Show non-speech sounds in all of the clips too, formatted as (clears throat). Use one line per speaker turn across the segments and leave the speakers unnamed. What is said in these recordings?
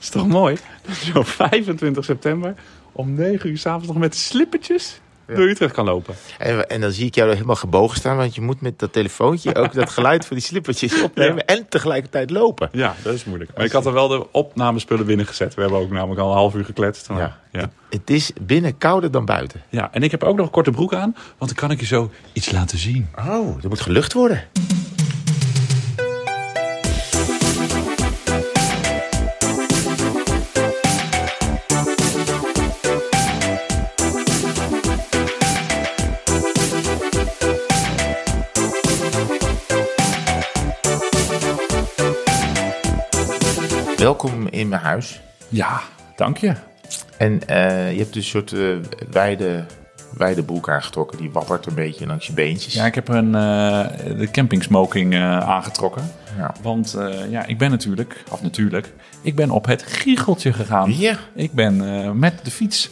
is toch mooi? Dat je op 25 september om 9 uur s'avonds nog met slippertjes door Utrecht kan lopen.
En, en dan zie ik jou er helemaal gebogen staan, want je moet met dat telefoontje ook dat geluid van die slippertjes opnemen
Ja.
en tegelijkertijd lopen.
Ja, dat is moeilijk. Maar ik had er wel de opnamespullen binnengezet. We hebben ook namelijk al een half uur gekletst. Maar,
Ja.
ja.
Het is binnen kouder dan buiten.
Ja, en ik heb ook nog een korte broek aan, want dan kan ik je zo iets laten zien.
Oh, er moet gelucht worden. Welkom in mijn huis.
Ja, dank je.
En eh, je hebt dus een soort eh, wijde, wijde broek aangetrokken. Die wappert een beetje langs je beentjes.
Ja, ik heb een, eh, de camping smoking eh, aangetrokken.
Ja.
Want eh, ja, ik ben natuurlijk, of natuurlijk, ik ben op het giegeltje gegaan.
Ja.
Ik ben eh, met de fiets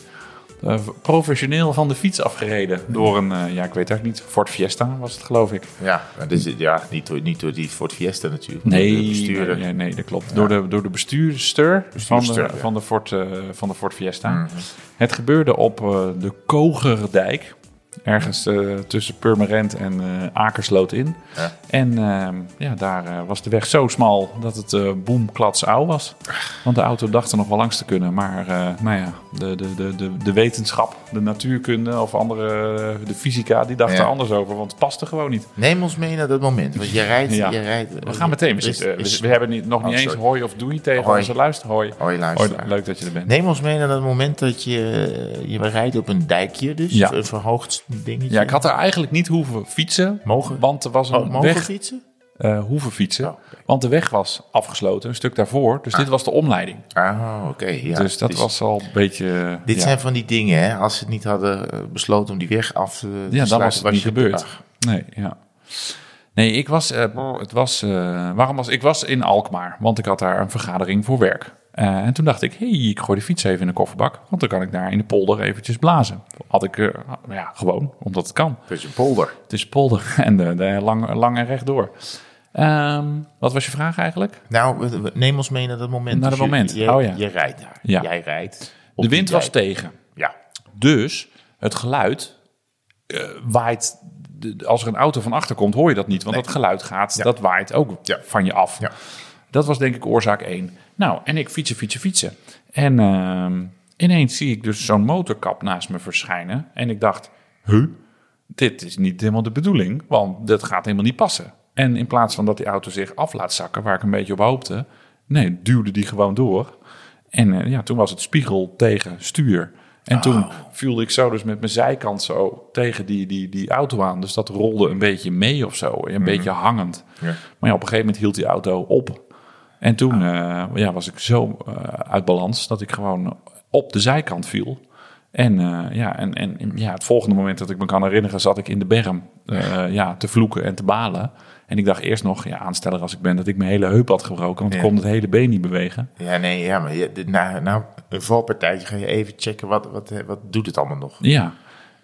eh, professioneel van de fiets afgereden. Door een, eh, ja, ik weet eigenlijk niet, Ford Fiesta was het geloof ik.
Ja, maar dit is, ja niet, door, niet door die Ford Fiesta natuurlijk.
Nee,
Door de bestuurder.
nee, nee, nee, dat klopt. Door, de, door de bestuurster,
Bestuurster,
van, de,
ja. Mhm.
van, de Ford, eh, van de Ford Fiesta. Het gebeurde op eh, de Kogerdijk. Ergens eh, tussen Purmerend en eh, Akersloot in.
Ja.
En eh, ja, daar eh, was de weg zo smal dat het eh boemklats auw was. Want de auto dacht er nog wel langs te kunnen. Maar eh, nou ja, de, de, de, de, de wetenschap, de natuurkunde of andere, eh, de fysica, die dacht
Ja.
er anders over. Want het paste gewoon niet.
Neem ons mee naar dat moment. Want je rijdt...
Ja.
Je rijdt
We gaan meteen. We,
Er is-
zitten, we-
is-
we hebben niet, nog
Oh,
niet eens
sorry.
hoi of doei tegen
Hoi.
onze luister. Hoi.
Hoi,
Hoi,
luisteraar.
leuk dat je er bent.
Neem ons mee naar dat moment dat je... Je rijdt op een dijkje dus.
Ja.
Een verhoogd dingetje.
Ja, ik had er eigenlijk niet hoeven fietsen.
Mogen?
Want er was een
Oh, mogen
weg
fietsen?
eh, hoeven fietsen.
Oh, oké.
Want de weg was afgesloten, een stuk daarvoor. Dus dit was de omleiding.
Ah, oké. ja.
dus dat
Dus
was al een beetje... eh,
Dit
ja.
zijn van die dingen, hè. Als ze het niet hadden eh, besloten om die weg af te
Ja,
sluiten...
dan was het niet
je Ah, op de
gebeurd.
dag.
Nee, ja. Nee, ik was... eh,
Oh.
brr, het was eh, waarom was... Ik was in Alkmaar, want ik had daar een vergadering voor werk. Eh, en toen dacht ik, hé, hey, ik gooi de fiets even in de kofferbak. Want dan kan ik daar in de polder eventjes blazen. Had ik, eh, nou ja, gewoon, omdat het kan.
Dus een polder.
Het is polder (laughs) en de, de lang, lang en rechtdoor. Ehm, wat was je vraag eigenlijk?
Nou, we- we- neem ons mee naar dat moment.
Naar
Dus
dat
je-
moment.
Je,
Oh, ja.
je rijdt daar.
Ja.
Jij rijdt. op
De
die
wind was
dijk.
tegen.
Ja.
Dus het geluid eh, waait. de- de- als er een auto van achter komt, hoor je dat niet. Want dat geluid gaat, dat waait ook
Ja.
van je af.
Ja.
Dat was denk ik oorzaak één. Nou, en ik fietsen, fietsen, fietsen. En ehm, ineens zie ik dus zo'n motorkap naast me verschijnen. En ik dacht, huh? Dit is niet helemaal de bedoeling, want dat gaat helemaal niet passen. En in plaats van dat die auto zich af laat zakken, waar ik een beetje op hoopte... Nee, duwde die gewoon door. En eh, ja, toen was het spiegel tegen stuur. En
Oh.
toen viel ik zo dus met mijn zijkant zo tegen die, die, die auto aan. Dus dat rolde een beetje mee of zo. Een beetje hangend.
Mhm. Ja. Ah.
Maar ja, op een gegeven moment hield die auto op. En toen eh, ja, was ik zo eh, uit balans dat ik gewoon op de zijkant viel. En, eh, ja, en, en ja, het volgende moment dat ik me kan herinneren, zat ik in de berm eh, ja, te vloeken en te balen. En ik dacht eerst nog, ja, aansteller als ik ben, dat ik mijn hele heup had gebroken. Want ik
Ja.
kon het hele been niet bewegen.
Ja, nee, ja, maar je, dit- na, na een valpartijtje ga je even checken wat, wat, eh, wat doet het allemaal nog.
Ja.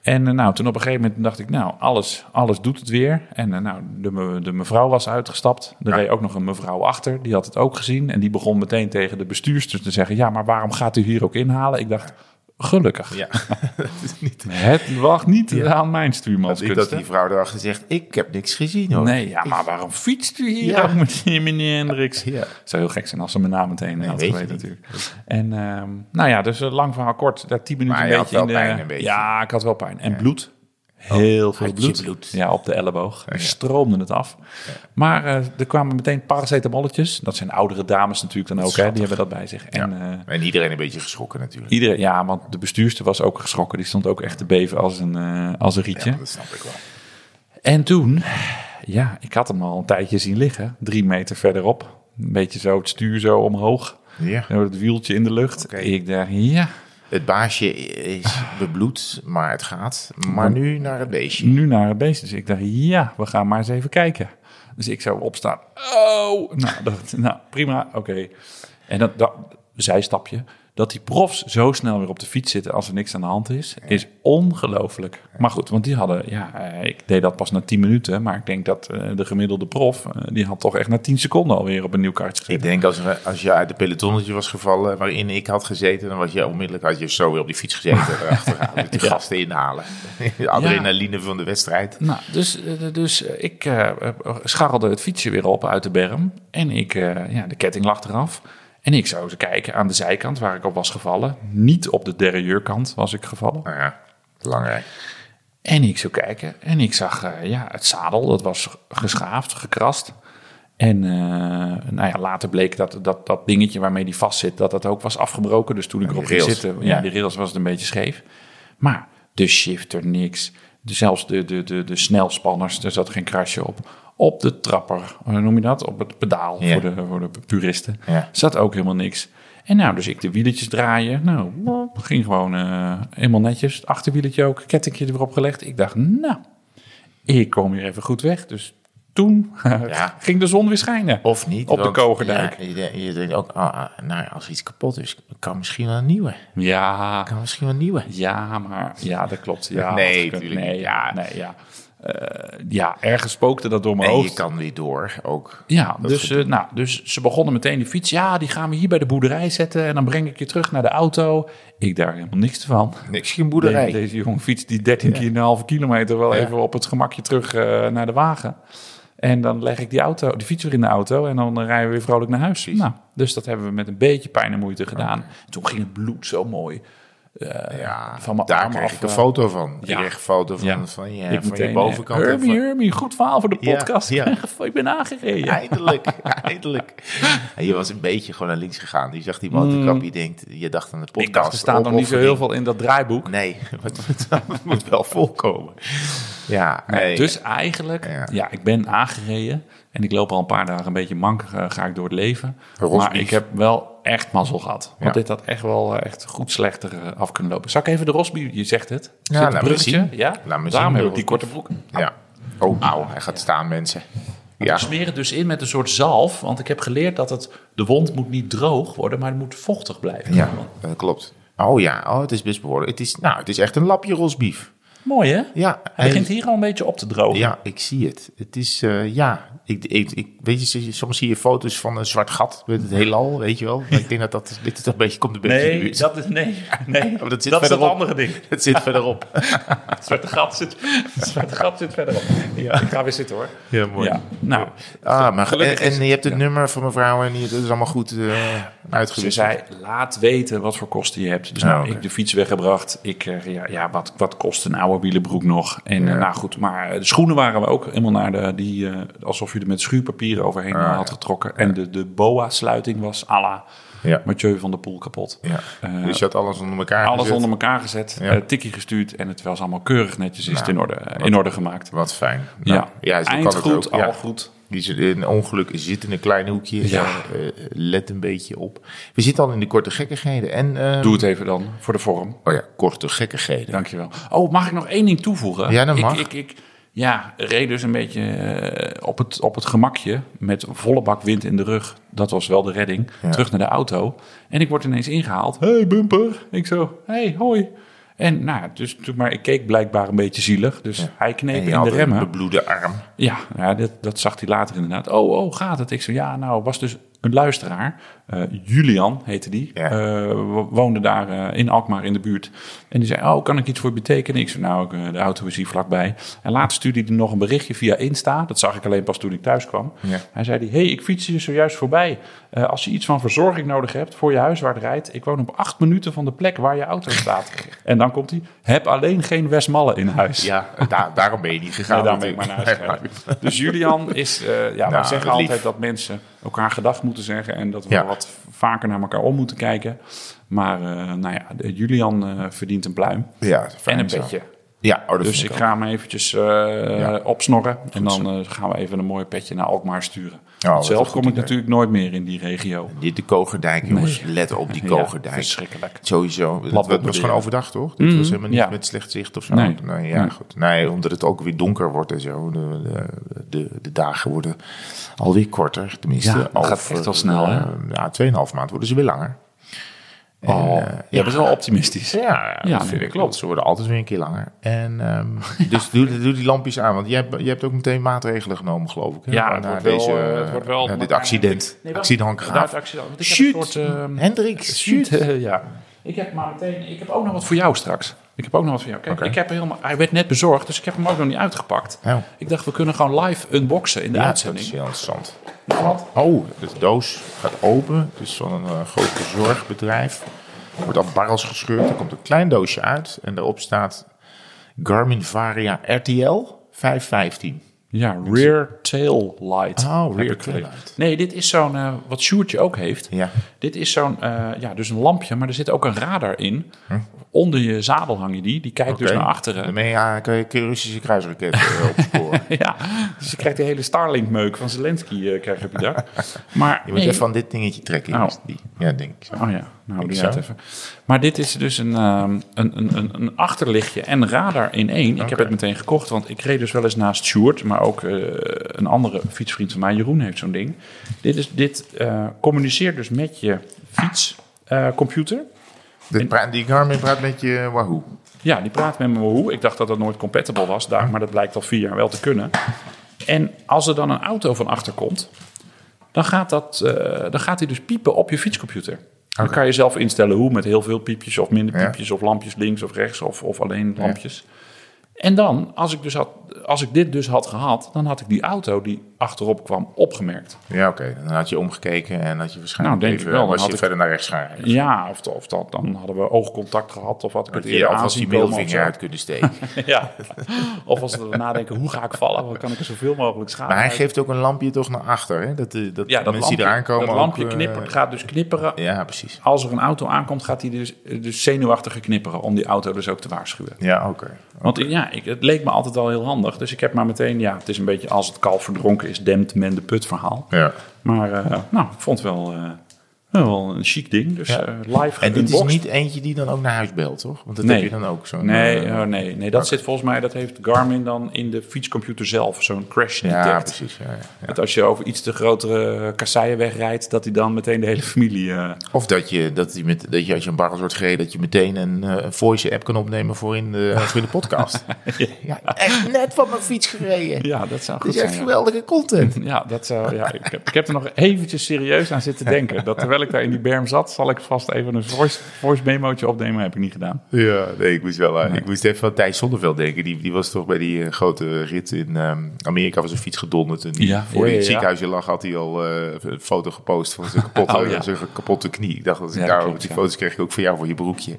En eh, nou, toen op een gegeven moment dacht ik, nou, alles, alles doet het weer. En eh, nou, de, me- de mevrouw was uitgestapt. Er reed ook nog een mevrouw achter, die had het ook gezien. En die begon meteen tegen de bestuurster te zeggen... ja, maar waarom gaat u hier ook inhalen? Ik dacht, gelukkig.
Ja, (laughs) dat is niet,
Het lag niet aan mijn
niet dat
stuurmanskunsten.
die vrouw erachter zegt, ik heb niks gezien hoor.
Nee, ja, maar waarom fietst u hier
Ja.
ook met die meneer Hendricks?
Ja.
Zou heel gek zijn als ze mijn naam meteen had
weet je
geweten
niet.
natuurlijk. En ehm, nou ja, dus eh, lang verhaal kort. Daar tien minuten
Maar je
een
had
beetje in
wel
de...
pijn een beetje.
Ja, ik had wel pijn. En bloed. Heel
had
veel
je
bloed.
bloed?
Ja, op de elleboog. Er Stroomde het af. Maar eh, er kwamen meteen paracetamolletjes. Dat zijn oudere dames natuurlijk dan ook. Hè. Die hebben dat bij zich. En eh,
En iedereen een beetje geschrokken natuurlijk.
iedereen, ja, want de bestuurster was ook geschrokken. Die stond ook echt te beven als een, eh, als een rietje.
Ja, dat snap ik wel.
En toen, ja, ik had hem al een tijdje zien liggen, drie meter verderop. Een beetje zo het stuur zo omhoog.
Ja.
Zo het wieltje in de lucht. Ik dacht, ja,
Het baasje is bebloed, maar het gaat. Maar nu naar het beestje.
nu naar het beest. Dus ik dacht, ja, we gaan maar eens even kijken. Dus ik zou opstaan. Oh, nou, dat, nou prima, oké. En dat, dat zijstapje. Dat die profs zo snel weer op de fiets zitten als er niks aan de hand is, is ongelooflijk. Maar goed, want die hadden, ja, eh, ik deed dat pas na 10 minuten, maar ik denk dat eh, de gemiddelde prof, eh, die had toch echt na 10 seconden alweer op een nieuw kaartje
Ik
gezeten.
denk als, we- als je uit de pelotonnetje was gevallen waarin ik had gezeten, dan was je onmiddellijk had je zo weer op die fiets gezeten
(laughs)
en erachteraan met die gasten inhalen. (laughs) De adrenaline van de wedstrijd.
Nou, dus, eh, dus eh, ik eh, eh, scharrelde het fietsje weer op uit de berm. En ik, eh, ja, de ketting lag eraf. En ik zou eens kijken aan de zijkant waar ik op was gevallen. Niet op de derrieurkant was ik gevallen.
Nou ja, belangrijk.
En ik zou kijken en ik zag eh, ja, het zadel, dat was geschaafd, gekrast. En eh, nou ja, later bleek dat, dat dat dingetje waarmee die vast zit, dat dat ook was afgebroken. Dus toen ik
die
erop ging
rails.
zitten, ja, die rails was het een beetje scheef. Maar de shifter, niks. De, zelfs de, de, de, de snelspanners, daar zat geen krasje op. Op de trapper, hoe noem je dat? Op het pedaal
Ja.
voor, de, eh, voor de puristen.
Ja.
Zat ook helemaal niks. En nou, dus ik de wieletjes draaien. Nou, wop, ging gewoon eh, helemaal netjes. Het achterwieletje ook, kettingje erop gelegd. Ik dacht, nou, ik kom hier even goed weg. Dus toen (laughs)
Ja.
ging de zon weer schijnen.
Of niet.
Op de
want-
Kogerdijk.
Ja, je, denkt- je denkt ook, ah, ah, nou, als iets kapot is, kan misschien wel een nieuwe.
Ja,
Kan misschien wel een nieuwe.
ja, maar... Ja, dat klopt. Ja,
Nee,
had gekund.
tuurlijk
nee,
niet.
ja, nee, ja. Eh, ja, ergens spookte dat door mijn
En je
hoofd.
kan weer door ook.
Ja, dus, eh, nou, dus ze begonnen meteen die fiets. Ja, die gaan we hier bij de boerderij zetten. En dan breng ik je terug naar de auto. Ik daar helemaal niks van.
Niks geen
De-
boerderij.
deze jongen fietst die 13 keer kilometer wel even op het gemakje terug eh, naar de wagen. En dan leg ik die, auto, die fiets weer in de auto en dan eh, rijden we weer vrolijk naar huis. Nou, dus dat hebben we met een beetje pijn en moeite gedaan. Toen ging het bloed zo mooi.
ja,
van mijn
daar
arm
kreeg
af,
ik een
eh,
foto van. Ik
ja.
kreeg een foto van,
Ja.
van, je-
Ik
van je
meteen,
bovenkant.
eh,
en
Hermie,
van-
Hermie, goed verhaal voor de
Ja,
podcast.
ja.
(laughs) ik ben aangereden.
(laughs) Eindelijk, eindelijk. En je was een beetje gewoon naar links gegaan. Je zag die motorkap, je, denkt, je Hmm. dacht aan de podcast.
Ik dacht, er staat nog niet zo heel
opoffering.
veel in dat draaiboek.
Nee, (laughs) het moet, het moet wel volkomen. Ja, hey.
Dus eigenlijk,
Ja.
ja. ik ben aangereden en ik loop al een paar dagen een beetje mank, eh, ga ik door het leven.
Rosbief.
Maar ik heb wel echt mazzel gehad. Want
Ja.
dit had echt wel eh, echt goed slechter eh, af kunnen lopen. Zal ik even de rosbief, je zegt het.
Ja,
Zit een
laat me
bruggetje?
zien.
Ja,
Laat me zien,
daarom
de
heb ik die korte broek.
ja. Oh, auw, hij gaat staan, mensen. Ja,
Ik smeer het dus in met een soort zalf, want ik heb geleerd dat het, de wond moet niet droog worden, maar het moet vochtig blijven.
ja dat klopt. Oh ja, oh, het is best behoorlijk. Het is, nou, het is echt een lapje rosbief.
Mooi hè?
Ja,
Hij
en-
begint hier al een beetje op te drogen.
Ja, ik zie het. Het is, eh, ja, ik, ik, ik- weet je, soms zie je foto's van een zwart gat met het heelal, weet je wel. Maar ik denk dat dat, dit is toch een beetje, komt een beetje in de
Nee,
buurt.
dat is, nee, (laughs) nee.
Maar dat zit
dat is dat
verderop. (laughs)
andere ding.
Het zit verderop.
Het zwarte gat zit, (laughs) het zwarte gat zit verderop. Ik ga weer zitten hoor.
Ja,
Ja, nou,
Ah, maar en,
Gelukkig is-
en je hebt het nummer van mevrouw en je- dat is allemaal goed eh
ze
uitgewisseld.
zei, laat weten wat voor kosten je hebt. Dus
Ah,
nou,
oké.
ik de fiets weggebracht. Ik, eh, ja, ja wat, wat kost een oude wielenbroek nog? En eh, nou goed, maar eh, de schoenen waren we ook helemaal naar de... Die, eh, alsof je er met schuurpapier overheen
Ah,
eh, had getrokken. En de, de boa-sluiting was à la
Ja.
Mathieu van der Poel kapot.
Ja.
Eh,
dus je had alles onder elkaar
Alles
gezet.
onder elkaar gezet,
Ja. Nou,
eh tikkie gestuurd en het was allemaal keurig netjes is het in orde, eh, in orde gemaakt.
Wat fijn.
Ja,
zo kan
eind
het
goed,
ook.
al
Ja.
goed.
Die zit in ongeluk zit in een klein hoekje.
Ja.
Eh, eh, let een beetje op. We zitten al in de korte gekkigheden. En, eh,
Doe het even dan, voor de vorm.
Oh ja, korte gekkigheden.
Dankjewel. Oh, mag ik nog één ding toevoegen?
Ja, dat
Ik,
mag.
ik, ik ja, reed dus een beetje eh, op, het, op het gemakje met volle bak wind in de rug. Dat was wel de redding. Terug naar de auto. En ik word ineens ingehaald. hey, bumper. Ik zo, hey, hoi. En nou, ja, dus, toen- maar ik keek blijkbaar een beetje zielig. Dus hij
En
kneep
je
in
had
de
een
remmen.
bebloede arm.
Ja, ja dat, dat zag hij later inderdaad. Oh, oh, gaat het? Ik zei, ja, nou, was dus een luisteraar. eh, Julian heette die.
Ja.
eh, wo- woonde daar eh, in Alkmaar in de buurt. En die zei, oh, kan ik iets voor je betekenen? Ik zei, nou, ik, eh, de auto is hier vlakbij. En later stuurde hij nog een berichtje via Insta. Dat zag ik alleen pas toen ik thuis kwam.
Ja.
Hij zei, hey, ik fiets hier zojuist voorbij. Eh, als je iets van verzorging nodig hebt voor je huiswaard rijdt... ik woon op acht minuten van de plek waar je auto staat. en dan komt hij, heb alleen geen Westmalle in huis.
Ja, da- daarom ben je
(laughs)
niet gegaan.
Nee, daar ben ik maar
(laughs)
naar
natuurlijk.
uitgegaan. Dus Julian is, eh, ja,
Nou,
wij zeggen
lief.
altijd dat mensen elkaar gedag moeten zeggen en dat we
Ja.
wat vaker naar elkaar om moeten kijken. Maar eh, nou ja, de- Julian eh, verdient een pluim
Ja, fijn
en een
zo.
petje.
Ja, oh, dat
Dus
vind
ik
ook.
ga hem eventjes eh, opsnorren en dan eh, gaan we even een mooi petje naar Alkmaar sturen.
dat is Oh, een
Zelf
goed
kom ik
idee.
natuurlijk nooit meer in die regio.
Dit de Kogerdijk, jongens. Let op die
Ja,
Kogerdijk.
verschrikkelijk.
Sowieso. Dat
onder
was
de
gewoon
ja.
overdag, toch? Dit was helemaal niet
Mhm. ja.
met slecht zicht of zo.
Nee.
Nee, ja,
Nee.
Goed. nee, omdat het ook weer donker wordt en zo. De, de, de, de dagen worden alweer korter. Tenminste,
Ja, dat gaat echt wel snel, hè?
eh, ja, 2,5 maand worden ze weer langer.
Oh, ja,
ja.
dat is wel optimistisch.
Ja,
Ja,
ja
nee,
dat vind ik
klopt.
klopt. Ze worden altijd weer een keer langer. En,
(laughs)
ehm, Dus doe, doe die lampjes aan, want je hebt, je hebt ook meteen maatregelen genomen, geloof ik. hè?
Ja,
Na
het wordt wel,
nou, deze,
eh, het wordt wel-
na dit accident.
Nee, wacht.
accident
Daar het
Hankegraaf.
accident. Want ik heb een
Shoot.
soort... ehm,
Hendricks,
shoot.
shoot.
eh, ja. Ik heb maar meteen... Ik heb ook nog wat voor jou straks. Ik heb ook nog wat voor jou. Kijk,
Oké.
ik heb helemaal... Hij werd net bezorgd, dus ik heb hem ook nog niet uitgepakt.
Oh.
Ik dacht, we kunnen gewoon live unboxen in de
Ja, dat
uitzending.
is heel interessant.
Wat?
Oh, de doos gaat open. Het is van een eh, groot zorgbedrijf. Er wordt aan barrels gescheurd. Er komt een klein doosje uit. En daarop staat Garmin Varia RTL 515.
Ja, rear tail light.
Oh,
Heb
rear
ik
tail
gekregen.
light.
Nee, dit is zo'n, eh, wat Sjoertje ook heeft.
Ja.
Dit is zo'n, eh, ja, dus een lampje, maar er zit ook een radar in. Onder je zadel hang je die, die kijkt dus
Hm. Oké. Hm.
naar achteren.
Daarmee ja, kun je kun je Russische kruisraketten eh, opsporen.
(laughs) Ja, dus je krijgt die hele Starlink-meuk van Zelensky, eh, krijg je
(laughs)
daar. Maar,
Je moet
nee.
even van dit dingetje trekken.
Oh.
eerst. Die. Ja, denk ik. zo.
Oh ja, nou die
zo.
uit even. Maar dit is dus een, ehm, een, een, een, een achterlichtje en radar in één. Ik heb het meteen gekocht, want ik reed dus wel eens naast Sjoerd. Maar ook eh, een andere fietsvriend van mij, Jeroen, heeft zo'n ding. Dit, is, dit eh, communiceert dus met je fietscomputer.
Dit praat- die Garmin praat met je eh, Wahoo.
ja, die praat met me hoe. Ik dacht dat dat nooit compatible was daar, maar dat blijkt al vier jaar wel te kunnen. En als er dan een auto van achter komt, dan gaat, dat, eh, dan gaat hij dus piepen op je fietscomputer. Dan kan je zelf instellen hoe, met heel veel piepjes of minder
Ja.
piepjes... of lampjes links of rechts of, of alleen lampjes. En dan, als ik, dus had, als ik dit dus had gehad... dan had ik die auto die achterop kwam opgemerkt.
Ja, oké. Dan had je omgekeken en had je waarschijnlijk
Nou, denk
even,
ik wel. Dan
was je
had ik-
verder naar rechts gaan. rijden.
Ja, of, of dat, dan hadden we oogcontact gehad... of had ik
Had
het
je
eerder aan
alvast
zien
die
komen of zo.
middelvinger uit kunnen steken.
(laughs) Ja. Of als we nadenken, hoe ga ik vallen? Wat kan ik er zoveel mogelijk schade
Maar hij
uit-
geeft ook een lampje toch naar achter, hè? Dat, eh, dat,
Ah, ja, dat
mensen
lampje-
die eraan komen
Dat lampje
ook, eh,
knipper, gaat dus knipperen.
Ja, precies.
Als er een auto aankomt, gaat hij dus, dus zenuwachtig knipperen... om die auto dus ook te waarschuwen.
Ja, oké.
Want ja, ik, het leek me altijd al heel handig. Dus ik heb maar meteen, ja, het is een beetje... als het kalf verdronken is, dempt men de put verhaal.
Ja.
Maar eh, nou, ik vond het wel, eh, wel een chic ding. Dus
Ja.
eh, live
En dit is
geunboxed.
niet eentje die dan ook naar huis belt, toch? Want dat
Nee.
heb je dan ook zo'n...
Nee,
eh,
oh, nee, nee, dat zit volgens mij, dat heeft Garmin dan in de fietscomputer zelf, zo'n crash detect.
ja, precies. Ja, ja, ja.
Dat als je over iets te grotere kasseien wegrijdt, dat hij dan meteen de hele familie. eh,
Of dat je, dat, die met, dat je als je een barrels wordt gereden, dat je meteen een eh, een voice-app kan opnemen voor in de, voor in de
(laughs)
podcast. ja, echt net van mijn fiets gereden.
ja, dat zou
Dat
goed
is echt
zijn. Ja.
geweldige content.
Ja, dat zou, ja, ik, heb, ik heb er nog eventjes serieus aan zitten denken. Dat terwijl ik daar in die berm zat, zal ik vast even een voice, voice memootje opnemen. Heb ik niet gedaan.
Ja, nee, ik moest wel aan. Ik moest even aan Thijs Zonneveld denken. Die, die was toch bij die eh, grote rit in ehm, Amerika was een fiets gedonderd. En die,
Ja,
voor
ja,
in
ja,
het
ja.
ziekenhuisje lag, had hij al eh, een foto gepost van zijn
(laughs)
kapotte,
Oh, ja.
zijn kapotte knie. Ik dacht, als ik
Ja, dat
daar
klopt,
die
ja.
foto's kreeg, ik ook van jou voor je broekje. (laughs)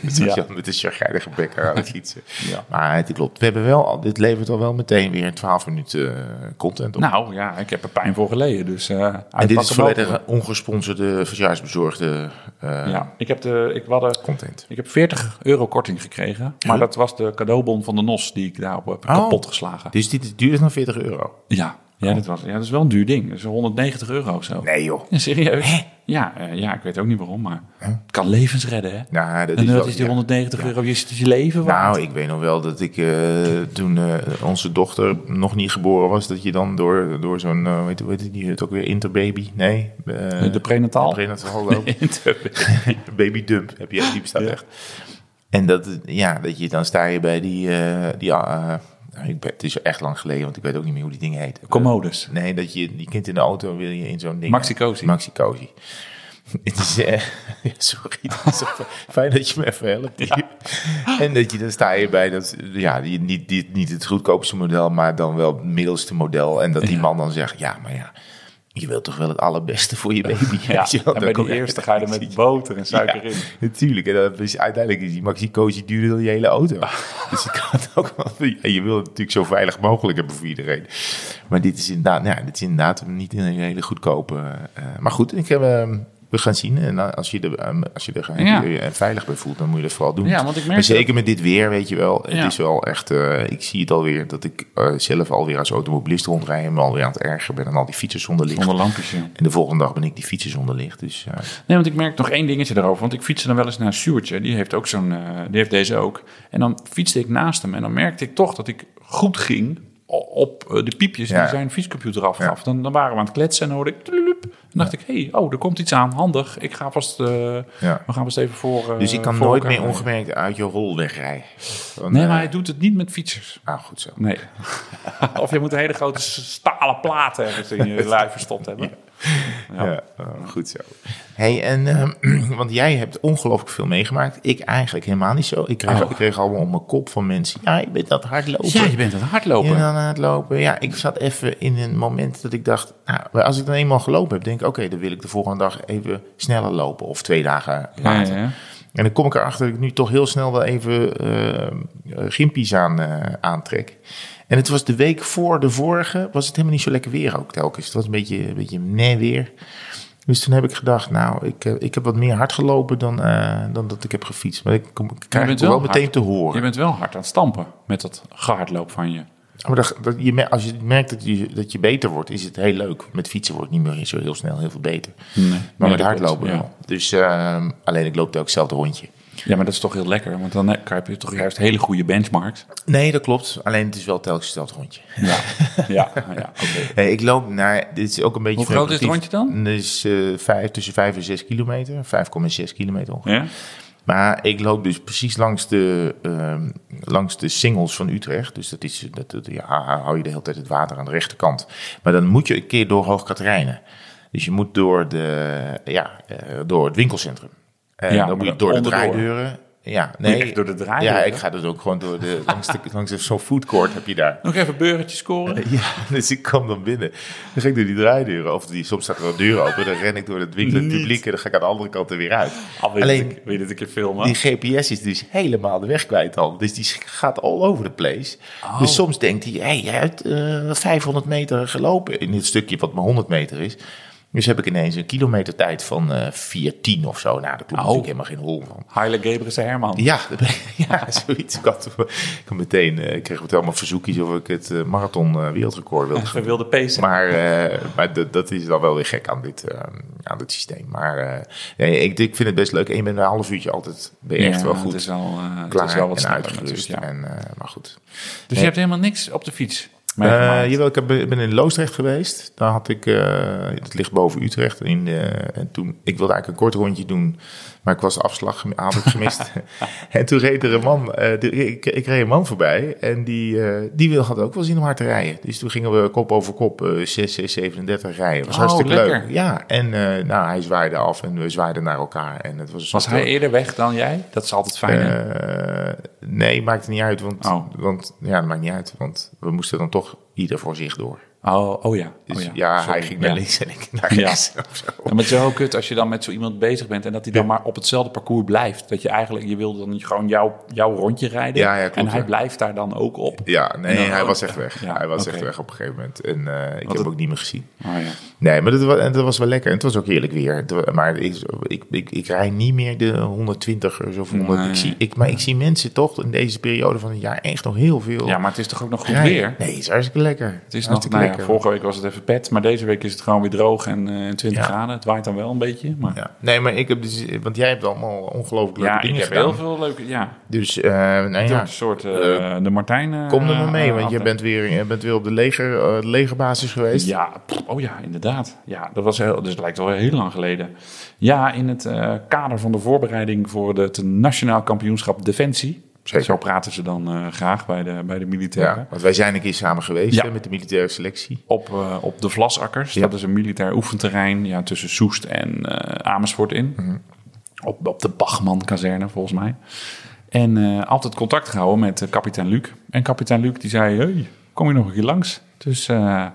Dan zat
Ja.
je al met een chagrijnige bek aan het fietsen.
Ja.
Maar het klopt. We hebben wel, al- dit levert al wel meteen weer 12 minuten eh, content op.
Nou ja, ik heb er pijn voor geleden. Dus, eh,
en dit
uitpakken
is volledig
mogen
een ongesponsorde, verjaarsbezorgde eh,
we. Ja, ik heb, de, ik, had er,
content.
ik heb 40 euro korting gekregen. Maar dat was de cadeaubon van de NOS die ik daarop heb
Oh.
kapot geslagen.
Dus dit is duurder dan 40 euro.
Ja, ja, dat was, ja, dat is wel een duur ding. Dat is 190 euro of zo.
Nee joh.
Ja, (laughs) serieus? Ja, eh, ja, ik weet ook niet waarom, maar het kan levens redden, hè?
Nou, dat
en
is
dat
wel-
is die
ja.
190 euro, je zit dus je leven waard.
Nou, ik weet nog wel dat ik eh, toen eh, onze dochter nog niet geboren was, dat je dan door, door zo'n, eh, weet, weet je het ook weer, interbaby? Nee. eh,
De prenataal.
prenataal
(laughs)
loop. babydump heb je echt, die bestaat
Ja.
echt. En dat, eh, ja, dat je dan sta je bij die, eh, die eh, nou, ik ben, het is echt lang geleden, want ik weet ook niet meer hoe die ding heet.
Commodes.
Nee, dat je die kind in de auto wil je in zo'n ding.
Maxicosi.
Maxicosi. (laughs) Het is, eh, (laughs) ja, sorry, het is zo fijn dat je me even helpt. hier. En dat je dan sta je bij dat, ja, die, niet, die, niet het goedkoopste model, maar dan wel het middelste model. En dat die man dan zegt, ja, maar ja, je wilt toch wel het allerbeste voor je baby.
(laughs) Ja,
weet je wel?
en bij
Dan kom
die
je-
eerste ga je er
(laughs)
met boter en suiker in.
ja, (laughs) natuurlijk. En dat is, uiteindelijk is die Maxi-cozy duurder dan je hele auto.
(laughs)
dus je kan het ook wel... En je wil het natuurlijk zo veilig mogelijk hebben voor iedereen. Maar dit is inderdaad, nou ja, dit is inderdaad niet een hele goedkope... eh, maar goed, ik heb... eh, we gaan zien. En eh, als je er, eh, als je er
Ja.
eh, veilig bij voelt, dan moet je dat vooral doen.
Ja, want ik merk
maar zeker met dit weer, weet je wel. Het
Ja.
is wel echt... eh, ik zie het alweer dat ik eh, zelf alweer als automobilist rondrij... en me alweer aan het erger ben aan al die fietsers zonder licht.
Zonder lampjes, ja.
En de volgende dag ben ik die fietsen zonder licht. Dus eh,
Nee, want ik merk nog één dingetje daarover. Want ik fietste dan wel eens naar Sjoertje. Die heeft ook zo'n, eh, die heeft deze ook. En dan fietste ik naast hem. En dan merkte ik toch dat ik goed ging op eh, de piepjes
Ja.
die zijn fietscomputer afgaf.
Ja.
Dan, dan waren we aan het kletsen en hoorde ik... tulup. En dacht ik, hé, hey, oh, er komt iets aan. Handig. Ik ga vast... eh,
Ja.
We gaan vast even voor eh,
Dus ik kan
voor
nooit
elkaar
meer
rijden.
ongemerkt uit je rol wegrijden. Want,
Nee,
eh,
maar hij doet het niet met fietsers.
Ah, goed zo.
Nee. (laughs) of je moet een hele grote stalen platen ergens in
(laughs)
je lijf verstopt hebben.
Ja, eh, goed zo. Hey, en, ehm, (clears throat) want jij hebt ongelooflijk veel meegemaakt. Ik eigenlijk helemaal niet zo. Ik kreeg,
Oh.
ik kreeg allemaal om mijn kop van mensen. Ja, ik ben dat hardlopen.
Ja, je bent een hardloper.
En dan aan het lopen. Ja, ik zat even in een moment dat ik dacht, nou, als ik dan eenmaal gelopen heb, denk ik, oké, dan wil ik de volgende dag even sneller lopen of twee dagen
Ja,
later.
ja, ja.
En dan kom ik erachter dat ik nu toch heel snel wel even eh gimpies aan, eh, aantrek. En het was de week voor de vorige, was het helemaal niet zo lekker weer ook telkens. Het was een beetje, een beetje nee weer. Dus toen heb ik gedacht, nou, ik, eh, ik heb wat meer hard gelopen dan, eh, dan dat ik heb gefietst. Maar ik, kom, ik krijg
bent
het wel
wel hard.
meteen te horen.
Je bent wel hard aan het stampen met dat gehardloop van je.
Ah, Maar dat, dat je, mer- als je merkt dat je, dat je beter wordt, is het heel leuk. Met fietsen wordt het niet meer zo heel snel heel veel beter. maar
dat
met hardlopen
klopt, ja.
wel. Dus ehm, alleen ik loopte ook hetzelfde rondje.
Ja, maar dat is toch heel lekker, want dan heb je toch juist hele goede benchmarks.
Nee, dat klopt. Alleen het is wel telkens hetzelfde rondje.
Ja, (laughs) ja, Ah, ja.
Hey, ik loop naar, dit is ook een beetje...
Hoe groot is het
speculatief.
rondje
Het is eh, vijf, tussen 5 en 6 kilometer. 5,6 kilometer ongeveer.
ja?
Maar ik loop dus precies langs de, ehm, langs de singles van Utrecht. Dus dat is, dat, dat- ja, hou je de hele tijd het water aan de rechterkant. Maar dan moet je een keer door Hoogkaterijnen. Dus je moet door, de, ja, eh, door het winkelcentrum. En
Ja,
dan moet
maar
je door de
onderdoor.
draaideuren. Ja,
je
nee.
echt door de draaideuren?
Ja, ik ga dus ook gewoon door de, langs, de, langs de- zo'n foodcourt heb je daar.
Nog even beurretjes scoren.
(laughs) Ja, dus ik kwam dan binnen. Dan ging ik door die draaideuren. Of die, soms staat er een deur open. Dan ren ik door het winkelend
Niet. Ah,
publiek. En dan ga ik aan de andere kant er weer uit.
Al wil
Alleen-
je dit een keer filmen.
Die GPS is dus helemaal de weg kwijt al. Dus die gaat all over the place. Dus soms denkt hij, hey, jij hebt eh, 500 meter gelopen in dit stukje wat maar 100 meter is. Dus heb ik ineens een kilometertijd van eh 410 of zo. Nou, daar klopt natuurlijk helemaal geen hol van.
Haile Gebrese Herman.
Ja, (laughs) dat ben- ja zoiets. Ik, had, ik had meteen, eh, ik kreeg meteen allemaal verzoekjes of ik het eh, marathon eh, wereldrecord wilde gaan
We wilden pezen.
maar eh, maar dat, dat is dan wel weer gek aan dit, eh, aan dit systeem. Maar eh, nee, ik, ik vind het best leuk. En je bent een half uurtje altijd ben je echt wel goed
Het is wel, eh, het
klaar
is wel wat
en
sneller
uitgerust.
natuurlijk, ja.
En, eh, maar goed.
Dus je hebt helemaal niks op de fiets meegemaakt?
Eh jawel, ik heb- ben in Loosdrecht geweest. Daar had ik, eh het ligt boven Utrecht. In, eh, en toen, ik wilde eigenlijk een kort rondje doen, maar ik was de afslag gem-
(laughs)
avond gemist. en toen reed er een man, eh, de- ik, ik reed een man voorbij en die, eh, die wil, had ook wel zin om hard te rijden. Dus toen gingen we kop over kop eh 6, 6, 37 rijden. was
Oh,
hartstikke leuk.
lekker.
Ja, en eh, nou, hij zwaaide af en we zwaaiden naar elkaar. En het was een
Was
soort-
hij eerder weg dan jij? Dat is altijd fijn, hè?
eh, nee, maakt niet uit, want,
Oh.
want ja, dat maakt niet uit, want we moesten dan toch ieder voor zich door.
Oh, oh ja.
Dus
oh ja,
ja,
Sorry.
hij ging naar
Ja.
links en ik naar
Ja.
rechts. (laughs) of zo.
Ja, maar het is wel heel kut als je dan met zo iemand bezig bent en dat hij dan maar op hetzelfde parcours blijft. Dat je eigenlijk, je wil dan gewoon jouw, jouw rondje rijden.
Ja, ja, klopt,
en hij
ja.
blijft daar dan ook op.
Ja, nee,
En dan-
hij was echt weg.
Ja,
hij was
Nou, oké.
echt weg op een gegeven moment. En eh, ik heb
het-
hem ook niet meer gezien.
Oh, ja.
Nee, maar dat was, dat was wel lekker. En het was ook heerlijk weer. Het wa- Maar ik, ik, ik, ik rij niet meer de 120ers of 100.
Nee.
Ik zie, ik, maar ik zie mensen toch in deze periode van het jaar echt nog heel veel.
maar het is toch ook nog goed
rijden.
weer?
Nee, het is hartstikke lekker.
Het is nog, nou ja, vorige week was het even pet, maar deze week is het gewoon weer droog en eh 20
Ja.
graden. Het waait dan wel een beetje, maar... Ja.
Ja. Nee, maar ik heb dus, want jij hebt allemaal ongelooflijk leuke
ik
dingen
heb
gedaan.
heel veel leuke... Ja,
Dus, eh, nou
ja.
ja,
een soort eh, de Martijn... eh,
kom er maar mee,
eh,
want je
afdeling.
bent weer, je bent weer op de leger, eh, legerbasis geweest.
Ja, pff, oh ja, inderdaad. Ja, dat was heel, dus het lijkt al heel lang geleden. Ja, in het eh, kader van de voorbereiding voor het Nationaal Kampioenschap Defensie.
Zeker.
Zo praten ze dan eh, graag bij de, bij de militairen.
Ja, want wij zijn een keer samen geweest
Ja.
hè, met de militaire selectie.
Op, eh, op de Vlasakkers.
Ja.
Dat is een militair oefenterrein ja, tussen Soest en eh, Amersfoort in.
Mhm.
Op, op de Bachman-kazerne, volgens mij. En eh, altijd contact gehouden met eh, kapitein Luc. En kapitein Luc die zei, hey, kom je nog een keer langs? Dus eh,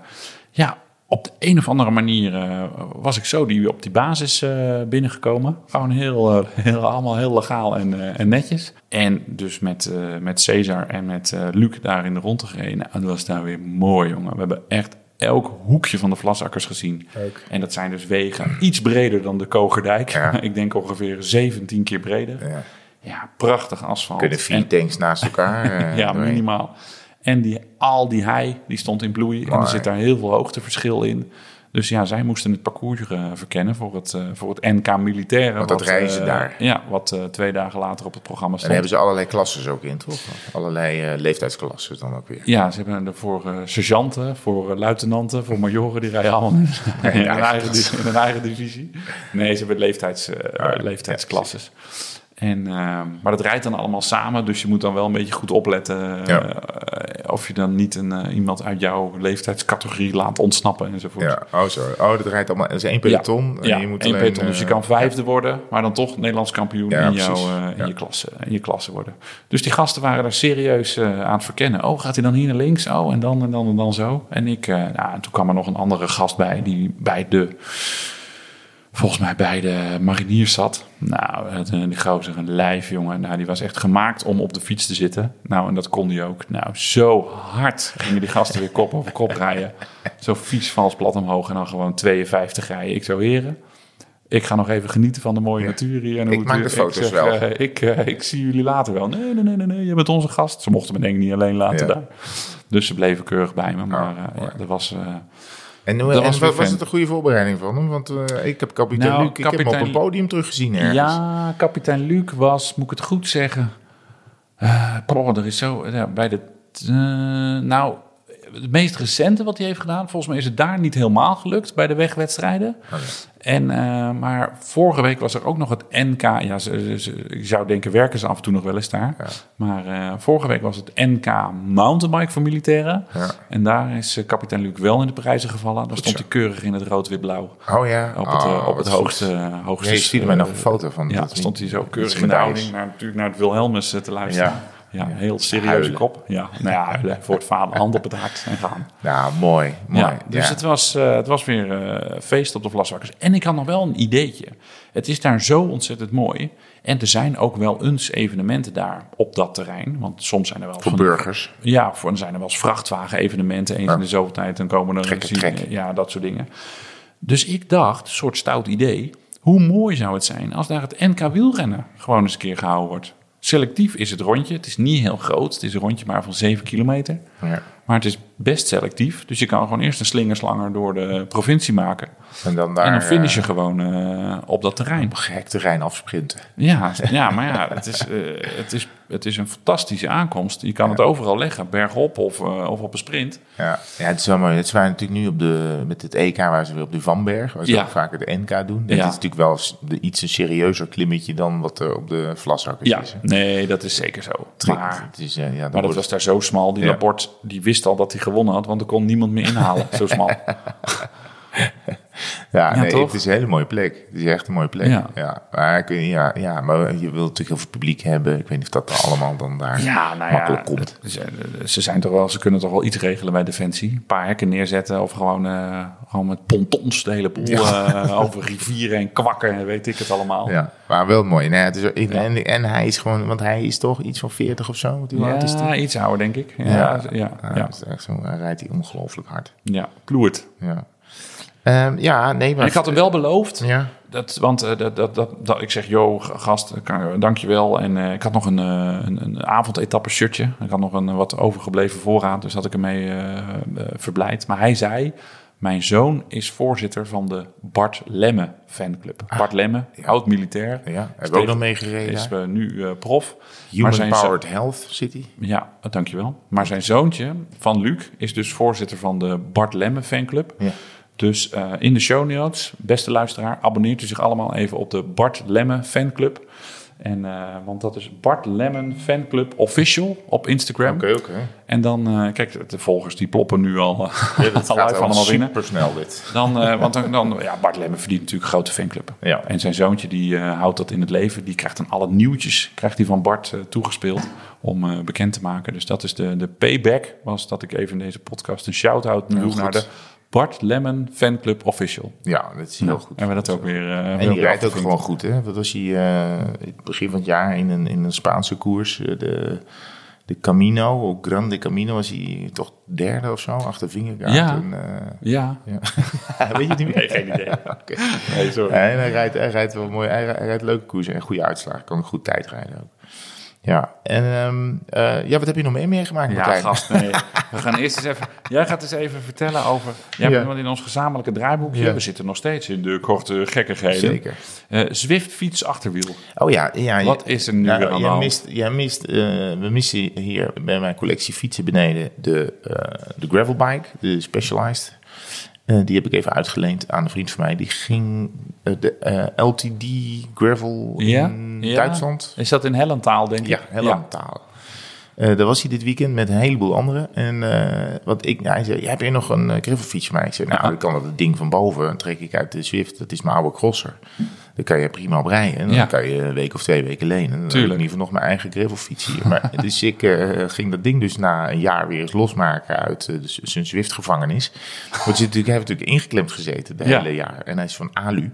ja, op de een of andere manier eh, was ik zo die, op die basis eh, binnengekomen. Gewoon heel, eh, (laughs) heel, allemaal heel legaal en, eh, en netjes. En dus met, eh, met Cesar en met eh, Luc daar in de rondte gereden. Nou, dat was daar weer mooi, jongen. We hebben echt elk hoekje van de vlasakkers gezien.
Leuk.
En dat zijn dus wegen iets breder dan de Kogerdijk.
Ja.
(laughs) ik denk ongeveer 17 keer breder.
Ja.
Ja, prachtig asfalt.
Kunnen vier
En-
tanks
(laughs)
naast elkaar. eh,
ja,
doorheen.
minimaal. En die, al die hei, die stond in bloei. En
Mooi.
er zit daar heel veel hoogteverschil in. Dus ja, zij moesten het parcours eh, verkennen voor het, eh, voor het NK Militaire.
Want dat
wat,
reizen
eh,
daar.
Ja, wat eh, twee dagen later op het programma
En
stond.
daar hebben ze allerlei klasses ook in, toch? Allerlei eh, leeftijdsklassen dan ook weer.
Ja, ze hebben er voor eh, sergeanten, voor eh, luitenanten, voor majoren, die rijden allemaal
(laughs)
in, in, hun
eigen
eigen,
klas.
di- in hun eigen divisie. Nee, ze hebben leeftijds, eh, leeftijdsklasses. En, ehm, maar dat rijdt dan allemaal samen, dus je moet dan wel een beetje goed opletten
Ja.
eh, of je dan niet een, eh, iemand uit jouw leeftijdscategorie laat ontsnappen enzovoort.
Ja, oh zo. Oh, dat rijdt allemaal. Dat is één peloton. en
ja,
je moet
één
alleen,
peloton. Dus je
eh,
kan vijfde worden, maar dan toch Nederlands kampioen
Ja,
in,
precies.
jouw, eh, in,
Ja.
je klasse, in je klasse worden. Dus die gasten waren daar serieus eh, aan het verkennen. Oh, gaat hij dan hier naar links? Oh, en dan en dan en dan zo. En ik, eh, nou, en toen kwam er nog een andere gast bij, die bij de, volgens mij bij de mariniers zat. Nou, het, eh, die gozer, een lijf, jongen. Nou, die was echt gemaakt om op de fiets te zitten. Nou, en dat kon hij ook. Nou, zo hard gingen die gasten weer kop over kop rijden. Zo vies vals plat omhoog en dan gewoon 52 rijden. Ik zou heren. Ik ga nog even genieten van de mooie natuur hier. En
Ik
hoe het
maak
is.
de
zeg,
foto's wel.
eh, ik, eh, ik zie jullie later wel. Nee, nee, nee, nee, nee, je bent onze gast. Ze mochten me denk ik niet alleen laten
Ja.
daar. Dus ze bleven keurig bij me. Maar
Ah,
eh,
mooi.
ja, dat was... eh,
En, hoe-
Dat
en
was
was,
weer
was
fan.
het een goede voorbereiding van hem? Want eh, ik heb kapitein
Nou,
Luc, ik heb hem
kapitein-
op een podium teruggezien ergens.
Ja, kapitein Luc was, moet ik het goed zeggen. Eh Proh, er is zo. Ja, bij de. eh, nou, het meest recente wat hij heeft gedaan, volgens mij is het daar niet helemaal gelukt bij de wegwedstrijden.
Oh,
En, eh, maar vorige week was er ook nog het NK. Ja, ze- ze- ze- ik zou denken, werken ze af en toe nog wel eens daar.
Ja.
Maar eh, vorige week was het NK mountainbike voor militairen.
Ja.
En daar is eh, kapitein Luc wel in de prijzen gevallen. Daar stond hij keurig in het rood-wit-blauw.
Oh ja.
Op het,
oh,
eh, op het
wat
hoogste,
goed.
hoogste.
Jij stuurde mij nog
eh,
een foto van.
ja,
dat niet-
stond hij zo keurig
iets
in de
medailles.
houding naar, natuurlijk naar het Wilhelmus eh, te luisteren.
Ja.
Ja, heel serieuze
Huilen.
kop. Ja, nou ja, huilen voor het vader, hand op het hart en gaan.
Ja, Nou, mooi. mooi.
Ja, dus
ja.
Het, was, eh, het was weer eh, feest op de Vlaswakkers. En ik had nog wel een ideetje. Het is daar zo ontzettend mooi. En er zijn ook wel eens evenementen daar op dat terrein. Want soms zijn er wel
Voor
van-
burgers.
ja, voor, dan zijn er wel eens vrachtwagen-evenementen. Eens in de zoveel tijd, dan komen er...
Gekke
zie-
trek.
Ja, dat soort dingen. Dus ik dacht, een soort stout idee... hoe mooi zou het zijn als daar het NK wielrennen... gewoon eens een keer gehouden wordt. Selectief is het rondje. Het is niet heel groot. Het is een rondje maar van 7 kilometer.
Ja.
Maar het is best selectief. Dus je kan gewoon eerst een slingerslanger door de provincie maken.
En dan daar.
en dan finish je
eh,
gewoon eh, op dat terrein.
op gek terrein afsprinten.
Ja, (laughs) ja maar ja, het is, eh, het, is, het is een fantastische aankomst. Je kan het overal leggen, bergop of, eh, of op een sprint.
Ja, ja het is wel mooi. Het waren natuurlijk nu op de, met het EK waar ze weer op de Vanberg, waar ze
Ja.
ook vaker de NK doen.
Ja.
Dat is natuurlijk wel s- de, iets een serieuzer klimmetje dan wat er op de Vlashakkers
Ja,
is. hè.
nee, dat is zeker zo. Maar,
het is, eh, ja, dan
maar dat
wordt-
was daar zo smal. Die
Ja.
rapport die wist al dat hij gewonnen had, want er kon niemand meer inhalen. Zo smal.
(laughs) Ja,
Ja,
nee,
toch?
het is een hele mooie plek. Het is echt een mooie plek.
Ja.
Ja. Maar, ik weet- ja, ja, maar je wilt natuurlijk heel veel publiek hebben. Ik weet niet of dat allemaal dan daar
Ja, nou ja,
makkelijk komt.
Ze, ze zijn toch wel, ze kunnen toch wel iets regelen bij Defensie. Een paar hekken neerzetten of gewoon, eh, gewoon met pontons de hele boel eh, over rivieren en kwakken en weet ik het allemaal.
Ja, maar wel mooi. Nee, het is, ik- en, en hij is gewoon, want hij is toch iets van 40 of zo? Want hoe oud is die?
Ja, iets ouder denk ik. Ja, ja, ja.
Ja,
ja.
dat is echt zo, hij rijdt hij ongelooflijk hard.
ploert.
Ja, Ehm, ja nee, maar...
En ik had hem wel beloofd.
Ja.
Dat, want eh, dat, dat, dat, dat- ik zeg, yo, gast, eh, kan- dankjewel. En eh, ik had nog een, eh, een, een avondetappe shirtje. Ik had nog een eh, wat overgebleven voorraad, dus had ik ermee eh eh, verblijd. Maar hij zei, mijn zoon is voorzitter van de Bart Lemme fanclub. Bart Lemme, oud-militair.
Ah. Ja, hebben we
Steeds-
ook nog meegereden.
Is eh, nu eh, prof. Maar
Human
zijn zo-
Powered Health City.
ja, dankjewel. Maar zijn zoontje van Luc is dus voorzitter van de Bart Lemme fanclub.
Ja.
Dus eh, in de show notes, beste luisteraar, abonneert u zich allemaal even op de Bart Lemme fanclub. En, eh, want dat is Bart Lemmen fanclub official op Instagram.
oké.
En dan, eh, kijk, de volgers die ploppen nu al, (laughs) ja,
Dat
al
gaat
live allemaal binnen.
super snel dit.
Dan, eh, want dan, dan, ja, Bart Lemmen verdient natuurlijk een grote fanclub.
Ja.
En zijn zoontje die eh, houdt dat in het leven. Die krijgt dan alle nieuwtjes krijgt die van Bart eh, toegespeeld om eh, bekend te maken. Dus dat is de, de payback. Was dat ik even in deze podcast een shout-out doe
goed.
naar de Bart Lemmen fanclub official.
Ja, dat is heel goed.
Nou, En we dat ook weer. eh, weer
En die
weer
rijdt ook
afgevinkt.
gewoon goed, hè? Wat was hij eh, in het begin van het jaar in een, in een Spaanse koers? eh, de, de Camino, ook Grande Camino, was hij toch derde of zo? Achter Vingegaard.
Ja. (laughs)
En, eh,
Ja.
weet je het niet meer?
Nee, geen idee.
(laughs) Oké.
Nee, sorry.
En hij rijdt, hij rijdt wel mooi. Hij rijdt, hij rijdt leuke koersen en goede uitslagen. Kan een goed tijd rijden ook. Ja, en ehm, eh, ja, wat heb je nog meer meegemaakt,
Ja,
Martijn?
gast, nee. We gaan eerst eens even... Jij gaat eens even vertellen over... Jij
Ja.
bent iemand in ons gezamenlijke draaiboekje.
Ja.
We zitten nog steeds in de korte gekkigheden.
Zeker.
Eh, Zwift fiets achterwiel.
Oh ja, ja je-
Wat is er nu
nou,
weer aan de
jij
hand?
mist, jij mist, eh, We missen hier bij mijn collectie fietsen beneden de, eh de gravelbike, de Specialized. Eh, die heb ik even uitgeleend aan een vriend van mij. Die ging eh, de eh, LTD gravel
Ja?
in
Ja.
Duitsland.
Is dat in Hellentaal, denk ik?
Ja, helemaal taal. Eh, daar was hij dit weekend met een heleboel anderen. En eh, wat ik, nou, hij zei, heb je nog een uh, gravelfiets voor mij? Ik zei, nou, dan kan dat het ding van boven. Dan trek ik uit de Zwift. Dat is mijn oude crosser. Daar kan je prima op rijden. En dan
Ja.
kan je een week of twee weken lenen. Dan heb ik in
Tuurlijk.
ieder geval nog mijn eigen gravelfiets hier. Maar, (laughs) dus ik eh, ging dat ding dus na een jaar weer eens losmaken uit eh, de Z- zijn Zwift-gevangenis. Want ze natuurlijk, hij heeft natuurlijk ingeklemd gezeten de
Ja.
hele jaar. En hij is van alu.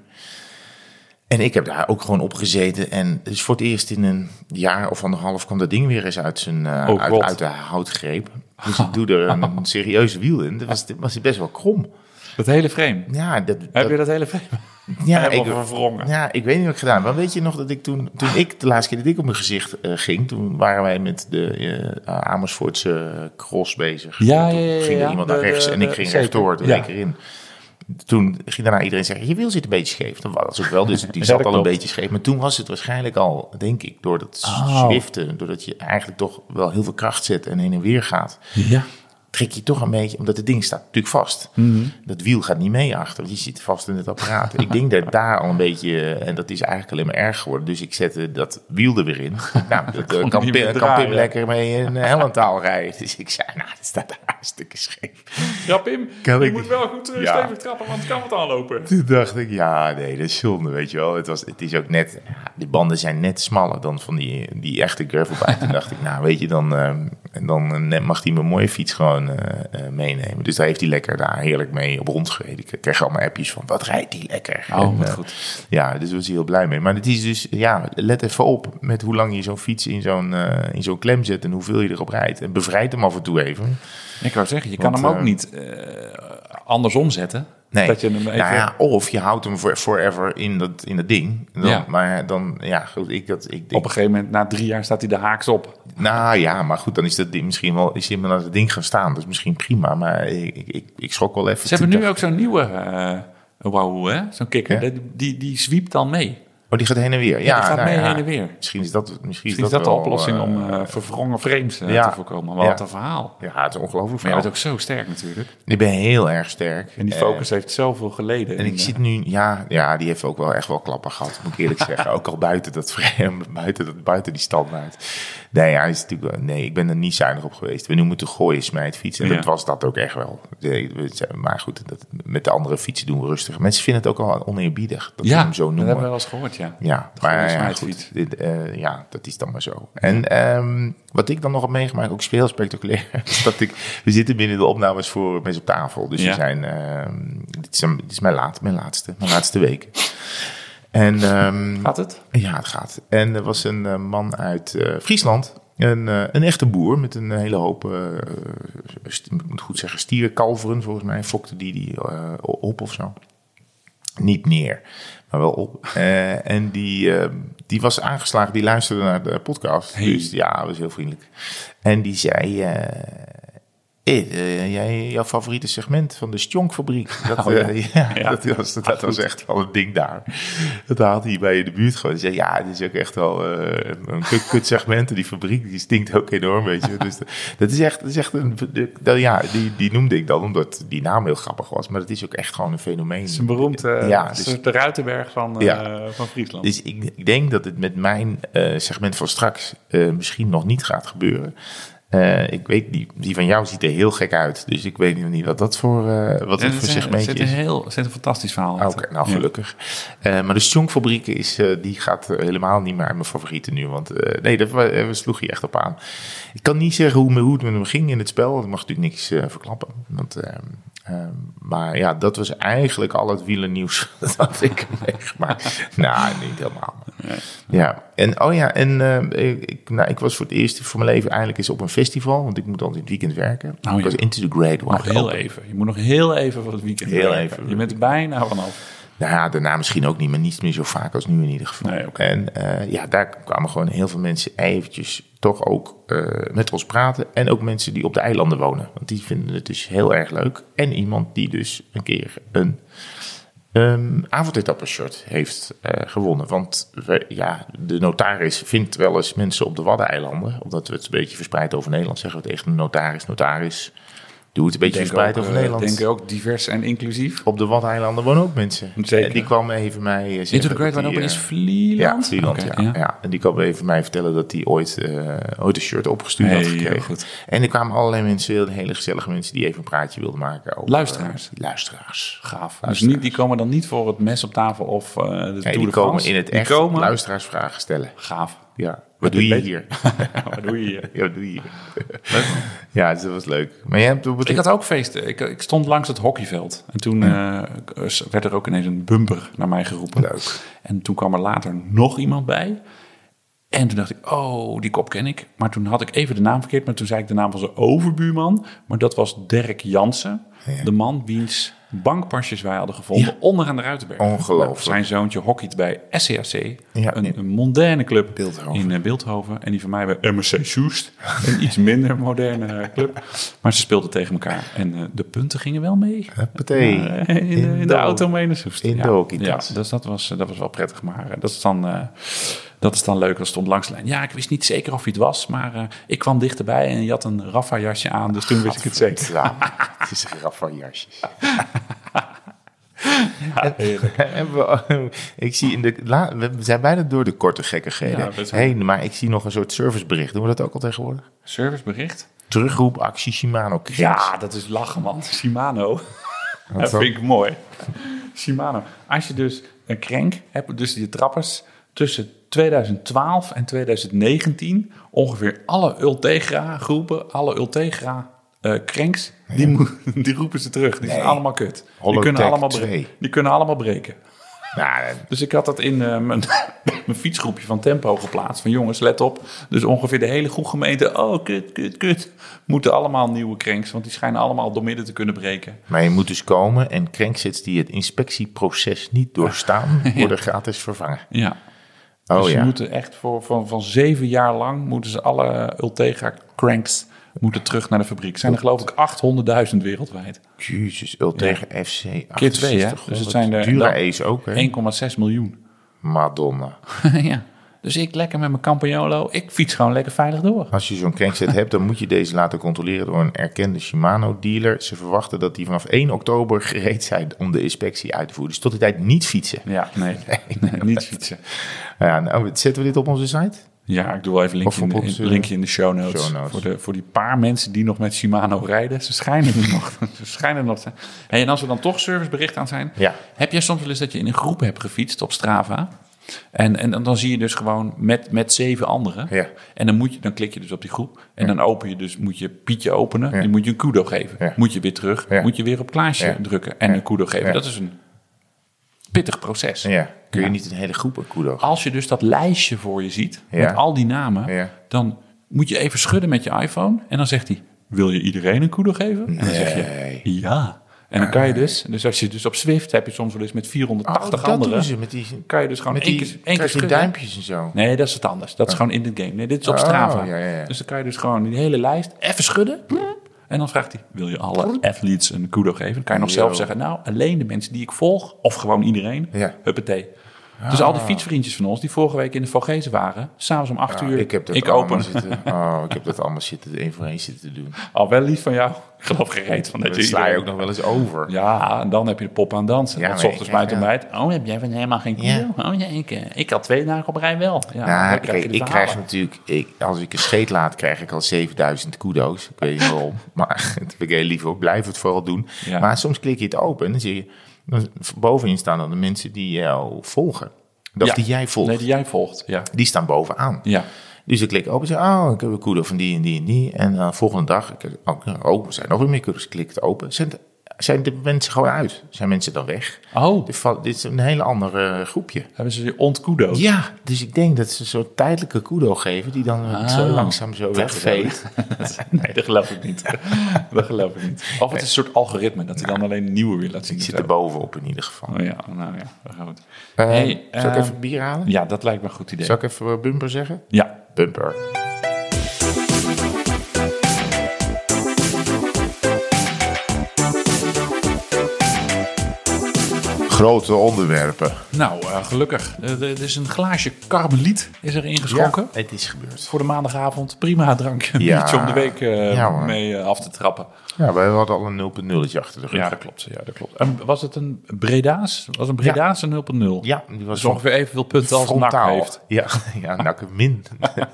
En ik heb daar ook gewoon op gezeten. En dus voor het eerst in een jaar of anderhalf kwam dat ding weer eens uit, zijn, eh,
Oh,
uit,
God.
uit de houtgreep. Dus ik doe er een,
(laughs)
een serieuze wiel in. Dat was, dat was best wel krom.
Dat hele frame.
Ja, dat,
Heb je
dat-
dat hele frame?
ja,
(laughs) helemaal
ik,
verwrongen?
ja, ik weet niet wat ik gedaan heb. Maar weet je nog dat ik toen, toen ik de laatste keer dat ik op mijn gezicht eh, ging, toen waren wij met de eh, Amersfoortse cross bezig.
Ja,
En toen
ja, ja, ja,
ging er
ja.
iemand
De-
naar rechts
de-
en ik
de-
ging
zeker.
rechtdoor, toen
Ja.
ik erin. Toen ging daarna iedereen zeggen, je wiel zit een beetje scheef. Dat was ook wel, dus die
(laughs) Ja,
zat
dat
al een
klopt.
beetje scheef. Maar toen was het waarschijnlijk al, denk ik, door dat
Oh.
zwiften, doordat je eigenlijk toch wel heel veel kracht zet en heen en weer gaat
Ja.
trek je toch een beetje, omdat het ding staat natuurlijk vast.
Mhm.
Dat wiel gaat niet mee achter, want je zit vast in het apparaat. ik denk dat daar al een beetje, en dat is eigenlijk alleen maar erg geworden. Dus ik zette dat wiel er weer in. Nou, dat eh, kan,
niet meer
Pim, kan Pim
draaien.
lekker mee in eh, Hellentaal rijden. Dus ik zei, nou, dat staat hartstikke scheef.
Ja, Pim,
Kan
je
ik-
moet wel goed eh,
Ja.
stevig trappen, want het kan wat aanlopen.
(laughs) Toen dacht ik, ja, nee, dat is zonde, weet je wel. Het, was, het is ook net, de banden zijn net smaller dan van die, die echte gravelbike. Toen dacht ik, nou, weet je, dan, eh, dan eh, mag hij mijn mooie fiets gewoon eh, eh, meenemen. Dus daar heeft hij lekker daar heerlijk mee op rondgereden. Ik kreeg allemaal appjes van, wat rijdt die lekker.
Oh, wat
eh,
goed.
Ja, dus daar was hij heel blij mee. Maar het is dus, ja, let even op met hoe lang je zo'n fiets in zo'n, eh, in zo'n klem zet en hoeveel je erop rijdt. En bevrijd hem af en toe even.
Ik wou zeggen, je
Want,
kan hem ook
eh,
niet eh, andersom zetten.
Nee.
Dat je hem even...
Nou ja, of je houdt hem voor, forever in dat, in dat ding. Dan,
Ja.
Maar dan, ja, goed, ik dat, ik
Op
denk,
een gegeven moment, na drie jaar, staat hij de haaks op.
nou ja, maar goed, dan is dat ding misschien wel, is hij maar naar dat ding gaan staan. Dat is misschien prima, maar ik, ik, ik, ik schrok wel even.
Ze hebben nu
Toen
ook zo'n nieuwe eh wauw, hè? Zo'n kikker.
Ja.
Die, die, die zwiept dan mee.
dacht- Oh, die gaat heen en weer. Ja,
die gaat
nou
mee
ja.
heen en weer.
Misschien is dat, misschien is
Misschien is
dat,
dat de
wel,
oplossing
eh,
om eh, verwrongen frames eh,
ja.
te voorkomen. Maar
Ja.
wat een verhaal.
ja, het is ongelooflijk.
Maar jij
verhaal.
bent ook zo sterk natuurlijk.
Ik ben heel erg sterk.
En die
Eh,
focus heeft zoveel geleden.
En ik
eh,
zit nu, ja, ja, die heeft ook wel echt wel klappen gehad, moet
(laughs)
ik eerlijk zeggen. Ook al buiten dat frame, (laughs) buiten, dat, buiten die standaard. Nee, hij is natuurlijk, wel- nee, ik ben er niet zuinig op geweest. We noemen het de gooien smijt fiets. En dat
Ja.
was dat ook echt wel. Nee, we zijn- Maar goed, dat, met de andere fietsen doen we rustig. Mensen vinden het ook al oneerbiedig dat we
ja,
hem zo
dat hebben we
noemen.
wel eens gehoord, ja. dus
Ja,
gooien
maar ja,
smijtfiets.
goed, dit, eh, ja, dat is dan maar zo. En ehm, wat ik dan nog heb meegemaakt, ook heel spectaculair, (laughs) is dat ik, we zitten binnen de opnames voor mensen op tafel. Dus we
Ja.
zijn, ehm, dit, is, een- dit is mijn, laat, mijn laatste, mijn laatste week. En ehm,
Gaat het?
ja, het gaat. En er was een eh, man uit eh, Friesland. Een, eh, een echte boer met een hele hoop, eh, st- ik moet goed zeggen, stierkalveren volgens mij. Fokte die die eh, op of zo. Niet neer, maar wel op. Eh, en die, eh, die was aangeslagen, die luisterde naar de podcast. Dus ja, was heel vriendelijk. En die zei, eh, eh, eh, jij, jouw favoriete segment van de
(laughs)
Stjonkfabriek. Dat,
Oh,
eh, (laughs) ja. dat, was, dat was echt wel een ding daar. Dat had hij bij je in de buurt gewoon. Hij zei, ja, dit is ook echt wel eh, een kut, kut segment. En Die fabriek die stinkt ook enorm, weet je. Dus dat- dat is echt, dat is echt een... dat- ja, die, die noemde ik dan, omdat die naam heel grappig was. Maar dat is ook echt gewoon een fenomeen.
Het is een beroemd eh,
Ja, dus-
soort de Ruitenberg van, eh,
Ja.
van Friesland.
Dus ik, ik denk dat het met mijn eh, segment van straks eh, misschien nog niet gaat gebeuren. Eh, ik weet, die, die van jou ziet er heel gek uit. Dus ik weet niet wat dat voor, eh, wat dat
En
voor
er zit- er
segmentje
zit een
is.
heel, er zit een fantastisch verhaal
Ah,
achter.
Oké, nou
Ja.
gelukkig. Eh, maar de Stjonkfabriek is, eh, die gaat eh, helemaal niet meer aan mijn favorieten nu. Want eh, nee, daar eh, we sloeg je echt op aan. Ik kan niet zeggen hoe, hoe het met hem ging in het spel. want Ik mag natuurlijk niks eh, verklappen. Want, eh, eh, maar ja, dat was eigenlijk al het wielennieuws (laughs) dat ik heb meegemaakt. nou, niet helemaal. maar- Ja, en oh ja, en eh, ik- ik, nou, ik was voor het eerst voor mijn leven eindelijk eens op een festival. Want ik moet altijd in het weekend werken.
Oh ja.
Ik was into the great
Nog
wide
heel
open.
even. Je moet nog heel even van het weekend
Heel
werken.
even.
Je bent er bijna vanaf.
Nou ja, daarna misschien ook niet, maar niet meer zo vaak als nu in ieder geval.
Nee, oké.
En eh, ja, daar kwamen gewoon heel veel mensen eventjes toch ook eh, met ons praten. En ook mensen die op de eilanden wonen. Want die vinden het dus heel erg leuk. En iemand die dus een keer een ehm avondetappenshirt heeft eh, gewonnen. Want we- ja, de notaris vindt wel eens mensen op de Waddeneilanden. Omdat we het een beetje verspreid over Nederland zeggen. We het echt een notaris, notaris. Doe het een beetje verspreid over Nederland.
denk ook divers en inclusief.
Op de Waddeneilanden wonen ook mensen.
Zeker.
En die kwam even mij eh, zeggen...
Into the Great
dat
One
die,
Open is
eh,
Vlieland?
Ja, Vlieland,
Oké,
ja, ja. En die kwam even mij vertellen dat hij ooit, eh, ooit een shirt opgestuurd had
Heel
gekregen.
goed.
En er kwamen allerlei mensen, hele- hele gezellige mensen... die even een praatje wilden maken over... eh,
Luisteraars.
Luisteraars.
Gaaf. Dus
Luisteraars.
niet, die komen dan niet voor het mes op tafel of eh de Tour
Nee, die
de
komen
France.
in het
Die
echt
komen-
luisteraarsvragen stellen.
Gaaf. (laughs)
Ja. Wat doe je
weet-
hier?
(laughs) Wat doe je hier?
Ja, wat doe je hier? ja, dus dat was leuk. Maar jij hebt...
Ik had ook feesten. Ik, ik stond langs het hockeyveld. En toen eh, s- werd er ook ineens een bumper naar mij geroepen.
Leuk.
En toen kwam er later nog iemand bij. En toen dacht ik, oh, die kop ken ik. Maar toen had ik even de naam verkeerd. Maar toen zei ik de naam van zijn overbuurman. Maar dat was Dirk Jansen.
Ja.
De man wiens bankpasjes wij hadden gevonden onderaan de Ruitenberg.
Ongelooflijk.
Zijn zoontje hockeyt bij SCAC.
Ja,
een,
in-
een mondaine club
Bilthoven.
in eh, Beeldhoven. En die van mij bij MSC Soest. Een iets minder moderne eh, club. Maar ze speelden tegen elkaar. En eh, de punten gingen wel mee.
Huppatee.
Ja, in, de- in de
Indo.
auto mee naar Soest.
Indo
ja.
ook iets.
ja, dus dat was, eh, dat was wel prettig. Maar eh, dat, is dan, eh, dat is dan leuk. Dat stond langs de lijn. Ja, ik wist niet zeker of hij het was. Maar eh, ik kwam dichterbij en je had een Rafa-jasje aan. Dus toen wist ik het zeker.
Ja, het is een grap van jasjes. En we- (laughs) ik zie in de, la- we zijn bijna door de korte
Ja,
gekkigheden
best wel.
heen, maar ik zie nog een soort servicebericht. Doen we dat ook al tegenwoordig?
Servicebericht?
Terugroep actie Shimano Kings.
Ja, dat is lachen, man. Shimano. (laughs) Dat
dan?
vind ik mooi. Shimano. Als je dus een crank hebt, dus die trappers, tussen 2012 en 2019, ongeveer alle Ultegra groepen, alle Ultegra eh cranks, die, mo- (laughs) die roepen ze terug. Die zijn allemaal kut. Die
Holotech
kunnen allemaal, bre-
2.
die kunnen allemaal breken.
Nou,
Dus ik had dat in eh, mijn, (laughs) mijn fietsgroepje van Tempo geplaatst. Van jongens, let op. Dus ongeveer de hele goede gemeente. Oh, kut, kut, kut. Moeten allemaal nieuwe cranks. Want die schijnen allemaal door midden te kunnen breken.
maar je moet dus komen en cranksets die het inspectieproces niet
(laughs)
doorstaan, worden gratis vervangen.
Ja.
Oh
dus ze
ja,
moeten echt voor, van, van zeven jaar lang moeten ze alle Ultegra cranks moeten terug naar de fabriek. Zijn er geloof ik 800.000 wereldwijd.
jezus, Ultega FC 68.
Keer twee, hè? Dus het zijn er
Dura
dan-
Ace ook, hè?
1,6 miljoen.
Madonna.
(laughs) ja. Dus ik lekker met mijn Campagnolo. Ik fiets gewoon lekker veilig door.
Als je zo'n
(laughs)
crankset hebt, dan moet je deze laten controleren door een erkende Shimano-dealer. Ze verwachten dat die vanaf 1 oktober gereed zijn om de inspectie uit te voeren. Dus tot die tijd niet fietsen.
Ja, nee. (laughs) nee niet fietsen.
Ja, nou, zetten we dit op onze site?
Ja, ik doe wel even een linkje,
Of op
in de,
ons,
in-
eh,
linkje in de show notes.
show notes.
Voor, de, voor die paar mensen die nog met Shimano rijden. Ze schijnen er nog, (laughs) ze schijnen er nog te zijn. Hey, en als we dan toch servicebericht aan zijn.
Ja.
Heb jij soms wel eens dat je in een groep hebt gefietst op Strava? En, en dan- dan zie je dus gewoon met, met zeven anderen.
Ja.
En dan, moet je, dan klik je dus op die groep. En dan open je dus, moet je Pietje openen.
Ja.
Die moet je een kudo geven.
Ja.
Moet je weer terug.
Ja.
Moet je weer op Klaasje
Ja.
drukken. En
Ja.
een kudo geven.
Ja.
Dat is een pittig proces.
Ja. Kun je
Ja.
niet een hele groep een kudo?
Als je dus dat lijstje voor je ziet,
Ja.
met al die namen,
Ja.
dan moet je even schudden met je iPhone. En dan zegt hij, wil je iedereen een kudo geven? En dan zeg je,
Nee.
ja. En dan kan je dus, dus als je dus op Zwift heb je soms wel eens met 480
Oh, dat doen
anderen.
ze met die,
Kan je dus gewoon
met
één
die,
keer, één keer
krijg je
schudden.
duimpjes en zo.
Nee, dat is het anders. Dat is gewoon in het game. Nee, dit is op
Oh,
Strava.
ja, ja, ja.
Dus dan kan je dus gewoon die hele lijst even schudden. En dan vraagt hij, wil je alle athletes een kudo geven? Dan kan je nog
Yo.
zelf zeggen, nou, alleen de mensen die ik volg. Of gewoon iedereen.
Ja. Ah.
Huppatee. Dus al die fietsvriendjes van ons die vorige week in de Vogezen waren. S'avonds om acht uur.
ik heb dat
ik
allemaal
open.
zitten. Oh, ik heb dat allemaal zitten, één voor één
(laughs)
zitten doen.
Al wel lief van jou. Ik geloof gereed van dat
Dat
je
sla je
iedereen-
ook nog wel eens over.
Ja, en dan heb je de pop aan dansen.
Ja,
Want
maar-
ochtends buiten
ja,
meid. Oh, heb jij van helemaal geen kudo?
Ja.
Oh ja, ik, eh, ik had twee dagen op rij wel. Ja,
Nou,
dan
kijk,
krijg je de
ik
verhalen.
krijg natuurlijk, ik, als ik een scheet laat, krijg ik al 7000 kudo's. Ik weet niet waarom, (laughs) maar dat vind ik heel lief hoor. Blijf het vooral doen.
Ja.
Maar soms klik je het open en dan zie je, dan bovenin staan dan de mensen die jou volgen. Of
Ja.
die jij volgt.
Nee,
die...
die jij volgt. Ja.
staan bovenaan.
Ja.
Dus ik klik open en zeg, oh, ik heb een eh, kudo van die en die en die. En de volgende dag, ik, oh, oh, er zijn nog weer meer kudo's. Ik Klik het open, zijn er zijn de mensen gewoon uit. Zijn mensen dan weg?
Oh,
Dit val- Dit is een hele andere eh, groepje.
hebben ze je ontkudood?
Ja, dus ik denk dat ze een soort tijdelijke kudo geven... die dan zo langzaam zo wegveegt.
(laughs) Nee, dat geloof ik
(laughs)
niet. dat geloof ik niet. Of het is een soort algoritme, dat hij dan alleen nieuwe weer laat zien.
Ik
of
zit
zo.
er bovenop in ieder geval.
Oh ja, nou ja, dat gaan we doen.
Eh,
Hey,
zal ik
ehm,
even bier halen?
Ja, dat lijkt me een goed idee.
Zal ik even eh, bumper zeggen?
Ja,
Bumper. Grote onderwerpen.
nou, eh, gelukkig. Eh, Er is een glaasje karmeliet is er ingeschonken.
het is gebeurd.
Voor de maandagavond prima drankje, (laughs) een
Ja.
biertje om de week eh,
Ja, hoor.
mee eh, af te trappen.
Ja, wij hadden al een 0.0 achter de rug.
Ja, dat klopt. Ja, dat klopt. En was het een Breda's? Was een Breda's een 0.0?
Ja, die was
Dus ongeveer evenveel punten als NAC
frontaal.
heeft.
Ja, (laughs) ja NAC min.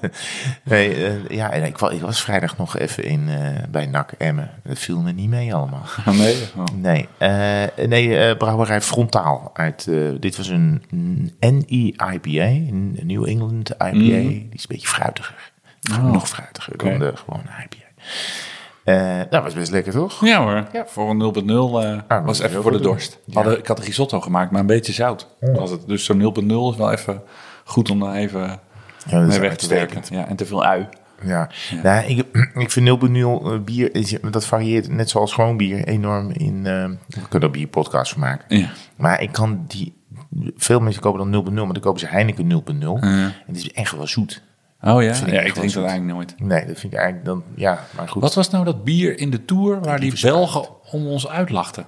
(laughs) nee, eh, ja, en ik, wa- ik was vrijdag nog even in, eh, bij NAC Emmen. Dat viel me niet mee allemaal. (laughs)
Nee. Oh.
Nee, eh, nee eh, brouwerij Frontaal. Uit, eh, dit was een NE-IPA, een New England IPA. Die is een beetje fruitiger. Nog fruitiger
Mhm. Oh, Oké.
dan de gewone IPA. Eh nou, was best lekker, toch?
Ja hoor, voor een 0.0 eh,
Ah,
was
dat
even
is
voor de
heel goed. Oh.
dorst. Hadden- ik had risotto gemaakt, maar een beetje zout was het. Dus zo'n 0.0 is wel even goed om daar even
Ja, dat is
mee weg te werken.
uitstekend.
Ja, en te veel ui.
Ja, Nou, ik, (clears throat) ik vind 0.0 eh, bier, is- dat varieert net zoals gewoon bier enorm in... eh we kunnen er bierpodcast van maken.
Ja.
Maar ik kan die... Veel mensen kopen dan 0.0, maar dan kopen ze Heineken 0.0. En het is echt wel zoet.
Oh ja,
Vind ik
ja
echt
ik drink
wel
dat
zoet.
eigenlijk nooit.
Nee, dat vind ik eigenlijk dan... Ja, maar goed.
Wat was nou dat bier in de Tour waar die Belgen om ons uitlachten?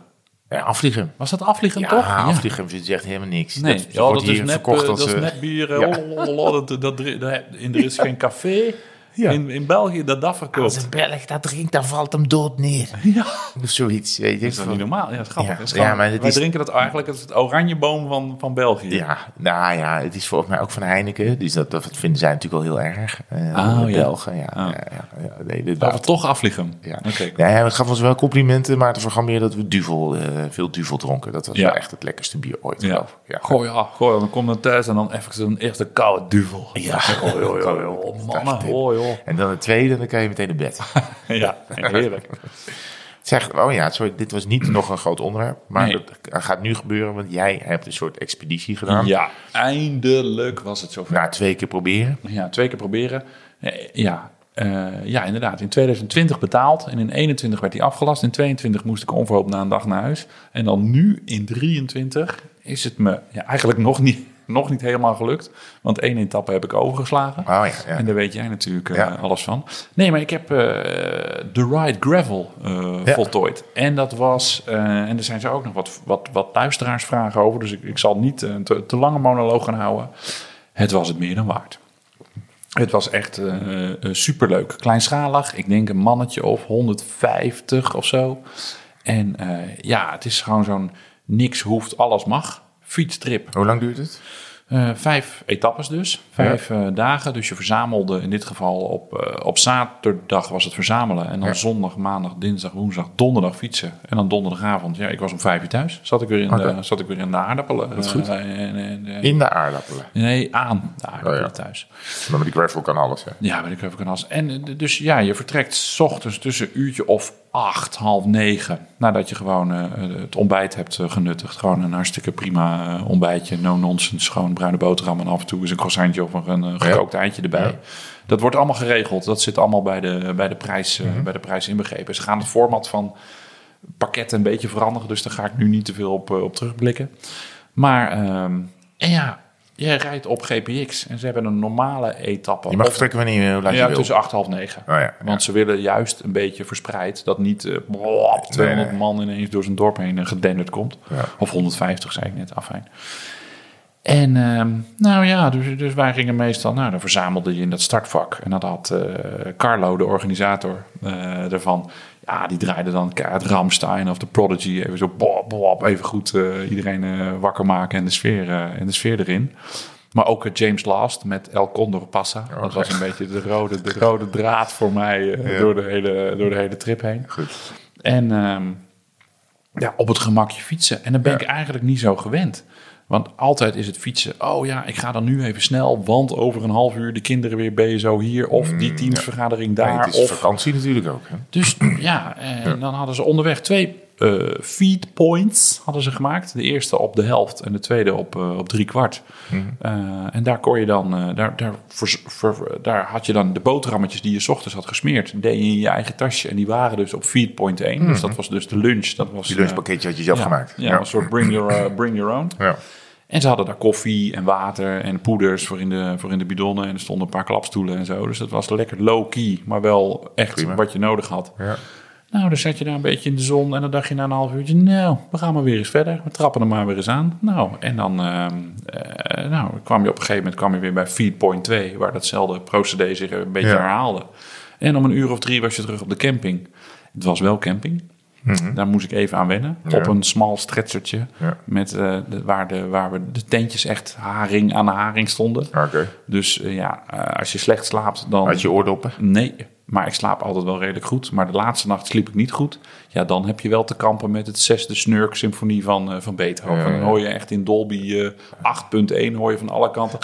Ja, afvliegen.
Was dat afliegend
Ja,
toch?
afvliegen vindt ze echt helemaal niks.
Nee,
dat,
dat,
wordt
dat,
hier
is nep,
verkocht
eh,
als
dat is
eh,
nep bier. eh,
ja.
lololol, dat, dat, dri- dat, en er is geen café
Ja.
in, in België dat dat
Als
verkoopt.
een Belg dat drinkt, dan valt hem dood neer.
Ja.
(laughs) Of zoiets, weet je.
Dat is toch niet normaal? Ja, dat is grappig.
Ja,
Dat is grappig.
ja, maar dat
Wij
is-
drinken dat eigenlijk, dat is het oranjeboom van, van België.
Ja, nou ja, het is volgens mij ook van Heineken. Dus dat, dat vinden zij natuurlijk wel heel erg. Eh,
Ah,
de
ja.
Belgen, ja. ja, ja, ja, nee, dit-
Laten we toch afliegen.
ja.
Oké.
Nee, hij gaf ons wel complimenten, maar te vergam meer dat we duvel, eh, veel duvel dronken. Dat was
Ja.
wel echt het lekkerste bier ooit,
Ja.
geloof ik. Ja.
Gooi af, gooi af. Dan kom je thuis en dan even een eerste koude duvel.
Ja.
Oh, joh,
(laughs)
joh, joh. Oh, mannen. Oh, joh.
En dan het tweede, dan kan je meteen naar bed.
(laughs) Ja, heerlijk.
Zeg, oh ja, sorry, dit was niet nog een groot onderwerp, maar
Nee.
dat gaat nu gebeuren, want jij hebt een soort expeditie gedaan.
Ja, eindelijk was het zover.
Na twee keer proberen.
Ja, twee keer proberen. Eh, Ja, eh, ja inderdaad. In 2020 betaald en in 21 werd hij afgelast. In 22 moest ik onverhoopt na een dag naar huis. En dan nu in 23 is het me ja, eigenlijk nog niet, (laughs) nog niet helemaal gelukt. Want één etappe heb ik overgeslagen.
Oh ja, ja.
En daar weet jij natuurlijk eh,
Ja.
alles van. Nee, maar ik heb eh, de Ride Gravel eh,
Ja.
voltooid. En dat was, eh, en er zijn zo ook nog wat, wat, wat luisteraarsvragen over. Dus ik, ik zal niet eh, een te, te lange monoloog gaan houden. Het was het meer dan waard. Het was echt eh eh, superleuk. Kleinschalig, ik denk een mannetje of 150 of zo. En eh, ja, het is gewoon zo'n niks hoeft, alles mag. Fietstrip
Hoe lang duurt het?
eh, vijf etappes dus, vijf eh, dagen. Dus je verzamelde in dit geval op, eh, op zaterdag was het verzamelen. En dan
Ja.
zondag, maandag, dinsdag, woensdag, donderdag fietsen. En dan donderdagavond, ja, ik was om vijf uur thuis. Zat ik weer in,
Oké.
de, zat ik weer in de aardappelen. Dat is goed.
In de aardappelen.
nee, aan de aardappelen
Oh ja.
thuis.
Maar met die gravel kan alles, hè?
Ja, weet ik even als. En eh, dus ja, je vertrekt 's ochtends tussen een uurtje of acht, half negen. Nadat je gewoon eh, het ontbijt hebt eh, genuttigd. Gewoon een hartstikke prima eh, ontbijtje. No nonsense. Gewoon bruine boterham en af en toe is een croissantje of een eh, gekookt eindje erbij. Dat wordt allemaal geregeld. Dat zit allemaal bij de, bij de, prijs, eh,
Mhm.
bij de prijs inbegrepen. Ze gaan het format van pakketten een beetje veranderen. Dus daar ga ik nu niet te veel op, eh, op terugblikken. Maar ehm, en ja, jij rijdt op GPX. En ze hebben een normale etappe.
Je mag
Of-
vertrekken wanneer je, hoe laat je
ja,
wil.
tussen 8 en half 9.
Oh ja,
Want ze willen juist een beetje verspreid. Dat niet eh, blop, 200
nee.
man ineens door zijn dorp heen eh, gedenderd komt.
Ja.
Of 150, zei ik net, afijn. En ehm, nou ja, dus, dus wij gingen meestal... Nou, dan verzamelde je in dat startvak. En dat had eh, Carlo, de organisator eh ervan... Ja, die draaide dan kaart Ramstein of de Prodigy. Even zo, bop, bop, even goed eh, iedereen eh, wakker maken en de, sfeer, eh, en de sfeer erin. Maar ook eh, James Last met El Condor Passa. dat was een beetje de rode, de rode draad voor mij eh, door, de hele, door de hele trip heen.
Goed.
En ehm, ja, op het gemakje fietsen. En dan ben ik eigenlijk niet zo gewend. Want altijd is het fietsen. Oh ja, ik ga dan nu even snel. Want over een half uur de kinderen weer BSO hier. Of die teamsvergadering
Mm, Nee,
daar.
het is
of... (clears throat)
vakantie natuurlijk ook, hè?
Dus ja, en dan hadden eh, ze onderweg twee eh, feed points hadden ze gemaakt. De eerste op de helft en de tweede op, eh, op drie kwart.
Mhm.
Eh, en daar kon je dan, eh, daar, daar, vers- ver- ver- daar had je dan de boterhammetjes die je 's ochtends had gesmeerd, deed je in je eigen tasje. En die waren dus op feed point 1. Dus dat was dus de lunch. Dat was,
Mhm. Die
eh,
lunchpakketje had je zelf
ja,
gemaakt.
Ja, een soort bring your, eh, bring your own.
Ja.
En ze hadden daar koffie en water en poeders voor in, de, voor in de bidonnen. En er stonden een paar klapstoelen en zo. Dus dat was lekker low-key, maar wel echt
Prima.
wat je nodig had.
Ja.
Nou, dan zat je daar een beetje in de zon en dan dacht je na een half uurtje... nou, we gaan maar weer eens verder. We trappen er maar weer eens aan. Nou, en dan ehm, eh, nou, kwam je op een gegeven moment kwam je weer bij Feedpoint 2... waar datzelfde procedé zich een beetje
Ja.
herhaalde. En om een uur of drie was je terug op de camping. Het was wel camping. Daar moest ik even aan wennen. Op een smal stretchertje.
Mhm. Ja.
Met, eh, de- waar, de, waar we de tentjes echt haring aan haring stonden.
Ah, Oké.
Dus eh, ja, eh, als je slecht slaapt, dan.
Had je oordoppen?
Nee, maar ik slaap altijd wel redelijk goed. Maar de laatste nacht sliep ik niet goed. Ja, dan heb je wel te kampen met het zesde snurksymfonie van, eh, van Beethoven.
Ja, ja.
Dan hoor je echt in Dolby eh, 8.1 hoor je van alle kanten.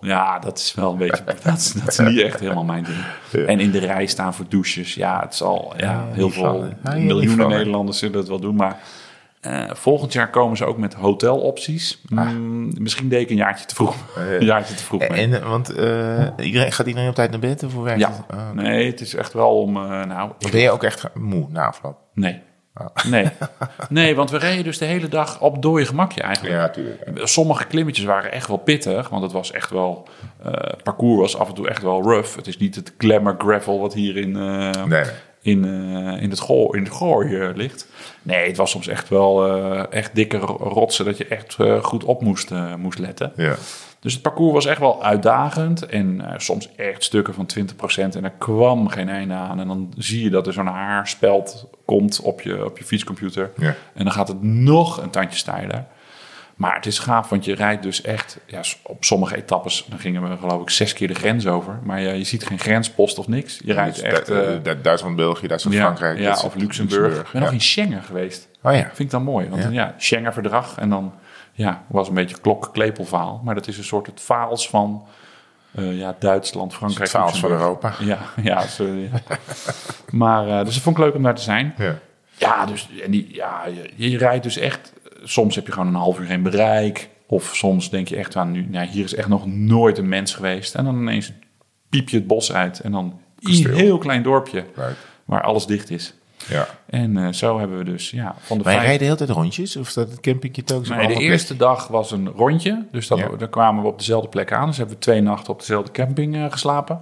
Ja, dat is wel een beetje. (laughs) Dat is, dat is niet echt helemaal mijn ding.
Ja.
En in de rij staan voor douches. Ja, het zal ja, heel
niet van,
veel.
hè? Nou, ja, niet
miljoenen
van, hè?
Nederlanders zullen dat wel doen. Maar eh, volgend jaar komen ze ook met hotelopties. Mm, misschien deed ik een jaartje te vroeg.
Eh,
een jaartje te vroeg. mee.
Ah. En, eh, want eh, iedereen, gaat iedereen op tijd naar bed? Of hoe werkt
Ja,
het? Ah, oké.
nee, het is echt wel om. eh, nou, ik-
Ben je ook echt ge- moe na afloop?
nee.
Ah. (laughs)
Nee. nee, want we reden dus de hele dag op dode gemakje eigenlijk.
natuurlijk.
Sommige klimmetjes waren echt wel pittig, want het was echt wel. eh, het parcours was af en toe echt wel rough. Het is niet het glamour gravel wat hier in, eh,
Nee, nee.
in, eh, in het gooi, in het gooi eh, ligt. Nee, het was soms echt wel eh, echt dikke ro- rotsen dat je echt eh, goed op moest, eh, moest letten.
Ja.
Dus het parcours was echt wel uitdagend. En eh, soms echt stukken van 20%. En er kwam geen einde aan. En dan zie je dat er zo'n haarspeld komt op je, op je fietscomputer.
Ja.
En dan gaat het nog een tandje steiler. Maar het is gaaf, want je rijdt dus echt... Ja, s- op sommige etappes dan gingen we geloof ik zes keer de grens over. Maar je, je ziet geen grenspost of niks. Je rijdt
Dus
echt...
Du-
eh,
eh, Du- Duitsland, België, Duitsland,
ja,
Frankrijk.
ja,
dat is-
of Luxemburg. Ik ben
ja.
nog in Schengen geweest.
Oh ja.
Vind ik dan mooi. Want
Ja.
ja, Schengen-verdrag en dan ja, was een beetje klok-klepelvaal. Maar dat is een soort het faals van eh, ja, Duitsland, Frankrijk.
Het faals van
Luxemburg.
Europa.
Ja, (laughs) ja, sorry, ja. maar eh, dus dat vond ik leuk om daar te zijn.
Ja.
Ja, dus en die, ja, je, je rijdt dus echt. Soms heb je gewoon een half uur geen bereik. Of soms denk je echt aan nu. Nou, hier is echt nog nooit een mens geweest. En dan ineens piep je het bos uit. En dan
Kasteel.
een heel klein dorpje.
Leuk.
Waar alles dicht is.
ja.
En eh, zo hebben we dus ja, van de
Maar je
vijf-
rijdt de hele tijd rondjes? Of is dat het campingje telkens op
Nee, de
andere plek?
eerste dag was een rondje. Dus dat,
Ja.
daar kwamen we op dezelfde plek aan. Dus hebben we twee nachten op dezelfde camping eh, geslapen.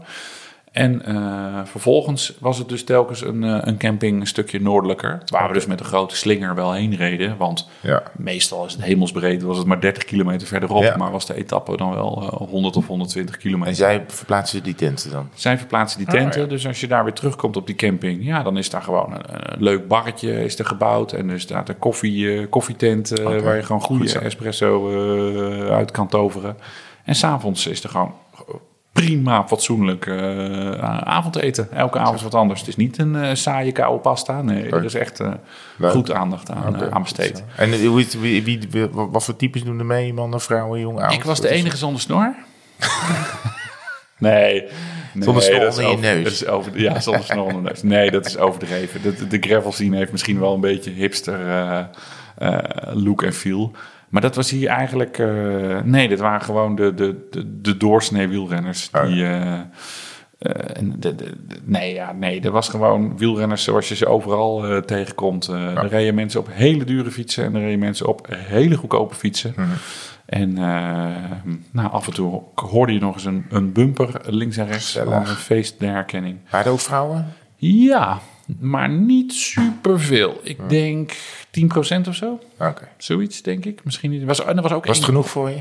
En eh, vervolgens was het dus telkens een, eh, een camping een stukje noordelijker. Waar we dus met een grote slinger wel heen reden. Want
Ja.
meestal is het hemelsbreed, was het maar 30 kilometer verderop.
Ja.
Maar was de etappe dan wel eh, 100 of 120 kilometer.
En zij verplaatsen die tenten dan?
Zij verplaatsen die tenten. Dus als je daar weer terugkomt op die camping, ja, dan is daar gewoon een, een leuk barretje is er gebouwd. En er staat een koffie, eh koffietent eh, waar je gewoon goede espresso eh, uit kan toveren. En s'avonds is er gewoon prima fatsoenlijk eh, a- avondeten. Elke avond wat anders. Het is niet een eh, saaie koude pasta. Nee, er is echt eh,
Leuk.
goed aandacht aan, eh, aan besteed.
En eh, hoe is- wie, wie, wie- wat wat voor types doen er mee? Mannen, vrouwen, jong, oud?
Ik was de
Wat is-
enige zonder snor. (laughs) Nee. nee
Zonder snor
dat is
onder je
over-
neus.
dat is over, ja, zonder snor onder de neus. Nee, dat is overdreven. De, de gravel scene heeft misschien wel een beetje hipster eh, eh, look en feel. Maar dat was hier eigenlijk... eh, nee, dat waren gewoon de, de, de, de doorsnee wielrenners.
Oh ja.
Die, eh, eh, en de, de- de- nee, ja, nee, dat was gewoon wielrenners zoals je ze overal eh, tegenkomt. Eh Er reden mensen op hele dure fietsen en er reden mensen op hele goedkope fietsen.
Mhm.
En eh, nou, af en toe hoorde je nog eens een, een bumper links en rechts van
Gezellig.
een feest der herkenning.
Waren er ook vrouwen?
Ja, maar niet superveel. Ik denk 10% of zo.
Oké.
Zoiets, denk ik. Misschien niet. Was, en er was ook
Was
één-
het genoeg voor je?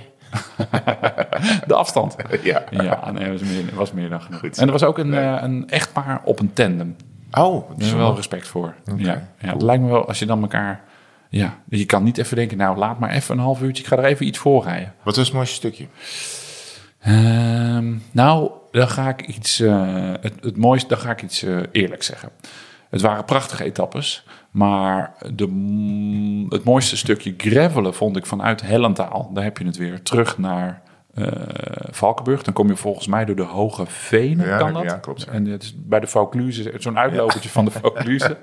de afstand.
(laughs) Ja.
Eh, Ja, nee, was meer, was meer dan genoeg. en er was ook een, eh, een echtpaar op een tandem.
Oh,
Daar
dus
is
wel.
wel respect voor. Ja, ja, het lijkt me wel als je dan elkaar... Ja, je kan niet even denken, nou laat maar even een half uurtje. Ik ga er even iets voor rijden.
Wat was het mooiste stukje?
Oh. Ehm, nou, dan ga ik iets, eh, het, het mooiste, dan ga ik iets eh, eerlijk zeggen. Het waren prachtige etappes, maar de, m- het mooiste stukje gravelen vond ik vanuit Hellentaal. Daar heb je het weer terug naar eh, eh, Valkenburg. Dan kom je volgens mij door de Hoge Venen,
Ja,
kan dat?
ja, klopt, ja.
En het is bij de Vaucluse, zo'n uitlopertje van de
(laughs)
Vaucluse.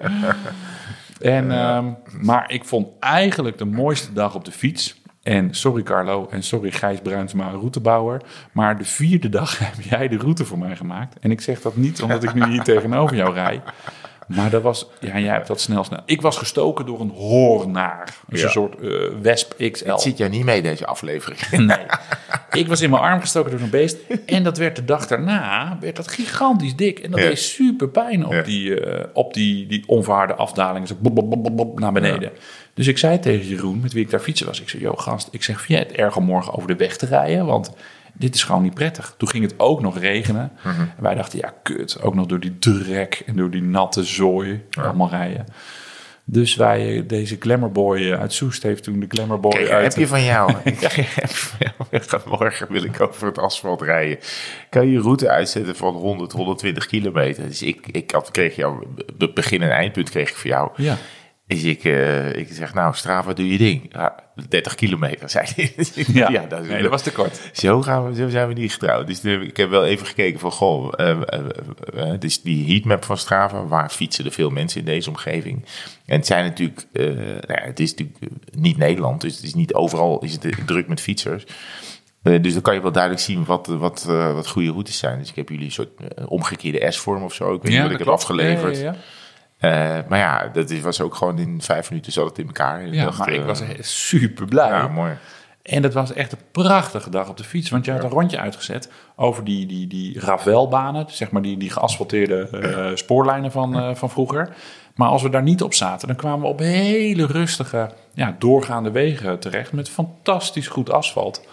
en, ehm, maar ik vond eigenlijk de mooiste dag op de fiets... En sorry Carlo en sorry Gijs Bruinsma, routebouwer. Maar de vierde dag (laughs) heb jij de route voor mij gemaakt. En ik zeg dat niet omdat ik nu hier tegenover jou rij. Maar dat was, ja, jij hebt dat snel snel. Ik was gestoken door een hoornaar. Dus
Ja.
een soort eh, wesp XL.
Het zit jij niet mee, deze
(laughs)
aflevering.
Nee. Ik was in mijn arm gestoken door zo'n beest. En dat werd de dag daarna werd dat gigantisch dik. En dat
Ja.
deed super pijn op,
Ja.
die, eh, op die, die onverharde afdaling. Dus Zo bop, bop, bop, bop, bop naar beneden. Dus ik zei tegen Jeroen, met wie ik daar fietsen was. Ik zei, joh gast, ik zeg, vind jij het erg om morgen over de weg te rijden? Want dit is gewoon niet prettig. Toen ging het ook nog regenen.
Mhm.
En wij dachten, ja kut, ook nog door die drek en door die natte zooi. Allemaal rijden. Dus wij, eh, deze Glamourboy eh, uit Soest heeft toen de Glamourboy
Kijk,
uit...
heb je van jou.
(laughs)
Ik heb van jou. (laughs) Ik ga Morgen wil ik over het asfalt rijden. Kan je je route uitzetten van 100, 120 kilometer? Dus ik, ik had, kreeg jou, be- begin en eindpunt kreeg ik voor jou.
Ja.
Dus ik, eh, ik zeg, nou Strava, doe je ding. Ja, 30 kilometer, zei hij. (laughs)
Ja,
dat is-
nee, dat was te kort.
Zo, gaan we, zo zijn we niet getrouwd. Dus nu- ik heb wel even gekeken van, goh, eh, eh, eh, eh, dus die heatmap van Strava, waar fietsen er veel mensen in deze omgeving? En het zijn natuurlijk, eh, nou ja, het is natuurlijk eh, niet Nederland, dus het is niet overal is het eh, druk met fietsers. Eh, dus dan kan je wel duidelijk zien wat, eh, wat, eh, wat goede routes zijn. Dus ik heb jullie een soort eh, omgekeerde S-vorm of zo. Ik weet niet wat ik heb afgeleverd.
Ja, ja, ja.
Eh, maar ja, dat is, was ook gewoon in vijf minuten zat het in elkaar. En
Ja,
dacht,
maar ik
eh,
was super blij.
Ja, mooi.
en dat was echt een prachtige dag op de fiets. Want je had een rondje uitgezet over die, die, die ravelbanen. Zeg maar die, die geasfalteerde eh, spoorlijnen van, eh, van vroeger. Maar als we daar niet op zaten, dan kwamen we op hele rustige, ja, doorgaande wegen terecht. Met fantastisch goed asfalt.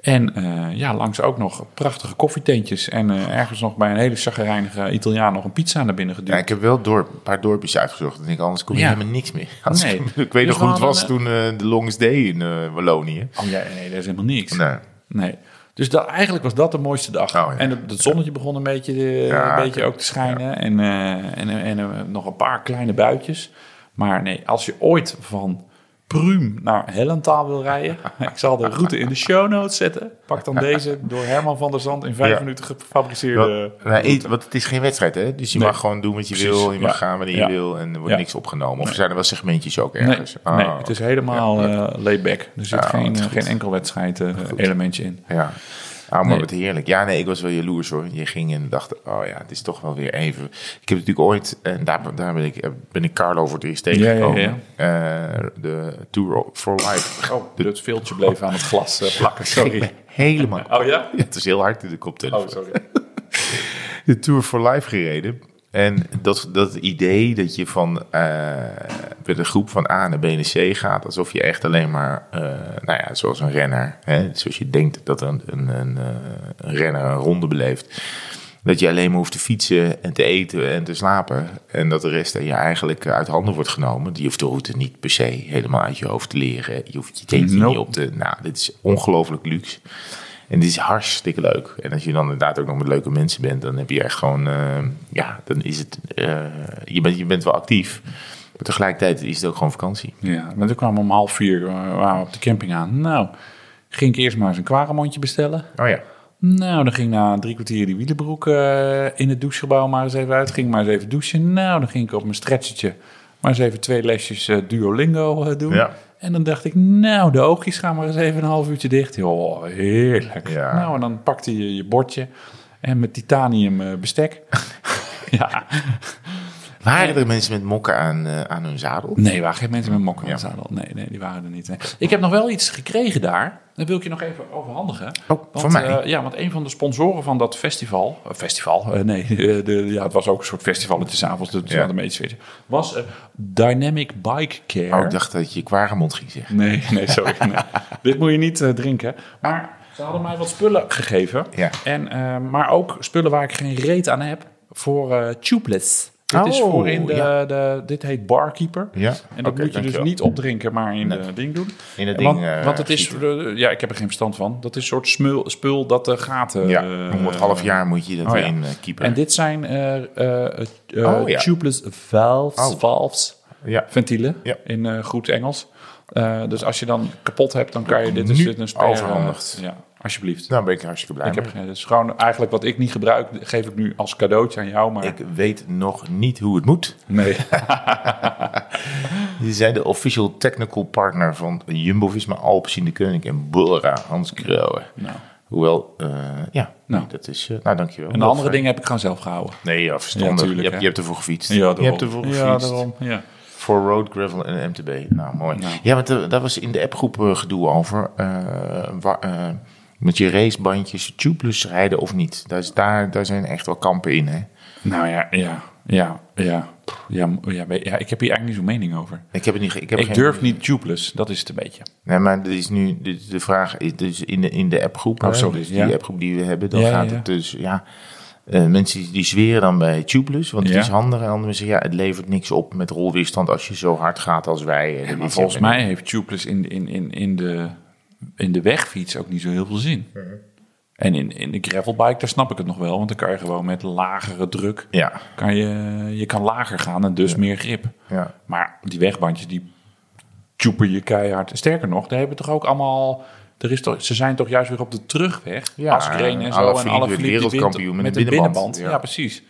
En eh, ja, langs ook nog prachtige koffietentjes. En eh, ergens nog bij een hele chagrijnige Italiaan nog een pizza naar binnen geduwd.
Ja, ik heb wel dorp, een paar dorpjes uitgezocht. En ik, anders kom je
Ja.
helemaal niks meer. (laughs) Als
Nee.
ik, ik weet
Dus
nog
we
hoe het was
hadden,
toen eh, de Longest Day in eh, Wallonië. Nou,
Oh ja, nee, dat is helemaal niks.
Nee.
Nee. Dus dat, eigenlijk was dat de mooiste dag.
Oh, ja.
En het, het zonnetje begon een beetje, eh,
Ja,
een beetje
oké.
ook te schijnen. En, eh, en, en eh, nog een paar kleine buitjes. Maar nee, als je ooit van Pruim naar Hellentaal wil rijden... (laughs) ik zal de route in de show notes zetten. Pak dan deze door Herman van der Zand in vijf
Ja.
minuten
Wel,
gefabriceerde...
nee, want het is geen wedstrijd, hè? Dus je
Nee.
mag gewoon doen wat je
Precies,
wil. Je mag
ja.
gaan wanneer
Ja.
je wil. En er wordt
Ja.
niks opgenomen. Of er zijn er wel segmentjes ook
Nee,
ergens? Ah,
nee, het is helemaal eh laid back. Er zit
Ah,
geen,
wat
eh,
goed.
geen enkel wedstrijd eh, elementje in.
Ja. Ah, maar
Nee.
wat heerlijk. Ja, nee, ik was wel jaloers hoor. Je ging en dacht, oh ja, het is toch wel weer even. Ik heb natuurlijk ooit, en daar, daar ben, ik, eh, ben ik Carlo voor het eerst tegengekomen.
Ja,
Eh, de Tour for Life.
Oh, het filtje bleef aan het glas eh,
(laughs)
plakken,
Ik ben
sorry.
helemaal...
Oh ja?
(laughs) Ja, het is heel hard in de koptelefoon.
Oh, sorry.
de Tour for Life gereden. En dat, dat idee dat je van eh, met een groep van A naar B naar C gaat, alsof je echt alleen maar, eh, nou ja, zoals een renner, hè, zoals je denkt dat een, een, een, eh, een renner een ronde beleeft, dat je alleen maar hoeft te fietsen en te eten en te slapen. En dat de rest aan je eigenlijk uit handen wordt genomen. Je hoeft de route niet per se helemaal uit je hoofd te leren. Je hoeft je tentje
Nope.
niet op te... Nou, dit is ongelooflijk luxe. En dit is hartstikke leuk. En als je dan inderdaad ook nog met leuke mensen bent, dan heb je echt gewoon, eh, ja, dan is het, eh, je, bent, je bent wel actief. Maar tegelijkertijd is het ook gewoon vakantie.
Ja, maar toen kwamen we om half vier eh, waren we op de camping aan. Nou, ging ik eerst maar eens een kwaremondje bestellen.
Oh ja.
Nou, dan ging na drie kwartier die wielenbroek eh, in het douchegebouw maar eens even uit. Ging maar eens even douchen. Nou, dan ging ik op mijn stretchertje maar eens even twee lesjes eh, Duolingo eh, doen.
Ja.
En dan dacht ik, nou, de oogjes gaan maar eens even een half uurtje dicht. Joh, heerlijk.
Ja.
Nou, en dan pakte je je bordje en met titanium eh, bestek. (laughs) ja,
Waren er mensen met mokken aan, eh, aan hun zadel?
Nee, er waren geen mensen met mokken.
Ja.
zadel. Nee, nee, die waren er niet. nee. Ik heb nog wel iets gekregen daar. Dat wil ik je nog even overhandigen.
Oh,
want,
van mij?
eh, ja, want een van de sponsoren van dat festival... eh, festival? eh, nee, (laughs) eh, de, ja, het was ook een soort festival. Het is 's avonds, dus
Ja.
ja. een beetje switchen. Was eh, Dynamic Bike Care.
Oh, ik dacht dat je kwaremond ging zeggen.
Nee, nee, sorry.
(laughs)
nee. Dit moet je niet eh, drinken. Maar ze hadden mij wat spullen gegeven.
Ja.
En, eh, maar ook spullen waar ik geen reet aan heb voor eh tubeless. Dit is
Oh,
voor in de,
ja.
de, dit heet barkeeper.
Ja,
En dat
oké,
moet je dus
dankjewel.
niet opdrinken, maar in de ding doen.
In het
want,
ding, eh,
want het is,
gieten.
eh, ja, ik heb er geen verstand van. Dat is een soort smul, spul dat de gaten...
Ja,
eh,
om het half jaar moet je dat
oh ja.
in keeper.
En dit zijn eh, eh, eh, eh,
Oh, ja.
tubeless valves,
Oh.
valves
ja.
ventielen
Ja.
in eh, goed Engels. Eh, dus als je dan kapot hebt, dan kan je dit is
Nu
dit een spare,
overhandigd.
Ja, alsjeblieft.
Nou ben ik er hartstikke blij
Ik heb
mee.
geen, dus gewoon eigenlijk wat ik niet gebruik, geef ik nu als cadeautje aan jou. Maar
Ik weet nog niet hoe het moet.
(laughs) nee. Nou.
Die zijn de official technical partner van Jumbo-Visma, Alpecin de Koning en Bora, Hans Krauwe.
Nou.
Hoewel, eh, ja,
Nou.
dat is... eh, nou, dankjewel.
En de andere dingen heb ik gewoon zelf gehouden.
Nee, ja,
Ja,
verstandig.
tuurlijk,
je, hebt,
hè.
je hebt ervoor gefietst.
daarom.
je hebt ervoor gefietst.
Ja, daarom. Ja.
Voor road, gravel en MTB. Nou, mooi. Ja, want eh, daar was in de appgroep eh, gedoe over. eh, wa- eh, met je racebandjes, tubeless rijden of niet. Daar, is, daar, daar zijn echt wel kampen in, hè.
Nou ja, ja, ja, ja. Ja, m- ja, weet- ja, ik heb hier eigenlijk niet zo'n mening over.
Ik heb het niet... ge- Ik, heb
Ik
geen-
durf niet tubeless, dat is het een beetje.
Nee, maar dit is nu de, de vraag is dus in de, in de appgroep.
Oh,
hè,
sorry,
Dus
ja.
die appgroep die we hebben, dan
Ja, ja,
gaat
ja.
het dus ja. eh, mensen die- die zweren dan bij Tubeless, want
Ja.
het is handig. En anderen zeggen, ja, het levert niks op met rolweerstand als je zo hard gaat als wij. eh, En
Maar volgens mij heeft tubeless in, in, in, in, de, in de wegfiets ook niet zo heel veel zin.
Mhm.
En in, in de gravelbike, daar snap ik het nog wel. Want dan kan je gewoon met lagere druk...
Ja,
Kan je, je kan lager gaan en dus meer grip.
ja.
Maar die wegbandjes, die tjoepen je keihard. Sterker nog, daar hebben toch ook allemaal... Er is toch, ze zijn toch juist weer op de terugweg.
Ja,
Ja, Asgreen en zo.
Alaphilippe
En alle
werd wereldkampioen met een
de
binnenband.
Ja.
Ja.
precies.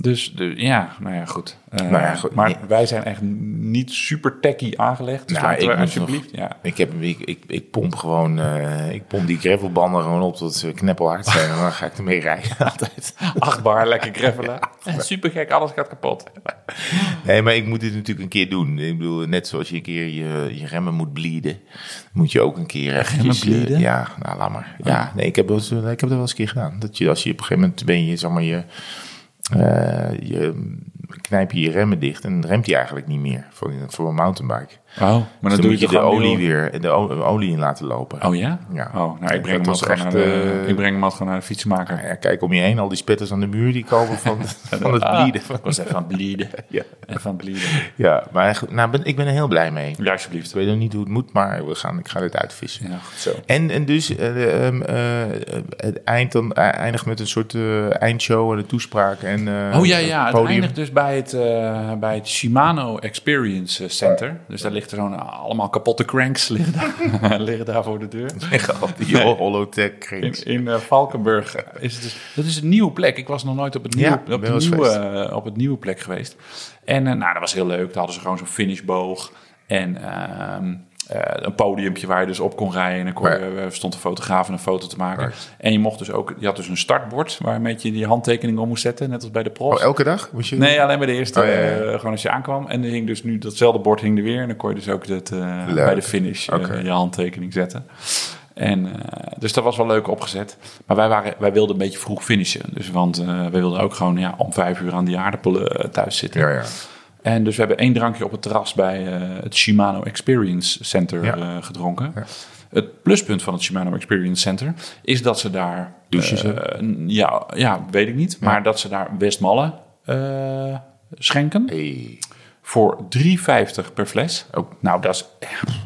Dus de, ja, nou ja, goed. Eh,
Nou ja, goed.
Maar
Nee.
wij zijn echt niet super techy aangelegd. Dus
Nou,
laten
ik
we
moet
alsjeblieft. Ja. (laughs)
Ik, heb, ik, ik, ik pomp gewoon eh, ik pomp die gravelbanden gewoon op tot ze kneppelhard zijn. En dan ga ik ermee rijden (laughs) altijd.
Acht bar, lekker gravelen. Super gek, alles gaat kapot.
Oh, Nee, maar ik moet dit natuurlijk een keer doen. Ik bedoel, net zoals je een keer je, je remmen moet bleeden, moet je ook een keer eventjes... eh,
bleeden? Oh.
ja, nou, laat maar. Ja, nee, ik heb, wel eens- eh, ik heb dat wel eens een keer gedaan. Dat je, als je op een gegeven moment ben je, zeg maar, je, eh, je knijp je je remmen dicht en remt je eigenlijk niet meer voor, voor een mountainbike.
Oh, maar dan,
Dus dan
doe
moet
je
je
toch
de
gewoon
olie
heel-
weer, de o- olie in laten lopen.
Oh ja?
Ja.
Oh, nou, ik
Dat
breng, hem
was
echt,
echt,
naar de,
eh,
ik breng hem altijd gewoon naar de fietsmaker.
Nou Ja, kijk om je heen, al die spetters aan de muur die komen
(laughs)
van, van het blieden.
Ik was even aan het bleeden.
(laughs) Ja.
Even aan het bleeden.
Ja, maar goed, nou, ben, ik ben er heel blij mee.
Ja, alsjeblieft.
Ik weet nog niet hoe het moet, maar we gaan, ik ga dit uitvissen.
Ja, goed zo.
En, en dus eh, ehm, eh, het eind dan eh, eindigt met een soort eh, eindshow en een toespraak. En, eh,
Oh ja, ja. Het
podium. (laughs)
eindigt dus bij het, eh, bij het Shimano Experience Center. Dus daar ligt er zo'n allemaal kapotte cranks liggen daar, (laughs) liggen daar voor de deur.
Tegen al die holotech
In, (laughs)
cranes.
in eh, Valkenburg is het dus, dat is een nieuwe plek. Ik was nog nooit op het nieuwe,
Ja,
op
wel
de
eens
nieuwe,
geweest.
eh, op het nieuwe plek geweest. En eh, nou, dat was heel leuk. Daar hadden ze gewoon zo'n finishboog en ehm, eh, een podiumpje waar je dus op kon rijden. En dan kon je-
Maar-
eh, stond een fotograaf en een foto te maken.
Maar-
En je mocht dus ook, je had dus een startbord waarmee je die handtekening om moest zetten, net als bij de profs.
Oh, elke dag? Moest je...
Nee, alleen bij de eerste.
Oh, ja, ja.
eh, gewoon als je aankwam. En er hing dus nu datzelfde bord hing er weer. En dan kon je dus ook dat, eh,
Leuk.
bij de finish eh,
Oké.
je handtekening zetten. En, eh, dus dat was wel leuk opgezet. Maar wij, waren, wij wilden een beetje vroeg finishen. Dus, want eh, wij wilden ook gewoon ja, om vijf uur aan die aardappelen eh, thuis zitten.
Ja, ja.
En dus we hebben één drankje op het terras bij eh, het Shimano Experience Center
Ja.
eh, gedronken. Het pluspunt van het Shimano Experience Center is dat ze daar...
Douches
eh, ja, ja, weet ik niet. Maar dat ze daar Westmalle eh, schenken
Hey,
voor 3,50 per fles.
Oh.
Nou, dat is,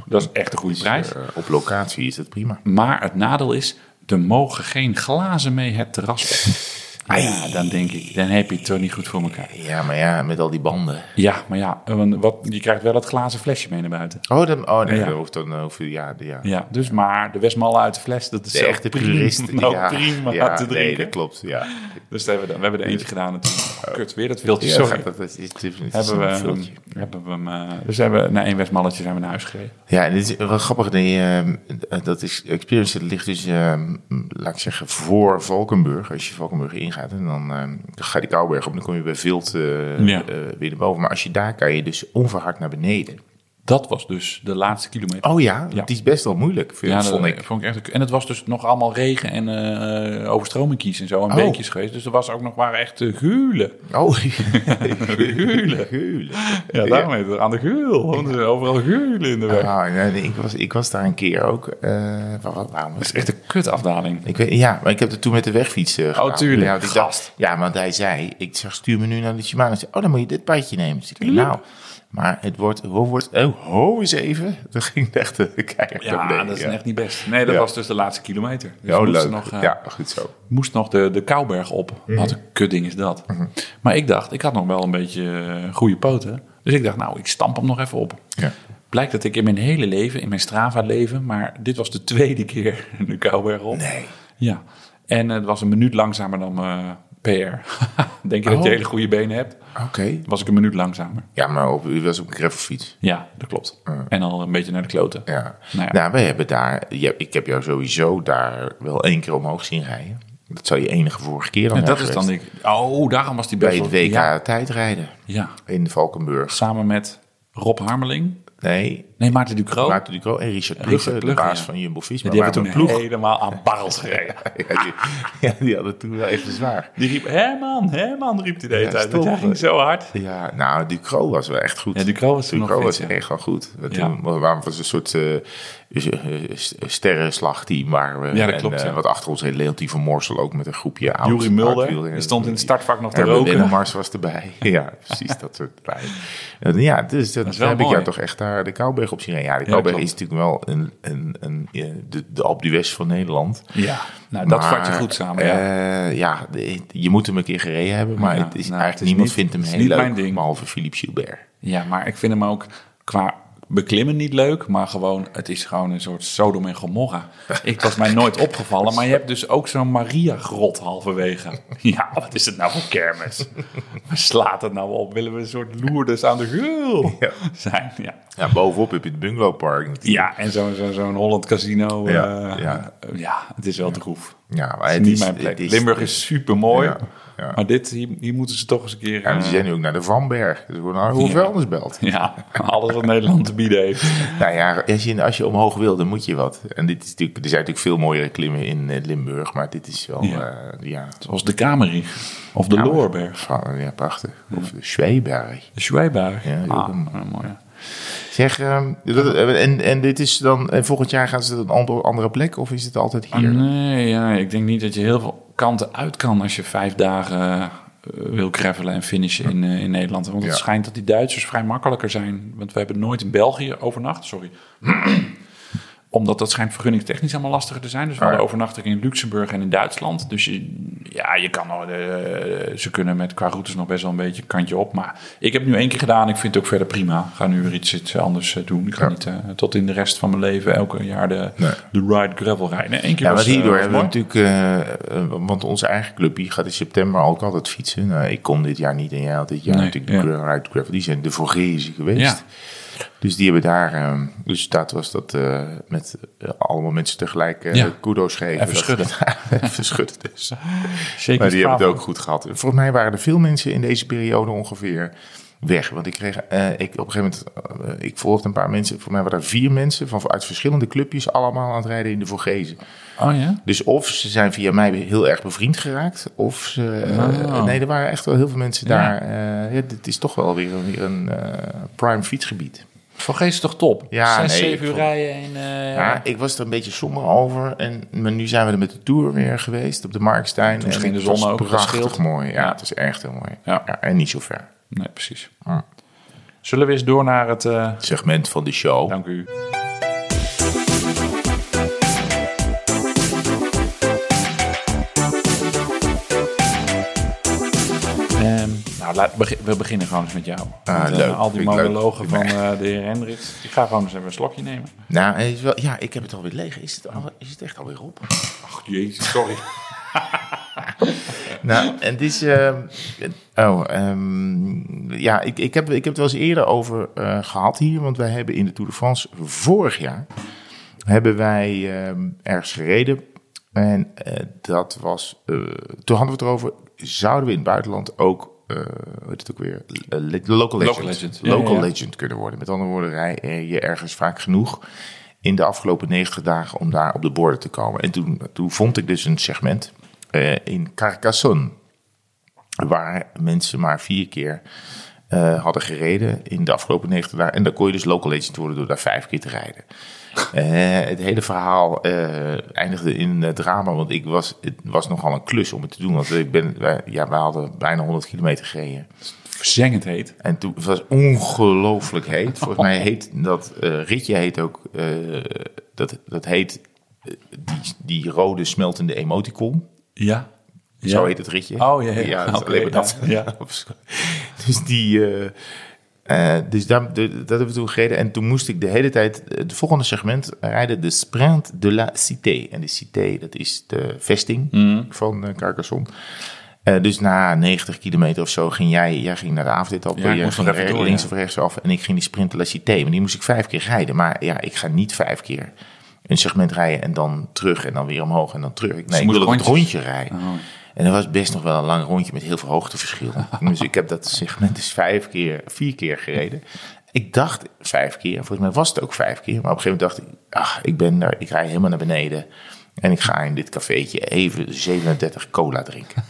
dat is echt een goede prijs.
eh, op locatie is dat prima.
Maar het nadeel is, er mogen geen glazen mee het terras op. Ja, dan denk ik, dan heb je het toch niet goed voor elkaar.
Ja, maar ja, met al die banden.
Ja, maar ja, want wat, je krijgt wel het glazen flesje mee naar buiten.
Oh, dan, oh nee,
Ja.
dat hoeft dan... eh, hoeft- ja, ja.
Ja, dus maar de Westmalle uit de fles, dat is
De
zo
echte
prima-
puristen.
nou,
ja,
prima
ja,
te
Nee,
drinken.
dat klopt, ja.
dus daar hebben we, dan- we hebben er eentje gedaan natuurlijk. Oh, Kut, weer dat wiltje,
Ja,
sorry.
Dat, is, het is- het is
Hebben we, ehm,
een vultje.
hem- hebben we hem, eh, dus hebben, we- na één Westmalletje zijn we naar huis gereden.
Ja, en dit is wel grappig. Die, ehm, dat is, Experience dat ligt dus, ehm, laat ik zeggen, voor Valkenburg. Als je Valkenburg ingaat, en dan ehm, dan ga je de Kouwberg op. Dan kom je bij Vilt eh,
Ja.
eh, weer naar boven. Maar als je daar kan je dus onverhard naar beneden.
Dat was dus de laatste kilometer.
Oh ja,
Ja.
die is best wel moeilijk, vind,
Ja, dat eh,
vond ik.
vond ik echt. En het was dus nog allemaal regen en eh overstromingkies en zo. En
Oh.
beekjes geweest. Dus er was ook nog waren echt eh, gulen. (laughs)
Oh, huilen. huilen.
Ja, daarom heet het aan de gul. Want er zijn overal gulen in de weg.
Ah, nee, nee, ik, was, ik was daar een keer ook. eh, waar- waar- waarom was
Dat is echt een kutafdaling.
Ik weet, ja, maar ik heb het toen met de wegfiets eh, gedaan.
Oh, tuurlijk.
Ja, want ik dacht, ja, want hij zei, ik zeg, stuur me nu naar de Shimano. Ik zei, oh, dan moet je dit padje nemen. Dus ik denk, nou, maar het wordt, hoe wordt, oh, ho eens even. Toen ging het echt eh, keihard naar
Ja,
beneden,
dat is
ja.
echt niet best. Nee, dat
Ja.
was dus de laatste kilometer. Dus
Ja, oh,
moesten
leuk.
Nog, eh,
ja, goed zo.
moest nog de, de Kouwberg op.
Mhm.
Wat een kutding is dat. Maar ik dacht, ik had nog wel een beetje eh, goede poten. Dus ik dacht, nou, ik stamp hem nog even op.
Ja.
Blijkt dat ik in mijn hele leven, in mijn Strava-leven, maar dit was de tweede (laughs) keer de Kouwberg op.
Nee.
Ja, en het was een minuut langzamer dan mijn PR. (laughs) Denk je dat je
Oh.
hele goede benen hebt?
Oké.
Was ik een minuut langzamer.
Ja, maar op, u was op een gravelfiets.
Ja, dat klopt. En al een beetje naar de kloten.
Ja.
Nou
Nou,
ja.
we hebben daar... ja, ik heb jou sowieso daar wel één keer omhoog zien rijden. Dat zou je enige vorige keer dan
En dat
hebben
is dan
geweest.
ik. Oh, daarom was die best
Bij het
wel-
WK
Ja,
tijdrijden
ja.
in Valkenburg.
samen met Rob Harmeling.
Nee,
Nee, Maarten Ducro.
Maarten Ducro en Richard Plugge,
Richard
de
Plugge,
baas
ja.
van Jumbo-Visma.
die hebben
waar
toen
we een ploeg-
helemaal aan barrels gereden.
(laughs) Ja, die, ja, die hadden toen wel even zwaar.
Die riep, Herman, Herman, riep die de hele
Ja,
tijd.
stom.
Want jij ging zo hard.
Ja, nou, Ducro was wel echt goed.
Ja, Ducro was toen nog
Ducro
fit,
was
ja.
echt wel goed. We
Ja.
Toen waren we een soort eh, s- eh, s- sterrenslagteam. Waar we,
Ja, dat klopt,
En, eh,
ja.
Wat achter ons heet Leontie van Morsel ook met een groepje oud.
Jurie Mulder,
hardwielrenners.
die stond in het startvak nog te
Herman
roken.
Wennemars was erbij. (laughs) ja, precies dat soort dingen. En Ja, dus dat,
is wel
heb ik
mooi.
jou toch echt daar de Kouwberg op zien rijden. Ja, de
dat
Kouwberg
klopt.
is natuurlijk wel een, een, een, eh, de, de Alpe d'Huez van Nederland.
Ja, nou, dat
Maar,
vat je goed samen. Ja.
eh, ja, de- je moet hem een keer gereden hebben, maar
Ja,
het is
nou,
eigenlijk
het is
niemand
niet-
vindt hem
het is
heel
niet
leuk,
mijn ding.
behalve Philippe Gilbert.
ja, maar ik vind hem ook qua beklimmen niet leuk, maar gewoon, het is gewoon een soort Sodom en Gomorra. Ik was mij nooit opgevallen, maar je hebt dus ook zo'n Maria-grot halverwege. (laughs) Ja, wat is het nou voor kermis? Waar slaat het nou op? Willen we een soort loerders aan de geul
Ja.
zijn? (laughs) Ja.
Ja, bovenop heb je het bungalowpark. natuurlijk.
Ja, en zo'n zo, zo'n Holland Casino. eh,
Ja,
Ja,
ja.
ja. het is wel droef.
ja maar
Het is
het
niet
is,
mijn plek.
het is-
Limburg is super mooi.
Ja, ja.
Maar dit, hier, hier moeten ze toch eens een keer.
Ja,
eh,
die zijn nu ook naar de Vanberg. Dus gewoon, nou, hoe
Ja.
vuilnisbelt.
(laughs) ja, alles wat Nederland te bieden heeft.
Nou ja, als je, als je omhoog wil, dan moet je wat. En dit is natuurlijk, er zijn natuurlijk veel mooiere klimmen in eh, Limburg, maar dit is wel, ja,
Ja.
ja,
Zoals de Kamerie. Of de Loorberg.
van- ja prachtig. Of de Zweeberg.
De Schweiberg.
Ja,
Ah,
ook een-
een mooie.
Zeg, ehm, dat- en, en dit is dan, en volgend jaar gaan ze naar een ander- andere plek, of is het altijd hier?
Nee, ja, ik denk niet dat je heel veel kanten uit kan als je vijf dagen eh, wil gravelen en finishen in, eh, in Nederland. Want het
Ja.
schijnt dat die Duitsers vrij makkelijker zijn. Want we hebben nooit in België overnacht, sorry. Omdat dat schijnt vergunningstechnisch allemaal lastiger te zijn. Dus we
Ah, ja.
hadden overnachtingen in Luxemburg en in Duitsland. Dus je, ja, je kan, nog, eh, ze kunnen met qua routes nog best wel een beetje een kantje op. Maar ik heb het nu één keer gedaan. Ik vind het ook verder prima. Ik ga nu weer iets, iets anders eh, doen. Ik ga
Ja.
niet eh, tot in de rest van mijn leven elke jaar de,
Nee.
de ride gravel rijden. Eén keer
Ja, want
was, eh,
hierdoor
was
hebben we
mooi.
natuurlijk, eh, eh, want onze eigen club die gaat in september ook altijd fietsen. Nou, ik kon dit jaar niet en jij had dit jaar
Nee,
natuurlijk
ja.
de Grand Ride Gravel. Die zijn de Vorgezen geweest.
Ja.
Dus die hebben daar, eh, dus dat was dat eh, met eh, allemaal mensen tegelijk eh
Ja.
kudo's geven.
Even schudden.
(laughs) Even
(laughs)
schudden dus.
Zeker
Maar die hebben het
Strava.
ook goed gehad. Volgens mij waren er veel mensen in deze periode ongeveer weg. Want ik kreeg, eh, ik op een gegeven moment, eh, ik volgde een paar mensen. Volgens mij waren er vier mensen van, uit verschillende clubjes allemaal aan het rijden in de Vorgezen.
Oh ja?
Dus of ze zijn via mij heel erg bevriend geraakt, of ze... eh,
Ah.
nee, er waren echt wel heel veel mensen
Ja.
daar. eh, ja, dit is toch wel weer een, weer een eh, prime fietsgebied.
Vergeet toch top?
Ja,
Zes,
nee, ik
zeven uur
vond-
rijden en... eh,
Ja, ik was er een beetje somber over. En, maar nu zijn we er met de Tour weer geweest op de Markstein. Toen
scheen de zon ook, dat
prachtig
scheelt.
mooi. Ja, het was echt heel mooi. Ja.
Ja.
en niet zo ver.
Nee, precies.
Hm.
Zullen we eens door naar het... eh,
Segment van de show.
Dank u. Ehm, nou, laat, begi- we beginnen gewoon eens met jou. Want, eh,
Ah, leuk.
al die
Vind ik leuk.
monologen
Vind
van
ik
eh, de heer Hendricks. Ik ga gewoon eens even een slokje nemen.
Nou, het is wel, ja, ik heb het alweer leeg. Is het, al, is het echt alweer op?
Ach, jezus, sorry.
Nou, en dit is. ehm, oh, ehm, ja, ik, ik, heb, ik heb het wel eens eerder over eh, gehad hier. Want wij hebben in de Tour de France vorig jaar. hebben wij ehm, ergens gereden. En eh, dat was. eh, toen hadden we het erover. Zouden we in het buitenland ook. eh hoe heet het ook weer? Eh, le- local legend.
Local legend, ja,
Local
ja, ja.
legend kunnen worden. Met andere woorden, rij eh, je ergens vaak genoeg. in de afgelopen 90 dagen om daar op de borden te komen. En toen, toen vond ik dus een segment. eh, in Carcassonne waar mensen maar vier keer eh, hadden gereden in de afgelopen 90 dagen. En dan kon je dus local agent worden door daar vijf keer te rijden. Eh, het hele verhaal eh, eindigde in een drama, want ik was, het was nogal een klus om het te doen. Want ik ben, wij- ja, we hadden bijna 100 kilometer gereden.
Verzengend heet.
En toen het was ongelooflijk heet. Volgens mij heet dat eh, ritje heet ook eh, dat, dat heet eh, die, die rode smeltende emoticon.
Ja. ja.
Zo heet het ritje.
Oh, ja, ja.
ja dat is (laughs)
Oké,
alleen maar dat.
ja, ja.
dus die, eh, Eh, dus daar, de- dat hebben we toen gereden. En toen moest ik de hele tijd eh, het volgende segment rijden. De Sprint de la Cité. En de Cité, dat is de vesting
Mhm.
van eh, Carcassonne. Eh, dus na 90 kilometer of zo ging jij, jij ging naar de avondetappe.
Ja, ik
jij
moest
ging
nog even
re-
door,
links
ja.
of rechts af. En ik ging die Sprint de la Cité. Maar die moest ik vijf keer rijden. Maar ja, ik ga niet vijf keer een segment rijden en dan terug en dan weer omhoog en dan terug. Nee, ik
moet
wilde het
rondjes.
rondje rijden. En dat was best nog wel een lang rondje met heel veel hoogteverschil. dus ik heb dat segment dus vijf keer, vier keer gereden. Ik dacht vijf keer, en volgens mij was het ook vijf keer. Maar op een gegeven moment dacht ik, ach, ik ben daar, ik rij helemaal naar beneden. En ik ga in dit cafeetje even 37 cola drinken.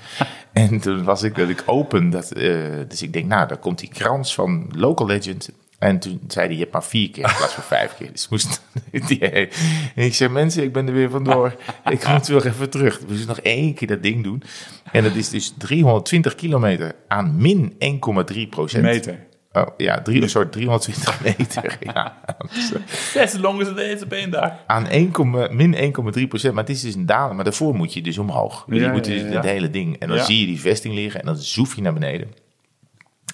en toen was ik, dat ik open, dat, eh, dus ik denk, nou, daar komt die krans van Local Legend. En toen zei hij, je hebt maar vier keer in plaats van vijf keer. Dus moest (laughs) die, en ik zei, mensen, ik ben er weer vandoor. Ik moet weer even terug. We moeten nog één keer dat ding doen. En dat is dus 320 kilometer aan min 1,3 procent.
Meter.
Oh, ja, drie, een soort 320 meter. (laughs) Ja. Dus, eh,
That's as long as it is, ben daar.
aan 1, komma- min 1,3 procent. Maar het is dus een daling. Maar daarvoor moet je dus omhoog. Dus je
Ja,
moet
ja,
dus
ja,
het
ja.
hele ding. En dan
Ja.
zie je die vesting liggen en dan zoef je naar beneden.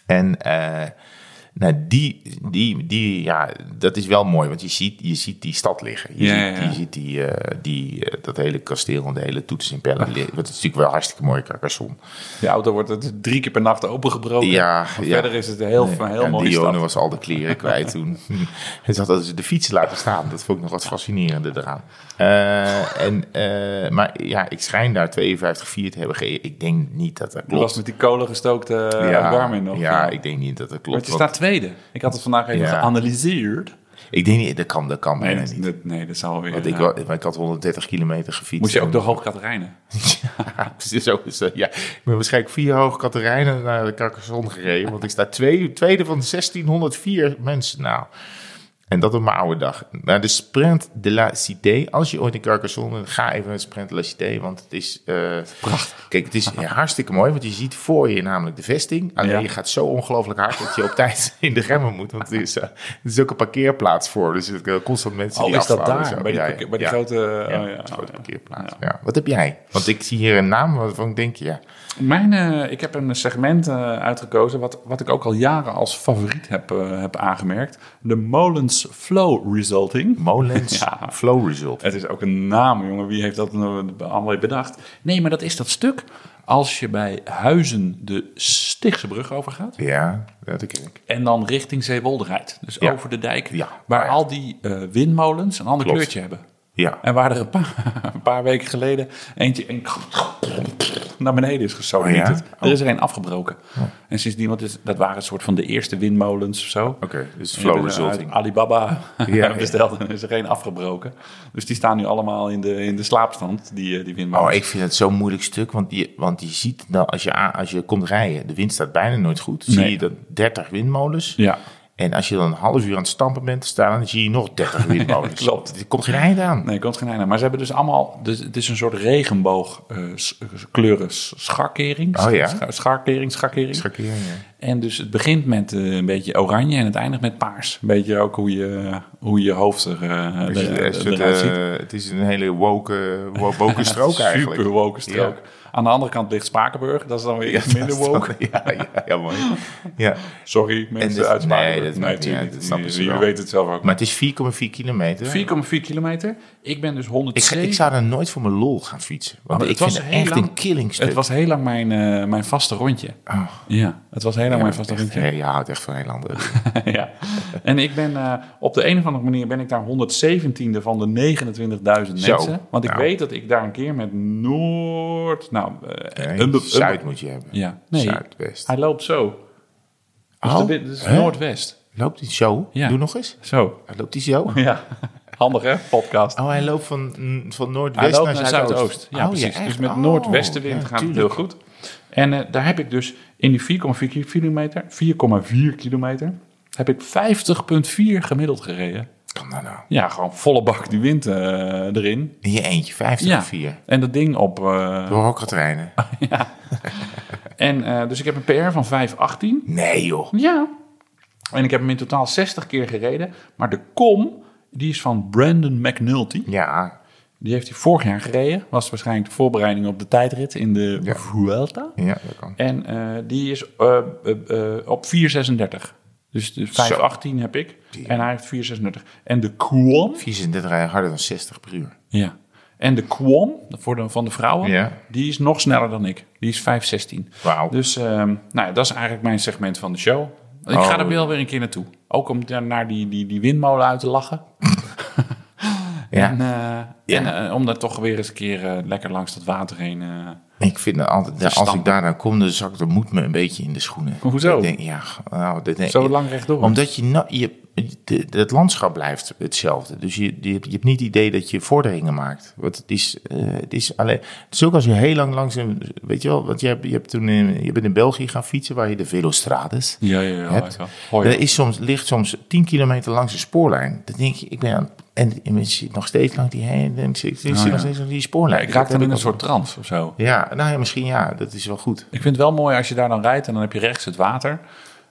En eh, nou, die, die, die, ja, dat is wel mooi. Want je ziet, je ziet die stad liggen. Je
Ja,
ziet,
ja, ja.
Je ziet die, eh, die, eh, dat hele kasteel en de hele toeters in Pelle. liggen. Dat is natuurlijk wel hartstikke mooi, Carcassonne.
Je auto wordt het drie keer per nacht opengebroken.
Ja,
Maar
ja.
Verder is het een heel,
Nee,
een heel
en
mooi
Dionne
stad.
was al de kleren kwijt
(laughs)
toen. en ze had altijd de fiets laten staan. Dat vond ik nog wat fascinerende eraan. Eh, en, eh, maar ja, ik schijn daar 52,4 te hebben gegeven. Ik denk niet dat dat
Je was
klopt.
met die kolen gestookte eh, Garmin nog.
ja, ik denk niet dat dat klopt.
Maar je
want
staat tweede. Ik had het vandaag even
Ja.
geanalyseerd.
Ik denk niet, dat kan, dat kan
Nee,
bijna
dat,
niet.
dat- nee, dat zou weer... eh,
Want
ja.
ik, wa- want ik had 130 kilometer gefietst.
Moest je
en-
ook door Hoogkaterijnen?
(laughs) Ja, precies zo is dat. Ja, ik ben waarschijnlijk vier hoog Katerijnen naar de Carcassonne gereden. Want ik sta twee, tweede van 1604 mensen. Nou, en dat op mijn oude dag. Naar de Sprint de la Cité. Als je ooit in Carcassonne bent, ga even naar de Sprint de la Cité. Want het is... Prachtig. Kijk, het
(laughs)
is hartstikke mooi. Want je ziet voor je namelijk de vesting. Alleen
Ja.
je gaat zo ongelooflijk hard dat je op (laughs) tijd in de remmen moet. Want er is, eh, er is ook een parkeerplaats voor. Dus er zijn constant mensen
Oh,
die
is dat
afvallen en
daar?
zo.
Bij die,
Ja,
parkeer- bij die
ja.
grote... eh,
Ja,
oh ja,
een
oh
grote
ja.
parkeerplaats. Ja. Wat heb jij? Want ik zie hier een naam waarvan ik denk, ja.
Mijn, eh, ik heb een segment eh, uitgekozen wat, wat ik ook al jaren als favoriet heb, eh, heb aangemerkt. De Molens Flow Resulting. (laughs)
Molens
Ja.
Flow Result.
Het is ook een naam, jongen. Wie heeft dat nou allemaal bedacht? Nee, maar dat is dat stuk. Als je bij Huizen de Stichtse brug overgaat.
Ja, dat ken ik.
En dan richting Zeewolde rijdt. Dus
Ja.
over de dijk.
Ja.
Waar
Ja.
al die eh, windmolens een ander
Klopt.
kleurtje hebben.
Ja.
En waar er een paar, (laughs) een paar weken geleden eentje en naar beneden is gesodemieterd.
Oh
Er is er een afgebroken. En sindsdien, want het- dat waren een soort van de eerste windmolens of zo.
Oké, dus
Die hebben
Flow
ze uit
Resulting.
Alibaba (laughs)
ja.
besteld en is er één afgebroken. Dus die staan nu allemaal in de, in de slaapstand, die, eh, die windmolens.
Oh, ik vind het zo'n moeilijk stuk, want je, want je ziet dan als je, a- als je komt rijden, de wind staat bijna nooit goed. Zie
Nee.
je dat 30 windmolens.
Ja.
En als je dan een half uur aan het stampen bent te staan, dan zie je nog 30
(laughs)
windmolens.
klopt.
Er komt geen eind aan.
Nee, komt geen einde. Maar ze hebben dus allemaal. Dus het is een soort regenboog eh, s- kleuren s- schakkering.
Oh ja?
Scha- schakkering, schakkering.
Schakering, ja.
En dus het begint met eh, een beetje oranje en het eindigt met paars. Een beetje ook hoe je, hoe je hoofd er, eh,
Dus het-
er-
het- het-
eruit ziet.
eh, Het is een hele woke, wo-
(laughs)
woke strook eigenlijk.
Super woke strook.
Ja.
Aan de andere kant ligt Spakenburg. Dat is dan weer
(laughs) Ja,
iets minder
dat is dan-
woke.
Ja, ja, ja, mooi. Ja.
Sorry, mensen
dit-
uit Spakenburg.
nee, dat maakt niet
natuurlijk
uit. Dat snappen
Jullie-
ze wel.
Jullie weten het zelf ook.
Maar het is 4,4 kilometer.
4,4 kilometer. Ik ben dus
ik,
102.
ga- ik zou er nooit voor mijn lol gaan fietsen. Want
Maar
ik
het
vind
was
het
heel
echt
lang-
een killingstuk.
Het was heel lang mijn, eh, mijn vaste rondje.
Oh.
Ja, het was heel lang
Ja,
mijn vaste
echt,
rondje. (laughs)
hè, je houdt echt van heel andere
ja. En ik ben eh, op de een of andere manier ben ik daar 117e van de 29.000
Zo.
mensen. Want ik
Nou.
weet dat ik daar een keer met Noord. Nou, eh, (laughs)
dingen.
een be- een
Zuid
be-
moet je hebben.
Ja, nee.
Zuidwest.
Hij loopt zo. Dus
Oh,
de wit- dus
hè?
Noordwest.
Loopt hij zo?
Ja.
Doe nog eens.
Zo. (laughs)
Hij Loopt hij zo?
Ja. Handig hè, podcast.
Oh, hij loopt van, mm, van
Hij
noordwest
loopt
naar,
naar,
zuidoost.
zuidoost. Ja,
Oh,
precies.
echt?
dus met
Oh,
noordwestenwind
ja,
gaat het heel
tuurlijk.
goed. En eh, daar heb ik dus in die 4,4 kilometer, 4,4 kilometer, heb ik 50,4 gemiddeld gereden.
Kan dat nou?
Ja, gewoon volle bak die wind eh, erin.
In je eentje, 50
Ja.
of 4.
En dat ding op. eh,
Door Hokkertreinen.
en, eh, dus ik heb een PR van 5,18.
Nee joh.
Ja. En ik heb hem in totaal 60 keer gereden. Maar de kom, die is van Brandon McNulty.
Ja,
Die heeft hij vorig jaar gereden. Was waarschijnlijk de voorbereiding op de tijdrit in de Vuelta.
ja dat kan.
En eh, die is eh, eh, eh, op 4,36. Dus de 518 heb ik. En hij heeft 436. En de Quam.
34 rijden harder dan 60 per uur.
Ja. En de Quam voor de, van de vrouwen.
Ja.
Die is nog sneller dan ik. Die is 516.
Wauw.
Dus ehm, nou ja, dat is eigenlijk mijn segment van de show. Ik
Oh.
ga er wel weer een keer naartoe. Ook om daar naar die, die, die windmolen uit te lachen.
Ja.
En, eh, en eh, om daar toch weer eens een keer eh, lekker langs dat water heen. eh,
Ik vind dat altijd, ja, als ik daarna kom, dan zakt de moed me een beetje in de schoenen.
Hoezo?
Ik denk, ja, nou, dat denk,
Zo lang rechtdoor.
Omdat je, na- je de- het landschap blijft hetzelfde. Dus je, je, je hebt niet het idee dat je vorderingen maakt. Want het is, eh, het is alleen. Het is ook als je heel lang langs een. Weet je wel, want je, hebt, je, hebt toen in, je bent in België gaan fietsen waar je de Velostrades.
ja, ja, ja.
hebt.
ja. Hoi.
Er is soms, ligt soms 10 kilometer langs de spoorlijn. Dan denk je, ik ben aan. En, en mensen zitten nog steeds langs die heen. En ik zit ik zit nog steeds langs die spoorlijn.
Oh, ik raak
Dat
dan in
heb
een
ik al-
soort trance of zo.
Ja, nou ja, misschien ja, dat is wel goed.
Ik vind het wel mooi als je daar dan rijdt en dan heb je rechts het water,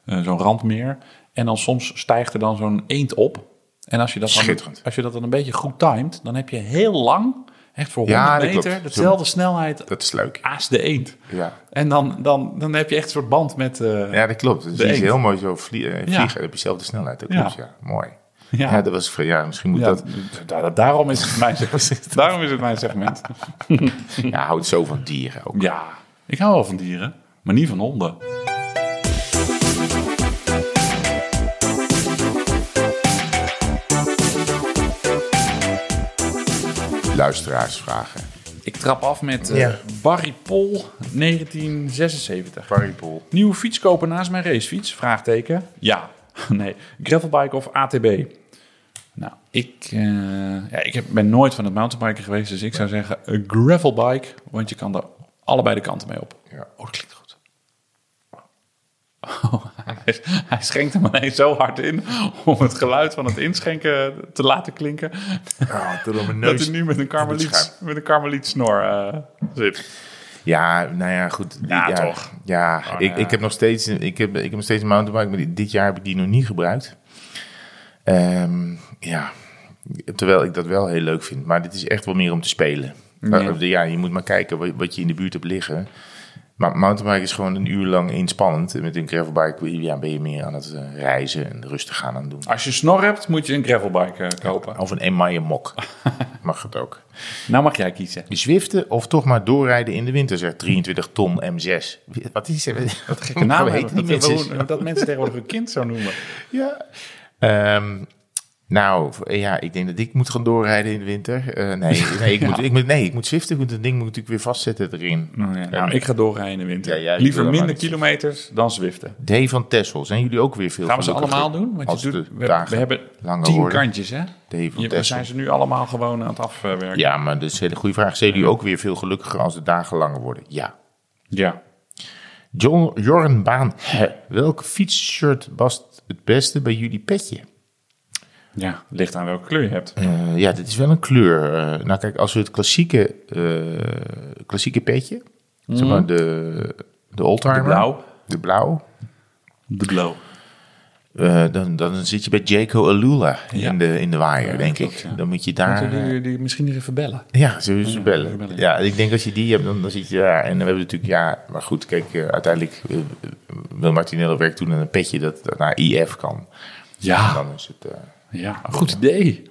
eh, zo'n randmeer. En dan soms stijgt er dan zo'n eend op. En als je, dat dan,
Schitterend.
als je dat dan een beetje goed timed, dan heb je heel lang, echt voor
Ja,
100
dat
meter,
klopt.
dezelfde snelheid
Dat is leuk.
als de eend.
Ja.
En dan, dan, dan heb je echt een soort band met... eh, ja.
Ja, dat klopt. Dus
De
die is
eend.
heel mooi zo vlie- eh, vliegen.
Ja.
Dan heb je dezelfde snelheid. Dat
Ja.
klopt, ja. Mooi.
Ja.
Ja. dat was... Ja, misschien moet
Ja,
dat...
da- da- daarom, is
(laughs)
het mijn segment. daarom is het mijn segment.
Ja, houdt zo van dieren ook.
Ja, ik hou wel van dieren, maar niet van honden.
Luisteraarsvragen.
Ik trap af met eh,
Ja.
Barry Pol, 1976.
Paripol.
Nieuwe fiets kopen naast mijn racefiets? Vraagteken. Ja. (laughs) Nee. Gravelbike of ATB? Nou, ik, eh, ja, ik heb, ben nooit van het mountainbiken geweest, dus ik zou zeggen een gravelbike, want je kan er allebei de kanten mee op.
Ja.
Oh, dat klinkt goed. Oh, (laughs) hij, hij schenkt hem alleen zo hard in om het geluid van het inschenken te laten klinken, (laughs)
Oh, door mijn
dat
neus.
hij nu met een karmeliet,
schuim.
met een karmeliet snor eh, zit.
Ja, nou ja, goed. Die-
Ja, toch.
Ja,
Oh,
ik,
ja.
ik heb nog steeds... Ik heb, ik heb nog steeds een mountainbike, maar die- dit jaar heb ik die nog niet gebruikt. Ehm, ja. Terwijl ik dat wel heel leuk vind. Maar dit is echt wel meer om te spelen. Ja, ja je moet maar kijken wat, wat je in de buurt hebt liggen. Maar mountainbike is gewoon een uur lang inspannend. En met een gravelbike ja, ben je meer aan het eh, reizen en rustig aan aan het doen.
Als je snor hebt, moet je een gravelbike eh, Ah, kopen.
Of een emaille
(laughs)
mok. Mag het ook.
Nou mag jij kiezen.
Zwiften of toch maar doorrijden in de winter, zegt 23 ton M6. Wat is het? Wat gekke
naam
heet die
hebben. Oh, Dat,
mensen.
we- dat mensen tegenwoordig hun kind zo noemen.
Ja. Ehm, nou, ja, ik denk dat ik moet gaan doorrijden in de winter. Eh,
(laughs)
nee, nee, ik moet, ik moet, nee, ik moet zwiften. Ik moet dat ding moet natuurlijk weer vastzetten
(laughs)
erin.
Nou, ik ga doorrijden in de winter.
Ja, jij wil
Liever
dat
minder
maar niet.
kilometers dan zwiften.
D van Tessel, zijn jullie ook weer veel
Gaan we ze
gelukkiger
allemaal doen? Want
als
je doet,
de
we, we
dagen
hebben
langer
tien
worden?
kantjes, hè?
D van
Je, we
Tessel.
zijn ze nu allemaal gewoon aan het afwerken.
Ja, maar dat is een hele goede vraag. Zijn jullie ook weer veel gelukkiger als de dagen langer worden? Ja.
Ja.
John Jorn Baan, hè. welk fietsshirt past het beste bij jullie petje?
Ja, ligt aan welke kleur je hebt.
Eh, ja, dit is wel een kleur. Eh, nou kijk, als we het klassieke, eh, klassieke petje, zeg maar de, de oldtimer.
Mhm. De blauw.
De blauw.
De blauw.
eh, dan, dan zit je bij Jaco Alula
Ja.
in, de, in de waaier, denk ik.
ja.
Dan moet je daar... eh,
Moeten jullie die misschien nog even bellen?
Ja, ze ze bellen.
bellen.
Ja, ik denk als je die hebt, dan, dan zit je daar. En we hebben natuurlijk, ja, maar goed, kijk, eh, uiteindelijk eh, wil Martinello werk doen aan een petje dat, dat naar IF kan.
Ja.
En Dan is het, eh,
Ja, goed idee.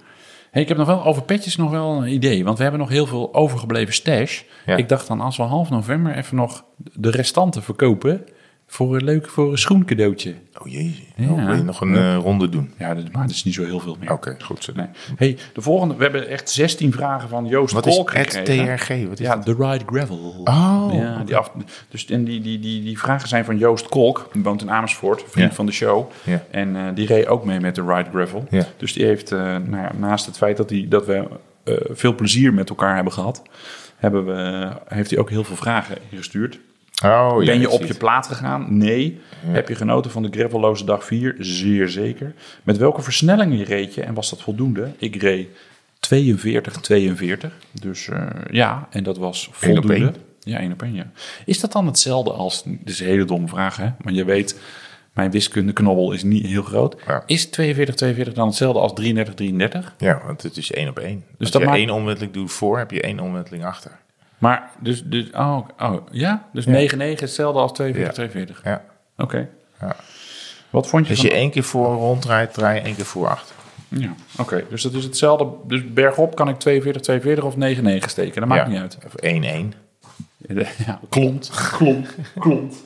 Hey, ik heb nog wel over petjes nog wel een idee. Want we hebben nog heel veel overgebleven stash.
Ja.
Ik dacht dan, als we half november even nog de restanten verkopen... voor een leuk voor een schoencadeautje.
oh jee,
Ja.
oh, wil je nog een eh, ronde doen?
Ja, dat- maar dat is niet zo heel veel meer.
Oké, goed zo.
Nee. Hey, de volgende. We hebben echt 16 vragen van Joost
Wat is
Kolk
het
gekregen.
TRG? Wat is
Ja,
dat?
The Ride Gravel.
Oh.
Ja, die af, dus en die, die, die, die vragen zijn van Joost Kolk. Die woont in Amersfoort, vriend
Ja.
van de show.
Ja.
En eh, die reed ook mee met de Ride Gravel.
Ja.
Dus die heeft, eh, nou ja, naast het feit dat, die, dat we eh, veel plezier met elkaar hebben gehad... Hebben we, heeft hij ook heel veel vragen ingestuurd.
Oh, ja,
ben je
ik
op
zie
je
het.
plaat gegaan? Nee. Heb je genoten van de gravelloze dag 4? Zeer zeker. Met welke versnellingen reed je en was dat voldoende? Ik reed 42-42. Dus eh, ja, en dat was
Eén op
voldoende.
één.
Ja, één op één, ja. Is dat dan hetzelfde als... Dit is een hele domme vraag, hè? Maar je weet, mijn wiskundeknobbel is niet heel groot.
Ja.
Is 42-42 dan hetzelfde als 33-33?
Ja, want het is één op één. Dus Als
dat
je
maakt-
één omwenteling doet voor, heb je één omwenteling achter.
Maar, dus... dus oh, oh, ja? Dus 9-9 is hetzelfde als 42-42?
Ja.
Oké.
Ja.
Oké, Wat vond je
Als
van-
je één keer voor rondrijdt, draai je één keer voor achter.
Ja, oké. Dus dat is hetzelfde. Dus bergop kan ik 42, 42 of 99 steken. Dat maakt
Ja.
niet uit.
Of 1-1.
(laughs) Ja, klont, klont, klont.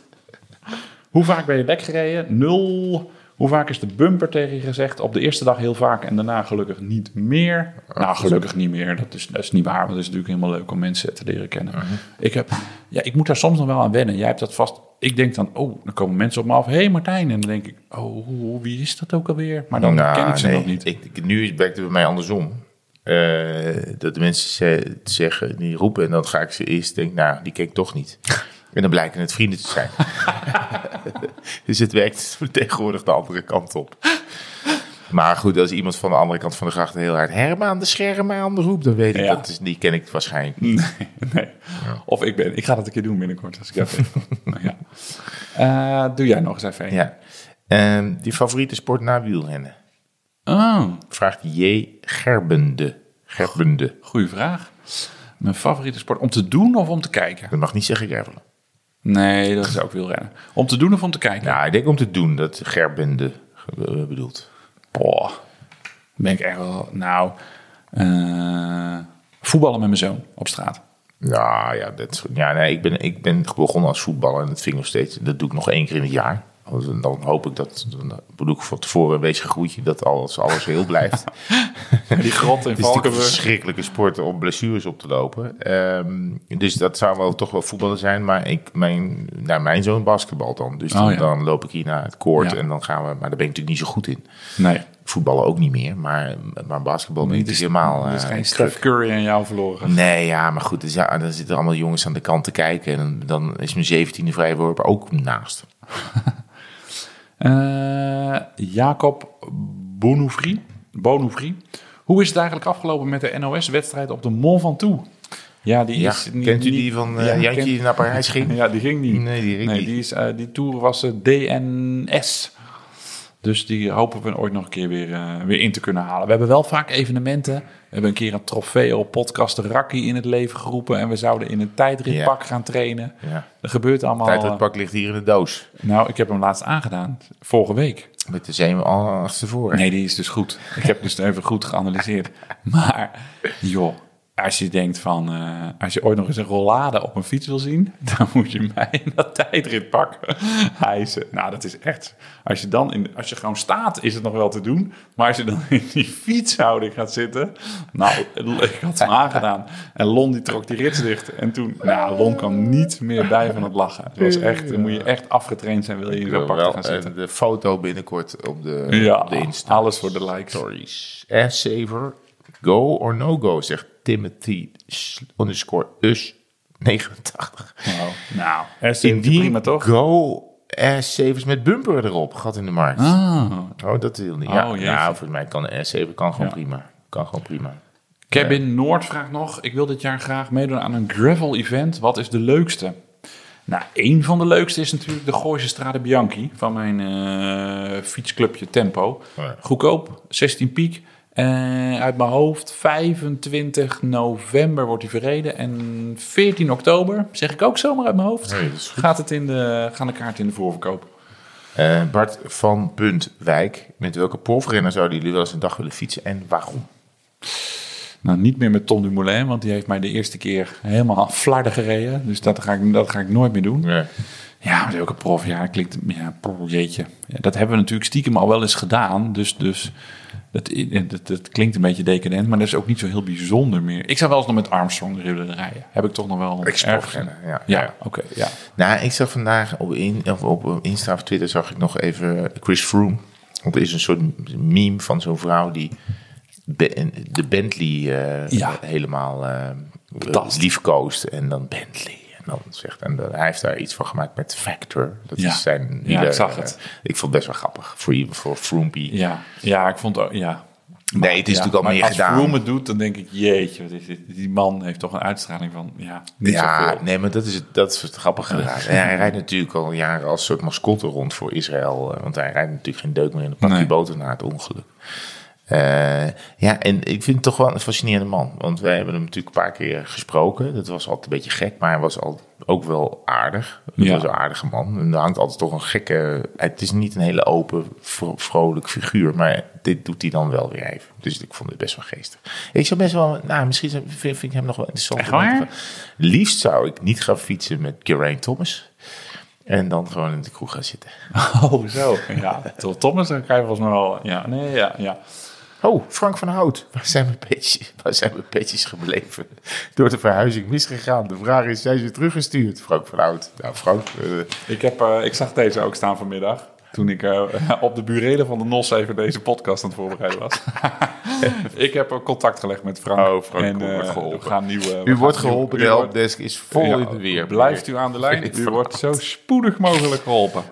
Hoe vaak ben je lek gereden? Nul. Hoe vaak is de bumper tegen je gezegd? Op de eerste dag heel vaak en daarna gelukkig niet meer. Nou, gelukkig niet meer. Dat is, dat is niet waar, want het is natuurlijk helemaal leuk om mensen te leren kennen. ik, heb, ja, ik moet daar soms nog wel aan wennen. Jij hebt dat vast. Ik denk dan, oh, dan komen mensen op me af. Hé hey Martijn. En dan denk ik, oh, wie is dat ook alweer? Maar dan
Nou,
ken ik ze
nee.
nog niet.
Ik, ik- nu is- werkt het bij mij andersom. Eh, dat de mensen ze- zeggen, die roepen en dan ga ik ze eerst denken, nou, die ken ik
(laughs)
toch niet. En dan blijken het vrienden te zijn. dus het werkt tegenwoordig de andere kant op. Maar goed, als iemand van de andere kant van de gracht heel hard Herman de Schermaan roept, dan weet ik
Ja.
dat. Is, die ken ik waarschijnlijk niet.
Nee, nee. Of ik ben. Ik ga dat een keer doen binnenkort als ik dat vind. Nou ja. Eh, doe jij nog eens even een.
Ja. Ehm, die favoriete sport na wielrennen?
Oh,
Vraagt J. Gerbende. Gerbende.
goede vraag. Mijn favoriete sport. Om te doen of om te kijken?
Dat mag niet zeggen gravelen.
Nee, dat is ook wielrennen. Om te doen of om te kijken?
Nou, ik denk om te doen dat Gerbende eh, bedoelt.
Boah. Ben ik echt wel. Nou. eh, voetballen met mijn zoon op straat.
Nou ja, dat, is- ja nee, ik, ben, ik ben begonnen als voetballer en dat vind ik nog steeds. Dat doe ik nog één keer in het jaar. Want Dan hoop ik dat, dan bedoel ik van tevoren, wees gegroetje dat alles, alles heel (laughs) blijft.
Die grot in
Het is natuurlijk een
Valkenburg.
verschrikkelijke sport om blessures op te lopen. Ehm, dus dat zou wel toch wel voetballen zijn. Maar ik, mijn, nou, mijn zoon basketbal dan. Dus dan,
Oh, ja.
dan loop ik hier naar het koord
Ja.
en dan gaan we... Maar daar ben ik natuurlijk niet zo goed in.
Nee.
Voetballen ook niet meer. Maar, maar basketbal ben ik
dit is-
natuurlijk helemaal...
Er is
eh,
geen
een
Steph Curry en jou verloren.
Nee, ja, maar goed, dus ja, dan zitten allemaal jongens aan de kant te kijken. En dan, dan is mijn zeventiende vrijworp ook naast.
Eh, Jacob Bonouvri. Bonouvri. Hoe is het eigenlijk afgelopen met de NOS-wedstrijd op de Mont Ventoux? Ja, die
Ja,
is niet-
kent u
niet-
die van eh,
Ja,
Jantje
ken-
die naar Parijs ging?
Ja, die ging niet.
Nee, die ging niet.
Die, is, eh, die tour was eh, DNS. Dus die hopen we ooit nog een keer weer, eh, weer in te kunnen halen. We hebben wel vaak evenementen. We hebben een keer een trofee op podcast Rakkie in het leven geroepen. En we zouden in een tijdritpak gaan trainen.
Ja.
Dat gebeurt allemaal.
Tijd dat pak ligt hier in de doos.
eh, nou, ik heb hem laatst aangedaan. Vorige week.
Met de zeem al achtervoor.
Nee, die is dus goed. Ik heb dus even goed geanalyseerd. (laughs) Maar, joh, als je denkt van... eh, als je ooit nog eens een rollade op een fiets wil zien... (laughs) dan moet je mij in dat tijdrit pakken. (laughs) Hij is, eh, nou, dat is echt... Als je, dan in, als je gewoon staat, is het nog wel te doen. Maar als je dan in die fietshouding gaat zitten... Nou, ik had hem aangedaan. En Lon die trok die rits dicht. En toen... Nou, Lon kan niet meer bij van het lachen. Het was echt... Dan moet je echt afgetraind zijn... wil je in
Ik
zo'n
wil
pak
wel,
gaan
eh,
zitten.
de foto binnenkort op de,
Ja,
op de Insta.
alles voor de likes.
Stories. En saver, go or no go, zegt Timothy s- underscore us 89.
Nou, nou
Indien
prima toch?
go S7's met bumper erop, gat in de markt.
Ah.
Oh, dat wil niet. Ja,
Oh, jeetje.
nou, volgens mij kan de S7 kan gewoon
Ja.
prima. Kan gewoon prima.
Kevin Noord vraagt nog: Ik wil dit jaar graag meedoen aan een gravel event. Wat is de leukste? Nou, één van de leukste is natuurlijk de Gooise Strade Bianchi van mijn eh, fietsclubje Tempo.
Ja.
Goedkoop, 16 piek. Eh, uit mijn hoofd, 25 november wordt die verreden. En 14 oktober, zeg ik ook zomaar uit mijn hoofd,
Nee, dat is goed.
gaat het in de, gaan de kaarten in de voorverkoop.
Eh, Bart van Puntwijk, met welke polverrenner zouden jullie wel eens een dag willen fietsen en waarom?
Nou, niet meer met Tom Dumoulin, want die heeft mij de eerste keer helemaal flarden gereden. Dus dat ga ik, dat ga ik nooit meer doen. Ja, maar ook een prof, ja, klinkt, ja, prr, jeetje. Ja, dat hebben we natuurlijk stiekem al wel eens gedaan. Dus, dus dat, dat, dat klinkt een beetje decadent, maar dat is ook niet zo heel bijzonder meer. Ik zou wel eens nog met Armstrong willen rijden. Heb ik toch nog wel erg
Ex-profrenner, ja.
Ja, oké, ja.
Nou, ik zag vandaag op, in, of op Insta of Twitter zag ik nog even Chris Froome. Want er is een soort meme van zo'n vrouw die be- de Bentley eh,
Ja.
helemaal eh
Tast.
liefkoost. En dan Bentley. En dan zegt, en dan- hij heeft daar iets van gemaakt met Factor. Dat
Ja.
is zijn
Ja, ik
hele-
zag het.
eh, ik vond het best wel grappig voor, je- voor Froompie.
Ja, ja ik vond ook, ja.
Nee, het is
Ja,
natuurlijk al
maar
meer
als
gedaan.
Froome het doet, dan denk ik, jeetje, wat is dit? Die man heeft toch een uitstraling van, ja, niet
Ja,
zoveel. Ah.
nee, maar dat is het, dat is het grappige eraan. En hij rijdt natuurlijk al jaren als soort mascotte rond voor Israël. eh, Want hij rijdt natuurlijk geen deuk meer in de pakje
Nee.
boter na het ongeluk. Eh, Eh, ja, en ik vind het toch wel een fascinerende man. Want wij hebben hem natuurlijk een paar keer gesproken. Dat was altijd een beetje gek, maar hij was al, ook wel aardig. Hij
Ja.
was een aardige man. En er hangt altijd toch een gekke... Het is niet een hele open, vro- vrolijk figuur. Maar dit doet hij dan wel weer even. Dus ik vond het best wel geestig. Ik zou best wel... Nou, misschien zou- vind, vind ik hem nog wel interessant.
Echt waar?
Liefst zou ik niet gaan fietsen met Geraint Thomas. En dan gewoon in de kroeg gaan zitten.
Oh, zo. (laughs) Ja, tot Thomas, dan kan je volgens mij wel... Ja, nee, ja, ja.
Oh, Frank van Hout. Waar zijn mijn petjes, waar zijn mijn petjes gebleven? Door de verhuizing misgegaan. De vraag is, zijn ze teruggestuurd? Frank van Hout. Nou, Frank, eh,
Ik, heb, eh, ik zag deze ook staan vanmiddag. Toen ik eh, (laughs) op de burelen van de NOS even deze podcast aan het voorbereiden was. (laughs) ik heb ook contact gelegd met Frank.
Oh, Frank,
en,
u
eh,
wordt geholpen.
we gaan nieuwe, we
u
gaan
wordt
nieuw-
geholpen.
u
De
wordt-
helpdesk is vol
Ja,
in het weer.
Blijft u
(laughs)
aan de lijn. U wordt zo spoedig mogelijk geholpen.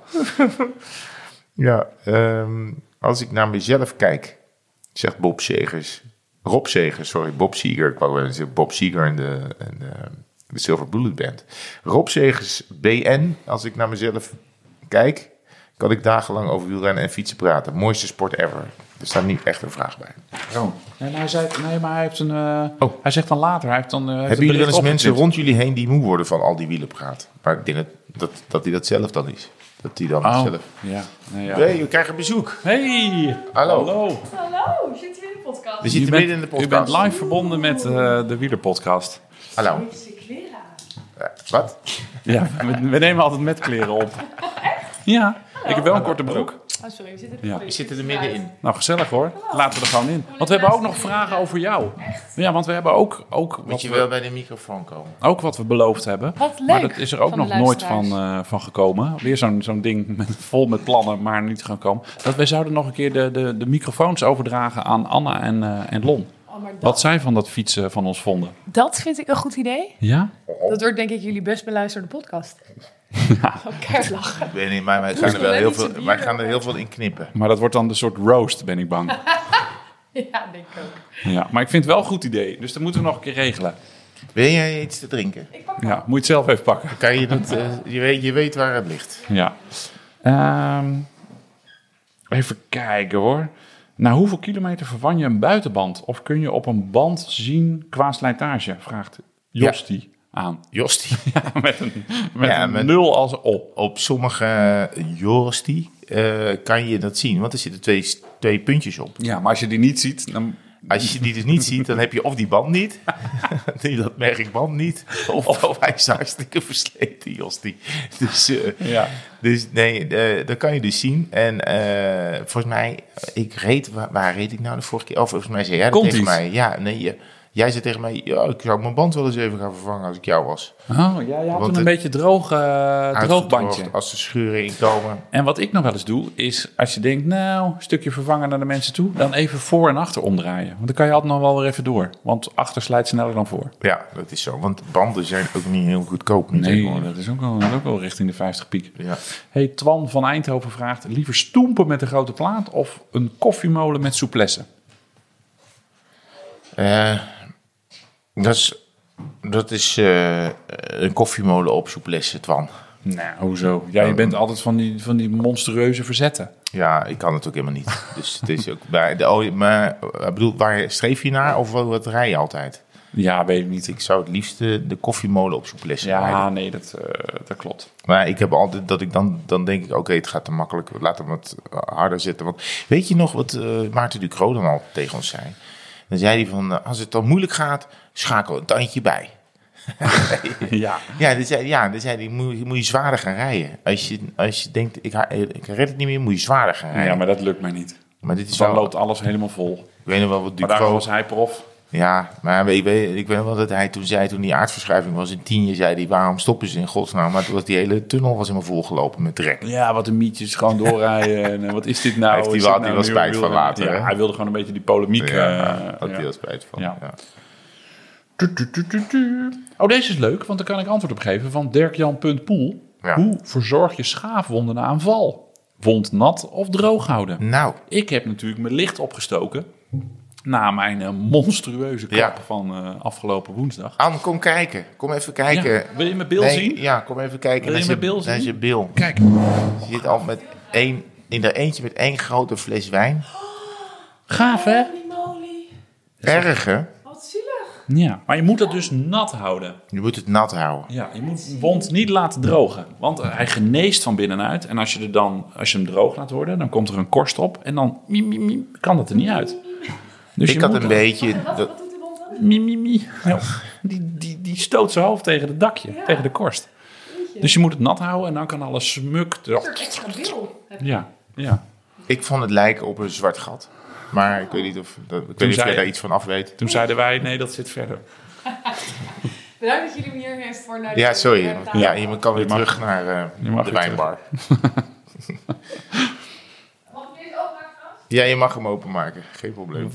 Ja, ehm, als ik naar mezelf kijk, zegt Bob Segers. Rob Segers, sorry, Bob Seger. Ik wou wel eens zeggen Bob Seger en de, en de, de Silver Bullet Band. Rob Segers, BN. Als ik naar mezelf kijk, kan ik dagenlang over wielrennen en fietsen praten. Mooiste sport ever. Er staat niet echt een vraag bij.
Nee, maar hij, zei, nee, maar hij, heeft een, eh,
Oh.
hij zegt dan later. Hij heeft dan, eh, hij heeft
Hebben
een
jullie wel eens
bericht
mensen
opgezet.
rond jullie heen die moe worden van al die wielenpraat? Maar ik denk dat, dat, dat die dat zelf dan is. Dat die dan zelf...
Oh, ja. Nee, ja.
Hey, we krijgen bezoek.
Hey!
Hallo.
Hallo, zitten we in de podcast?
We zitten
bent-
midden in de
U bent
podcast.
live verbonden met eh, de wielerpodcast.
Hallo.
Deze kleren aan.
Ja, wat?
Ja, we, we nemen altijd met kleren op. Ja, ik heb wel een korte broek.
Oh, sorry, we zitten er,
Ja.
we
zitten er middenin.
Nou, gezellig hoor. Laten we er gewoon in. Want we hebben ook nog vragen over jou. Ja, want we hebben ook, ook,
Moet
wat,
je
we,
wel bij de microfoon komen.
ook wat we beloofd hebben.
Wat
Maar
leuk
dat is er ook
van
nog
de
nooit van,
luisteraars.
eh, van gekomen. Weer zo'n zo'n ding met, vol met plannen, maar niet gaan komen. Dat wij zouden nog een keer de, de, de microfoons overdragen aan Anna en, eh, en Lon.
Oh, maar dat,
Wat zij van dat fietsen van ons vonden.
dat vind ik een goed idee.
Ja?
Dat wordt denk ik jullie best beluisterde
(laughs)
podcast. Oh, keihard lachen. (laughs)
Ik weet niet, maar wij gaan er wel
Met
heel
iets
veel,
bier
wij gaan er heel veel in knippen.
Maar dat wordt dan de soort roast, ben ik bang.
Ja, denk ik ook.
Ja, maar ik vind het wel een goed idee. Dus dat moeten we nog een keer regelen.
Wil jij iets te drinken?
Ik pak
Ja, moet je het zelf even pakken.
Kan je, dat, eh, je, weet, je weet waar het ligt.
Ja. Ehm, even kijken hoor. Na hoeveel kilometer vervang je een buitenband? Of kun je op een band zien qua slijtage? Vraagt Jostie aan. (laughs)
Jostie.
met een, met
Ja,
een
met-
nul als op.
Op sommige eh, Jostie eh, kan je dat zien, want er zitten twee, twee puntjes op.
Ja, maar als je die niet ziet, dan...
Als je die dus niet ziet, dan heb je of die band niet, (laughs) die dat merkband niet, of, of hij is hartstikke versleten, Jostie. Dus, eh,
Ja.
dus nee, eh, dat kan je dus zien. En eh, volgens mij, ik reed, waar, waar reed ik nou de vorige keer? Of volgens mij zei jij dat
Komt
tegen
iets?
mij. Ja, nee, je- jij zei tegen mij, ja, ik zou mijn band wel eens even gaan vervangen als ik jou was.
Oh, ja, je had toen een
het-
beetje droog, eh, droog
Uitgedroogd,
bandje.
Als er scheuren in komen.
En wat ik nog wel eens doe, is als je denkt, nou, een stukje vervangen naar de mensen toe, dan even voor en achter omdraaien. Want dan kan je altijd nog wel weer even door. Want achter slijt sneller dan voor.
Ja, dat is zo. Want banden zijn ook niet heel goedkoop nu
Nee,
tegenwoordig.
dat is ook wel, dat is ook wel richting de 50 piek.
Ja.
Hey, Twan van Eindhoven vraagt, liever stoempen met een grote plaat of een koffiemolen met souplesse?
Eh, dat is, dat is eh, een koffiemolen op souplesse, Twan.
Nou, hoezo? Jij bent altijd van die, van die monstereuze verzetten.
Ja, ik kan het ook helemaal
(laughs)
niet. Dus het is ook bij de, oh, maar ik bedoel, waar streef je naar of wat, wat rij je altijd?
Ja, weet ik niet.
Ik zou het liefst de, de koffiemolen op souplesse
Ja,
rijden.
nee, dat, eh, dat klopt.
Maar ik heb altijd dat ik dan, dan denk ik, oké, het gaat te makkelijk. Laat hem wat harder zitten. Want weet je nog wat eh, Maarten Ducro dan al tegen ons zei? Dan zei hij van, eh, als het dan moeilijk gaat, schakel een tandje bij.
(laughs) Ja.
Ja, dan zei, ja, dan zei hij, moet, je- moet je zwaarder gaan rijden. Als je, als je denkt, ik, ha- ik red het niet meer, moet je zwaarder gaan rijden.
ja, maar dat lukt mij niet.
Maar dit is
Dan
wel,
loopt alles helemaal vol.
ik weet nog wel wat
Maar daarom
Ducro...
was hij prof.
Ja, maar ik weet, ik weet nog wel dat hij toen zei, toen die aardverschuiving was in tien jaar, zei hij, waarom stoppen ze in godsnaam? Maar toen was die hele tunnel was helemaal volgelopen met rek.
Ja, wat een mietjes, gewoon
(laughs)
doorrijden. en, eh, wat is dit nou?
Heeft hij
Is
wel-
dit
had
nou
hij
een
wel
nieuwe
spijt van
wielrenner?
later,
Ja,
hè?
hij wilde gewoon een beetje die polemiek. eh,
Ja, had
ja.
hij al spijt van.
Ja.
ja.
Tu, tu, tu, tu, tu. Oh, deze is leuk, want daar kan ik antwoord op geven van Dirk-Jan.poel.
Ja.
Hoe verzorg je schaafwonden na een val? Wond nat of droog houden?
Nou,
Ik heb natuurlijk mijn licht opgestoken na mijn eh, monstrueuze klap
Ja.
van eh, afgelopen woensdag.
Anne, kom kijken. Kom even kijken.
Ja, wil je mijn bil
eh, Nee,
zien?
Ja, kom even kijken.
Wil je
naar
mijn
zijn-
bil
naar
zien?
zijn bil.
Kijk,
Je zit al met één, in de eentje met één grote fles wijn.
Gaaf, hè?
Moly.
Erg, hè?
Wat zielig.
Ja. Maar je moet dat dus nat houden.
Je moet het nat houden.
Ja, je moet de wond niet laten drogen. Want hij geneest van binnenuit. En als je, er dan, als je hem droog laat worden, dan komt er een korst op. En dan miem, miem, miem, kan dat er niet uit. Dus
ik had een
beetje.
beetje... dat-
doet de wond dan?
Mie, mie, mie. Ja. Die, die, die stoot zijn hoofd tegen het dakje,
Ja.
tegen de korst. Dus je moet het nat houden en dan kan alles smuk.
Een soort extra wil.
Ja, ja.
ik vond het lijken op een zwart gat. Maar ik weet niet of, dat, ik weet niet of
zei
jij daar
je-
iets van af weet.
Toen zeiden wij, nee, dat zit verder.
Bedankt dat jullie hem hier even voor naar de-
Ja, sorry.
naar de tafel.
Ja, je kan weer
Je mag-
terug naar eh,
je mag
de
weer
wijnbar.
Mag ik deze openmaken trouwens?
Ja, je mag hem openmaken. Geen probleem.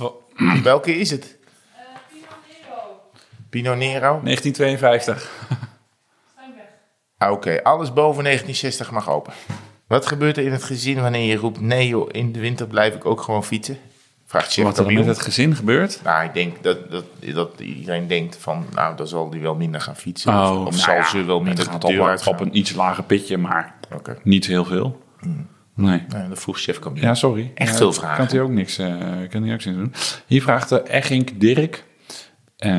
Welke is het?
Eh, Pinot Nero.
Pinot Nero?
1952.
Steinweg.
Ah, Oké, alles boven 1960 mag open. Wat gebeurt er in het gezin wanneer je roept... nee joh, in de winter blijf ik ook gewoon fietsen? Vraagt zich
Wat er dan
Camille.
met het gezin gebeurt?
Nou, ik denk dat, dat, dat iedereen denkt van... nou, dan zal die wel minder gaan fietsen. Of- Oh, of
nou
zal
ja,
ze wel
het
minder
gaat
de deur
op,
uit
op een iets lager pitje, maar
Oké,
niet heel veel. Nee.
nou, dat vroeg chef Camille.
Ja, sorry.
Echt
Ja,
veel vragen.
Kan hij ook niks, eh kan hij ook niks doen. Hier vraagt de Echink Dirk. eh,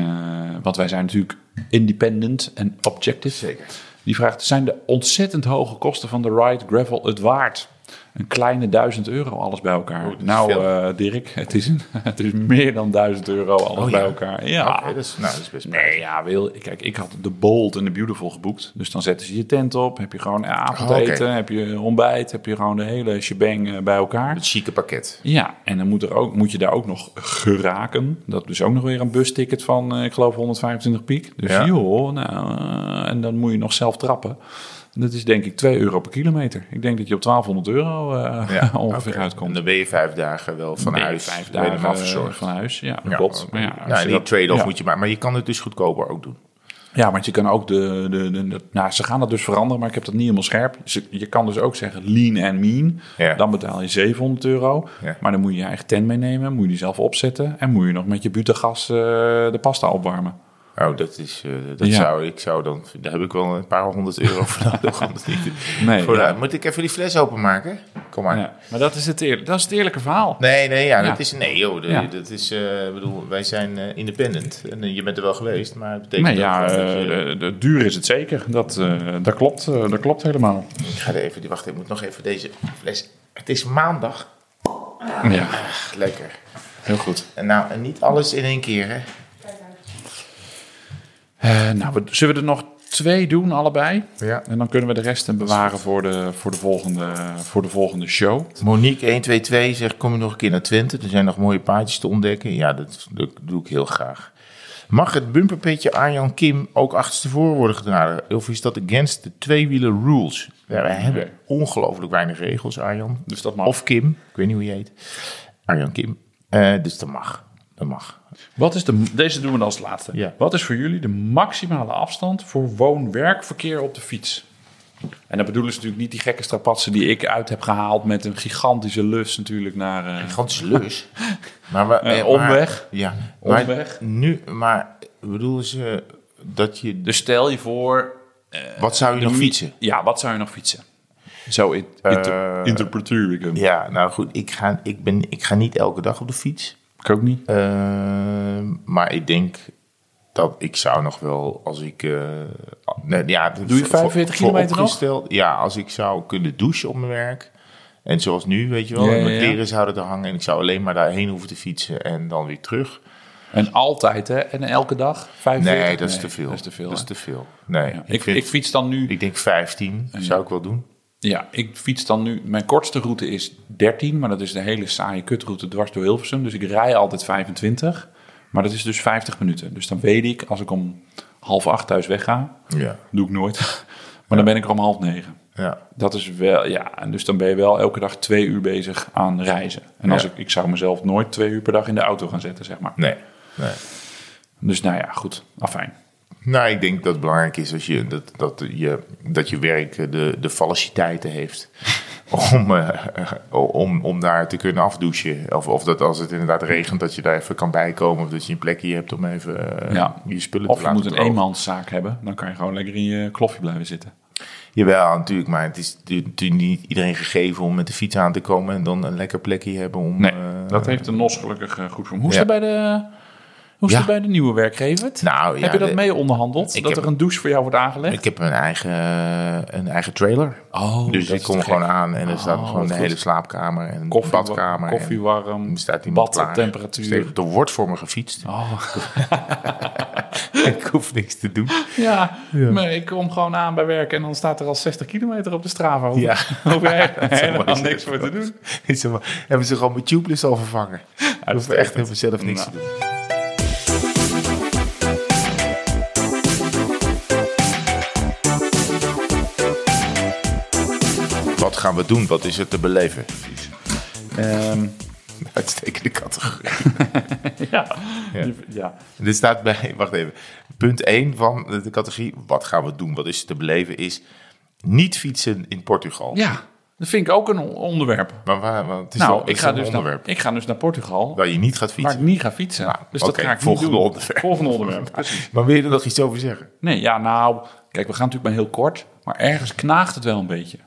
want wij zijn natuurlijk independent en objective.
Zeker.
Die vraagt, zijn de ontzettend hoge kosten van de ride gravel het waard? Een kleine duizend euro alles bij elkaar.
dat is
nou
veel.
eh, Dirk, het is, een, (laughs) het is meer dan duizend euro alles
Oh,
bij
ja.
elkaar. Ja.
Oké, dat, is, nou, dat is best
Ah. Nee, ja, wil, kijk, ik had de Bold en de Beautiful geboekt. Dus dan zetten ze je tent op, heb je gewoon avondeten,
Oh, oké.
heb je ontbijt, heb je gewoon de hele shebang eh, bij elkaar.
Het chique pakket.
Ja, en dan moet, er ook, moet je daar ook nog geraken. Dat is ook nog weer een busticket van, eh, ik geloof, 125 piek. Dus
Ja.
joh, nou, eh, en dan moet je nog zelf trappen. Dat is denk ik 2 euro per kilometer. Ik denk dat je op 1200 euro eh,
Ja,
(laughs) ongeveer
oké.
uitkomt.
En dan ben je vijf dagen wel van
Ben je
huis.
vijf
ben je
dagen eh,
helemaal verzorgd.
van huis. Ja,
Ja,
dat klopt.
oké.
Maar ja,
Nou,
als je
die
dat-
trade-off
ja.
moet je maken. Maar je kan het dus goedkoper ook doen.
Ja, want je kan ook de, de, de, de- Nou, ze gaan dat dus veranderen, maar ik heb dat niet helemaal scherp. Dus je- je kan dus ook zeggen lean en mean.
Ja.
Dan betaal je 700 euro.
Ja.
Maar dan moet je je eigen tent meenemen, moet je die zelf opzetten... en moet je nog met je butagas eh, de pasta opwarmen.
Oh, dat is... eh, dat
Ja.
zou, ik zou dan... Daar heb ik wel een paar honderd euro
(laughs)
voor nodig. om dat niet te-
Nee,
voor,
ja.
nou, moet ik even die fles openmaken? Kom maar.
Ja, maar dat is, het eer, dat is het eerlijke verhaal.
Nee, nee, ja,
Ja.
dat is... Nee, joh, de-
Ja.
dat is... eh, ik bedoel, wij zijn eh, independent. En eh, je bent er wel geweest, maar het betekent
Nee, ja,
ook wel dat
eh,
je-
de- de- duur is het zeker. Dat, eh, dat, klopt, eh, dat klopt helemaal.
Ik ga er even... die- Wacht, ik moet nog even deze fles... Het is maandag.
Ja,
Echt lekker.
heel goed.
En nou, en niet alles in één keer, hè?
Eh, nou, we, zullen we er nog twee doen, allebei?
Ja.
En dan kunnen we de rest bewaren voor de, voor de, volgende, voor de volgende show.
Monique122 zegt, kom je nog een keer naar Twente? Er zijn nog mooie paadjes te ontdekken. Ja, dat, dat doe ik heel graag. Mag het bumperpetje Arjan Kim ook achterstevoren worden gedragen? Of is dat against de tweewieler rules? Ja, wij hebben ongelooflijk weinig regels, Arjan.
Dus dat mag.
Of Kim, ik weet niet hoe je heet. Arjan Kim. Eh, dus dat mag. Dat mag.
Wat is de, deze doen we dan als laatste.
Ja.
Wat is voor jullie de maximale afstand voor woon-werkverkeer op de fiets? En dat bedoelen ze natuurlijk niet die gekke strapatsen die ik uit heb gehaald met een gigantische lus natuurlijk naar... eh,
Gigantische lus. (laughs) maar, we-
Eh,
eh,
omweg.
Maar, ja. Maar
Omweg.
nu, maar bedoelen ze dat je...
Dus stel je voor... eh,
Wat zou je nog
de-
fietsen?
Ja, wat zou je nog fietsen? Zo in- inter-
Eh,
interpreteer ik hem.
Ja, nou goed, ik ga, ik ben, ik ga niet elke dag op de fiets.
Ik ook niet.
Ehm, maar ik denk dat ik zou nog wel, als ik... eh, nee, ja,
Doe je 45 kilometer nog?
nog? Ja, als ik zou kunnen douchen op mijn werk. En zoals nu, weet je wel,
Ja, ja,
mijn
ja.
kleren zouden er hangen. En ik zou alleen maar daarheen hoeven te fietsen en dan weer terug.
En altijd, hè? En elke dag? 45?
Nee, dat is te veel.
Dat is te veel.
Dat is
hè?
te veel. Nee,
Ja.
ik,
Ik,
vind,
ik
ik,
fiets dan nu...
denk 15 zou ik wel doen.
Ja, ik fiets dan nu. Mijn kortste route is 13, maar dat is de hele saaie kutroute dwars door Hilversum. Dus ik rij altijd 25. Maar dat is dus 50 minuten. Dus dan weet ik, als ik om half acht thuis wegga,
Ja.
doe ik nooit. (laughs) Maar dan ben ik er om half negen.
ja.
Dat is wel, ja. En dus dan ben je wel elke dag twee uur bezig aan reizen. En als
Ja.
ik, ik zou mezelf nooit twee uur per dag in de auto gaan zetten, zeg maar.
Nee, nee.
Dus nou ja, goed. Afijn.
Nou, ik denk dat het belangrijk is als je, dat, dat, je, dat je werk eh, de, de fallaciteiten
(laughs)
heeft om, eh, om, om daar te kunnen afdouchen. Of, of dat als het inderdaad regent, dat je daar even kan bijkomen. Of dat je een plekje hebt om even eh,
Ja.
je spullen
Of
te
je
laten
moet een
drogen.
eenmanszaak hebben. Dan kan je gewoon lekker in je klofje blijven zitten.
Jawel, natuurlijk. Maar het is natuurlijk niet iedereen gegeven om met de fiets aan te komen... en dan een lekker plekje hebben om...
Nee.
eh,
Dat heeft de NOS gelukkig eh, goed voor. Hoe is
Ja.
het bij de... Hoe is
Ja.
het bij de nieuwe werkgever?
Nou, ja,
heb je dat
de-
mee onderhandeld?
Ik
Dat
heb-
er een douche voor jou wordt aangelegd?
Ik heb een eigen, een eigen trailer.
oh,
dus
dat
ik
is
kom
te
gewoon
gek.
aan en er staat
Oh,
gewoon de
wat
hele
goed.
slaapkamer en een
Koffie,
badkamer.
koffie warm,
en er staat iemand
bad
klaar. Dus
op temperatuur.
Er wordt voor me gefietst.
Oh,
(laughs) ik hoef niks te doen. (laughs)
ja, maar ik kom gewoon aan bij werk en dan staat er al 60 kilometer op de Strava. Hoef,
Ja.
(laughs)
(laughs)
hoef je
mooi
helemaal
zijn.
niks voor te doen.
Is er wel- hebben ze gewoon mijn tubeless al vervangen. Ik hoef echt helemaal zelf niks
Nou.
te doen. Wat gaan we doen? Wat is er te beleven?
Ehm,
(laughs) Uitstekende categorie.
ja.
Ja.
Ja. ja.
(laughs) Dit staat bij, wacht even. Punt 1 van de categorie, wat gaan we doen? Wat is er te beleven? Is niet fietsen in Portugal.
dat vind ik ook een on- onderwerp.
Maar waar, want het is
nou,
wel- het
ik
is
ga,
een
dus naar,
onderwerp
ik ga dus naar Portugal,
waar je niet gaat
maar
fietsen.
ik niet ga fietsen.
Nou,
dus dat
oké,
ga ik niet
volgende
doen.
onderwerp.
Volgende
(laughs)
onderwerp, precies.
Maar wil je er nog iets over zeggen?
Nee, ja, nou, kijk, we gaan natuurlijk maar heel kort, maar ergens knaagt het wel een beetje.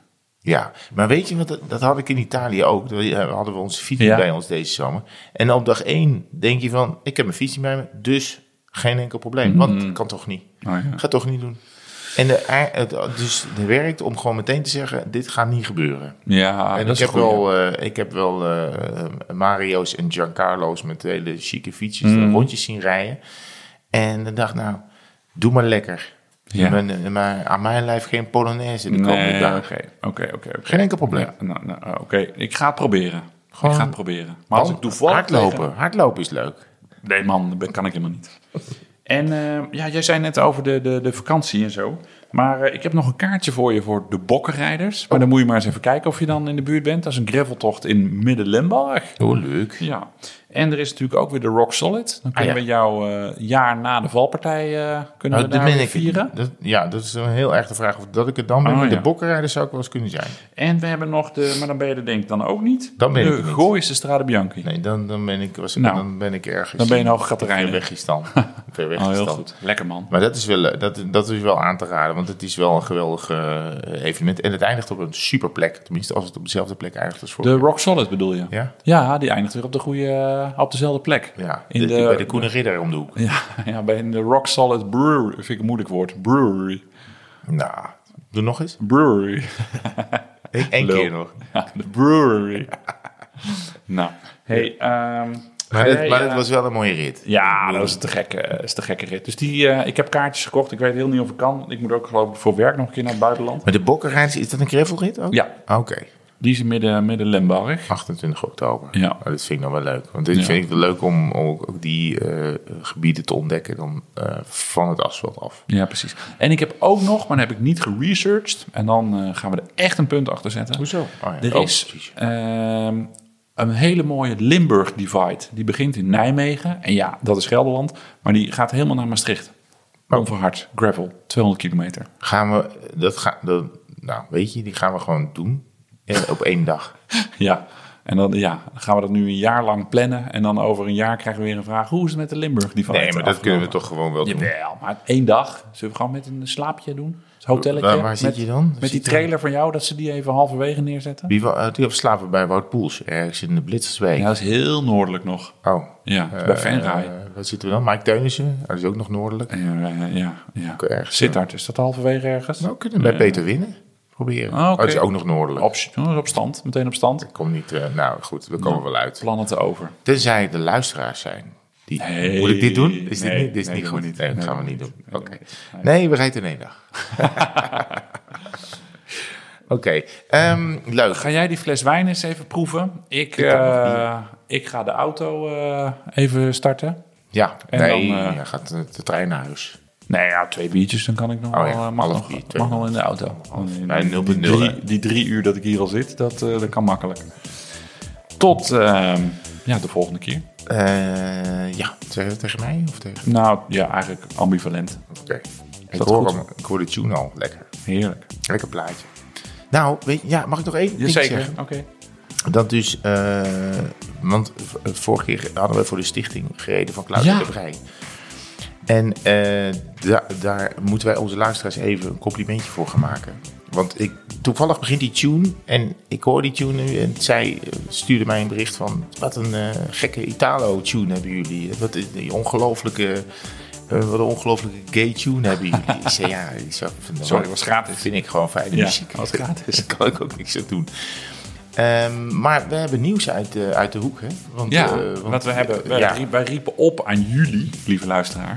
Ja, maar weet je, wat, dat- dat had ik in Italië ook. Daar eh, hadden we onze fiets
Ja.
bij ons deze zomer. En op dag 1 denk je van, ik heb mijn fiets niet bij me, dus geen enkel
Mm.
probleem. Want kan toch niet.
Oh ja.
Ga toch niet doen. En de, ei- het, dus het werkt om gewoon meteen te zeggen, dit gaat niet gebeuren.
Ja,
en
Ah, dat
ik
is
heb,
een goeie.
wel, eh, ik heb wel eh, Mario's en Giancarlo's met hele chique fietsjes
Mm.
eh, rondjes zien rijden. En dan dacht ik, nou, doe maar lekker.
Ja.
Mijn- maar aan mijn lijf geen Polonaise eh, de komende
Nee,
dagen.
oké, oké, oké. oké.
Geen enkel probleem.
Ja, nou, nou, oké, ik ga het proberen.
Gewoon-
ik ga het proberen. Maar als ik toevallig
hardlopen,
tegen-
hardlopen is leuk.
Nee man, dat kan ik helemaal niet. En eh, ja, jij zei net over de, de, de vakantie en zo. Maar eh, ik heb nog een kaartje voor je voor de bokkenrijders. Maar dan moet je maar eens even kijken of je dan in de buurt bent. Dat is een graveltocht in Midden-Limburg.
Oh, leuk.
Ja, en er is natuurlijk ook weer de Rock Solid. Dan kunnen
Ah, ja. Nou,
we jouw eh, jaar na de valpartij eh, kunnen we daar weer vieren.
Dat, ja, dat is een heel echte vraag of dat ik het dan ben.
Oh,
Met
ja.
De bokkenrijder zou ik wel eens kunnen zijn.
En we hebben nog de, maar dan ben je er denk ik dan ook niet.
Dan ben ik
de
er niet.
Gooise Strade Bianchi.
Nee, dan, dan, ben, ik, was,
Nou,
dan ben ik ergens.
dan ben je nou nog Katerijnen.
Ver weg
(laughs)
is dan. Ver weg
oh,
is
heel
dan.
goed. Lekker man.
Maar dat is, wel, eh, dat, dat is wel aan te raden, want het is wel een geweldig eh, evenement. En het eindigt op een superplek. Tenminste, als het op dezelfde plek eindigt als vorig
De Rock Solid bedoel je?
Ja.
die eindigt weer op, de goede, eh, op dezelfde plek.
jaar. Ja,
in
de-
de-
bij de Koene Ridder om de hoek.
Ja, ja, bij de Rock Solid Brewery. Vind ik een moeilijk woord. Brewery.
Nou, doe
(laughs)
nog eens.
Brewery.
Eén
Lul.
keer nog.
Ja, de
(laughs)
brewery. nou, hey, ehm,
Maar,
ga
dat,
jij,
maar
eh,
dat was wel een mooie rit.
Ja, dat is te gekke, is te gekke rit. Dus die, eh, ik heb kaartjes gekocht. Ik weet heel niet of ik kan. Ik moet ook geloof ik voor werk nog een keer naar het buitenland.
Maar de Bokkenrijders, is dat een gravelrit ook? Ah,
Ja.
Oké,
Die is in midden, midden Limburg.
28 oktober.
Ja.
Nou, dat vind ik nog wel leuk. Want ik
Ja.
vind het leuk om ook, ook die eh, gebieden te ontdekken dan eh, van het asfalt af.
Ja, precies. En ik heb ook nog, maar dat heb ik niet geresearched. En dan eh, gaan we er echt een punt achter zetten.
Hoezo? Oh, ja.
Er
Oh, precies.
is ehm, een hele mooie Limburg Divide. Die begint in Nijmegen. En ja, dat is Gelderland. Maar die gaat helemaal naar Maastricht.
Oh.
Onverhard, gravel, 200 kilometer.
Gaan we, dat ga, dat, nou weet je, die gaan we gewoon doen Eh, op één
(laughs)
dag.
Ja, en dan, ja, dan gaan we dat nu een jaar lang plannen. En dan over een jaar krijgen we weer een vraag. Hoe is het met de Limburg Divide?
Nee, maar dat kunnen we
afgelopen?
toch gewoon wel doen.
Jawel, maar één dag. Zullen we gewoon met een slaapje doen? Een hotelletje?
Waar- waar zit
met,
je dan?
Met die
Zit je dan-
trailer van jou, dat ze die even halverwege neerzetten?
Wie wa- eh, die slapen we bij Wout Poels, ergens in de Blitzerswijk.
Ja, dat is heel noordelijk nog.
Oh.
Ja, het is bij
Eh,
Venray.
eh, Waar zitten we dan? Mike Teunissen, dat is ook nog noordelijk.
Ja, eh, ja, ja.
Ook ergens,
Sittard, is dat halverwege ergens?
Nou, kunnen we bij Peter winnen. Proberen.
Ah, oké.
Oh, dat is ook nog noordelijk.
Op, op stand, meteen op stand.
Kom niet, eh, nou goed, we komen wel uit.
Plannen te over.
Tenzij de luisteraars zijn. Die,
Nee.
Moet ik dit doen? Is dit
Nee,
niet, dit is
nee,
niet
doen
goed?
we niet.
Nee, dat
Nee,
gaan we
doen we
niet doen.
niet.
Oké.
Nee, doen
Nee, we rijden in één dag.
(laughs)
Oké, ehm, leuk.
Ga jij die fles wijn eens even proeven? Ik,
Ik kan nog
eh, ik ga de auto eh, even starten.
Ja,
En
nee,
dan, eh,
je gaat de, de trein naar huis.
Nee, ja, twee biertjes, dan kan ik nog
Oh
wel.
ja,
eh, mag,
half
nog,
bier, twee Oh,
mag nog in de auto. Nee,
Bij
die-
0,0,
die,
hè?
drie, die drie uur dat ik hier al zit, dat, eh, dat kan makkelijk. Tot ehm, ja, de volgende keer.
Eh, ja, zeg je dat tegen mij of tegen?
Nou ja, eigenlijk ambivalent.
Oké. Ik,
dat
hoor
goed?
hem, ik hoor de tune al. Lekker.
Heerlijk.
Lekker plaatje. Nou, weet, ja, mag ik nog één ding
Jazeker.
zeggen?
Oké.
Dat dus, eh, want v- vorige keer hadden we voor de stichting gereden van Claudia
Ja.
de Brij. En eh, da- daar moeten wij onze luisteraars even een complimentje voor gaan maken. Want ik, toevallig begint die tune en ik hoor die tune nu en zij eh, stuurde mij een bericht van... Wat een eh, gekke Italo-tune hebben jullie. Wat een die ongelofelijke... eh, wat een ongelofelijke gay tune hebben jullie. Ik
(laughs)
zei, ja, ik zou,
Sorry, was gratis.
Vind ik gewoon fijne
Ja,
muziek.
was
(laughs)
gratis.
Daar kan ik ook niks aan doen. Ehm, maar we hebben nieuws uit, eh, uit de hoek, hè? Want,
Ja,
eh, want-
want we hebben, wij,
ja.
rie- wij riepen op aan jullie, lieve luisteraar,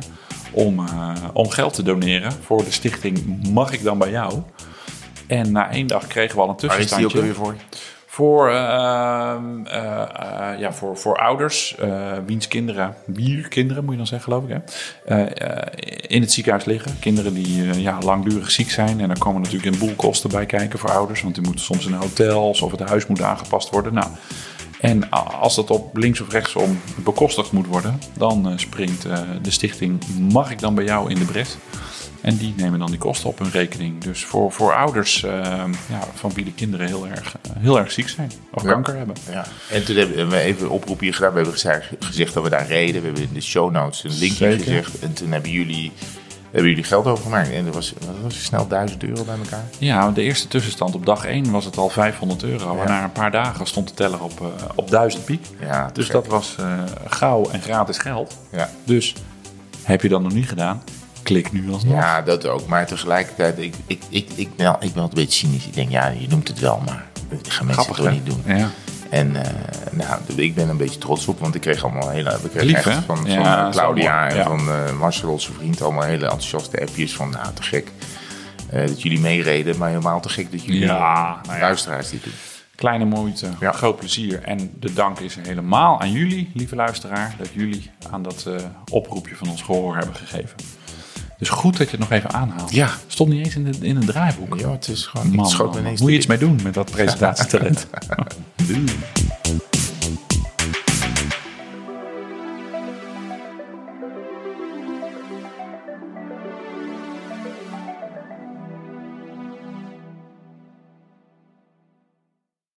om, eh, om geld te doneren voor de stichting Mag ik dan bij jou? En na één dag kregen we al een
Waar is die ook
tussenstandje
weer voor?
voor, ehm, eh, eh, ja, voor, voor ouders, eh wiens kinderen, wier kinderen moet je dan zeggen geloof ik, hè? eh, eh, in het ziekenhuis liggen. Kinderen die eh, ja, langdurig ziek zijn en daar komen natuurlijk een boel kosten bij kijken voor ouders, want die moeten soms in hotels of het huis moet aangepast worden. Nou, en a- als dat op links of rechtsom bekostigd moet worden, dan eh, springt eh, de stichting Mag ik dan bij jou in de bres? En die nemen dan die kosten op hun rekening. Dus voor, voor ouders eh, ja, van wie de kinderen heel erg, eh, heel erg ziek zijn of kanker hebben.
Ja. En toen hebben we even een oproep hier gedaan. We hebben gezegd, gezegd dat we daar reden. We hebben in de show notes een linkje
Zeker.
gezegd. En toen hebben jullie, hebben jullie geld overgemaakt. En dat was, wat was het, snel 1000 euro bij elkaar.
Ja, de eerste tussenstand op dag 1 was het al 500 euro. En na een paar dagen stond de teller op, eh, op 1000 piek.
Ja, te
dus
gek.
dat was eh, gauw en gratis geld.
Ja.
Dus heb je dat nog niet gedaan? Klik nu alsnog.
Ja, dat ook. Maar tegelijkertijd, ik, ik, ik, ik, ben, ik ben altijd een beetje cynisch. Ik denk, ja, je noemt het wel, maar dat gaan mensen
Grappig,
toch
hè?
niet doen.
Ja.
En eh, nou, ik ben een beetje trots op, want ik kreeg allemaal hele... We kregen
Lief,
echt
hè?
van, van
Ja, dat is
Claudia en
allemaal-
van eh Marcel, onze vriend, allemaal hele enthousiaste appjes van, nou, te gek. eh, dat jullie meereden, maar helemaal te gek dat jullie
Ja, nou ja.
luisteraars dit doen.
Kleine moeite,
Ja.
groot plezier. En de dank is helemaal aan jullie, lieve luisteraar, dat jullie aan dat eh, oproepje van ons gehoor hebben gegeven. Dus goed dat je het nog even aanhaalt.
Ja.
Stond niet eens in, de, in het draaiboek.
Ja, het is gewoon...
Man,
ik schoot me
man, man.
ineens
moet je
te (laughs)
iets mee doen met dat presentatietalent.
binnen.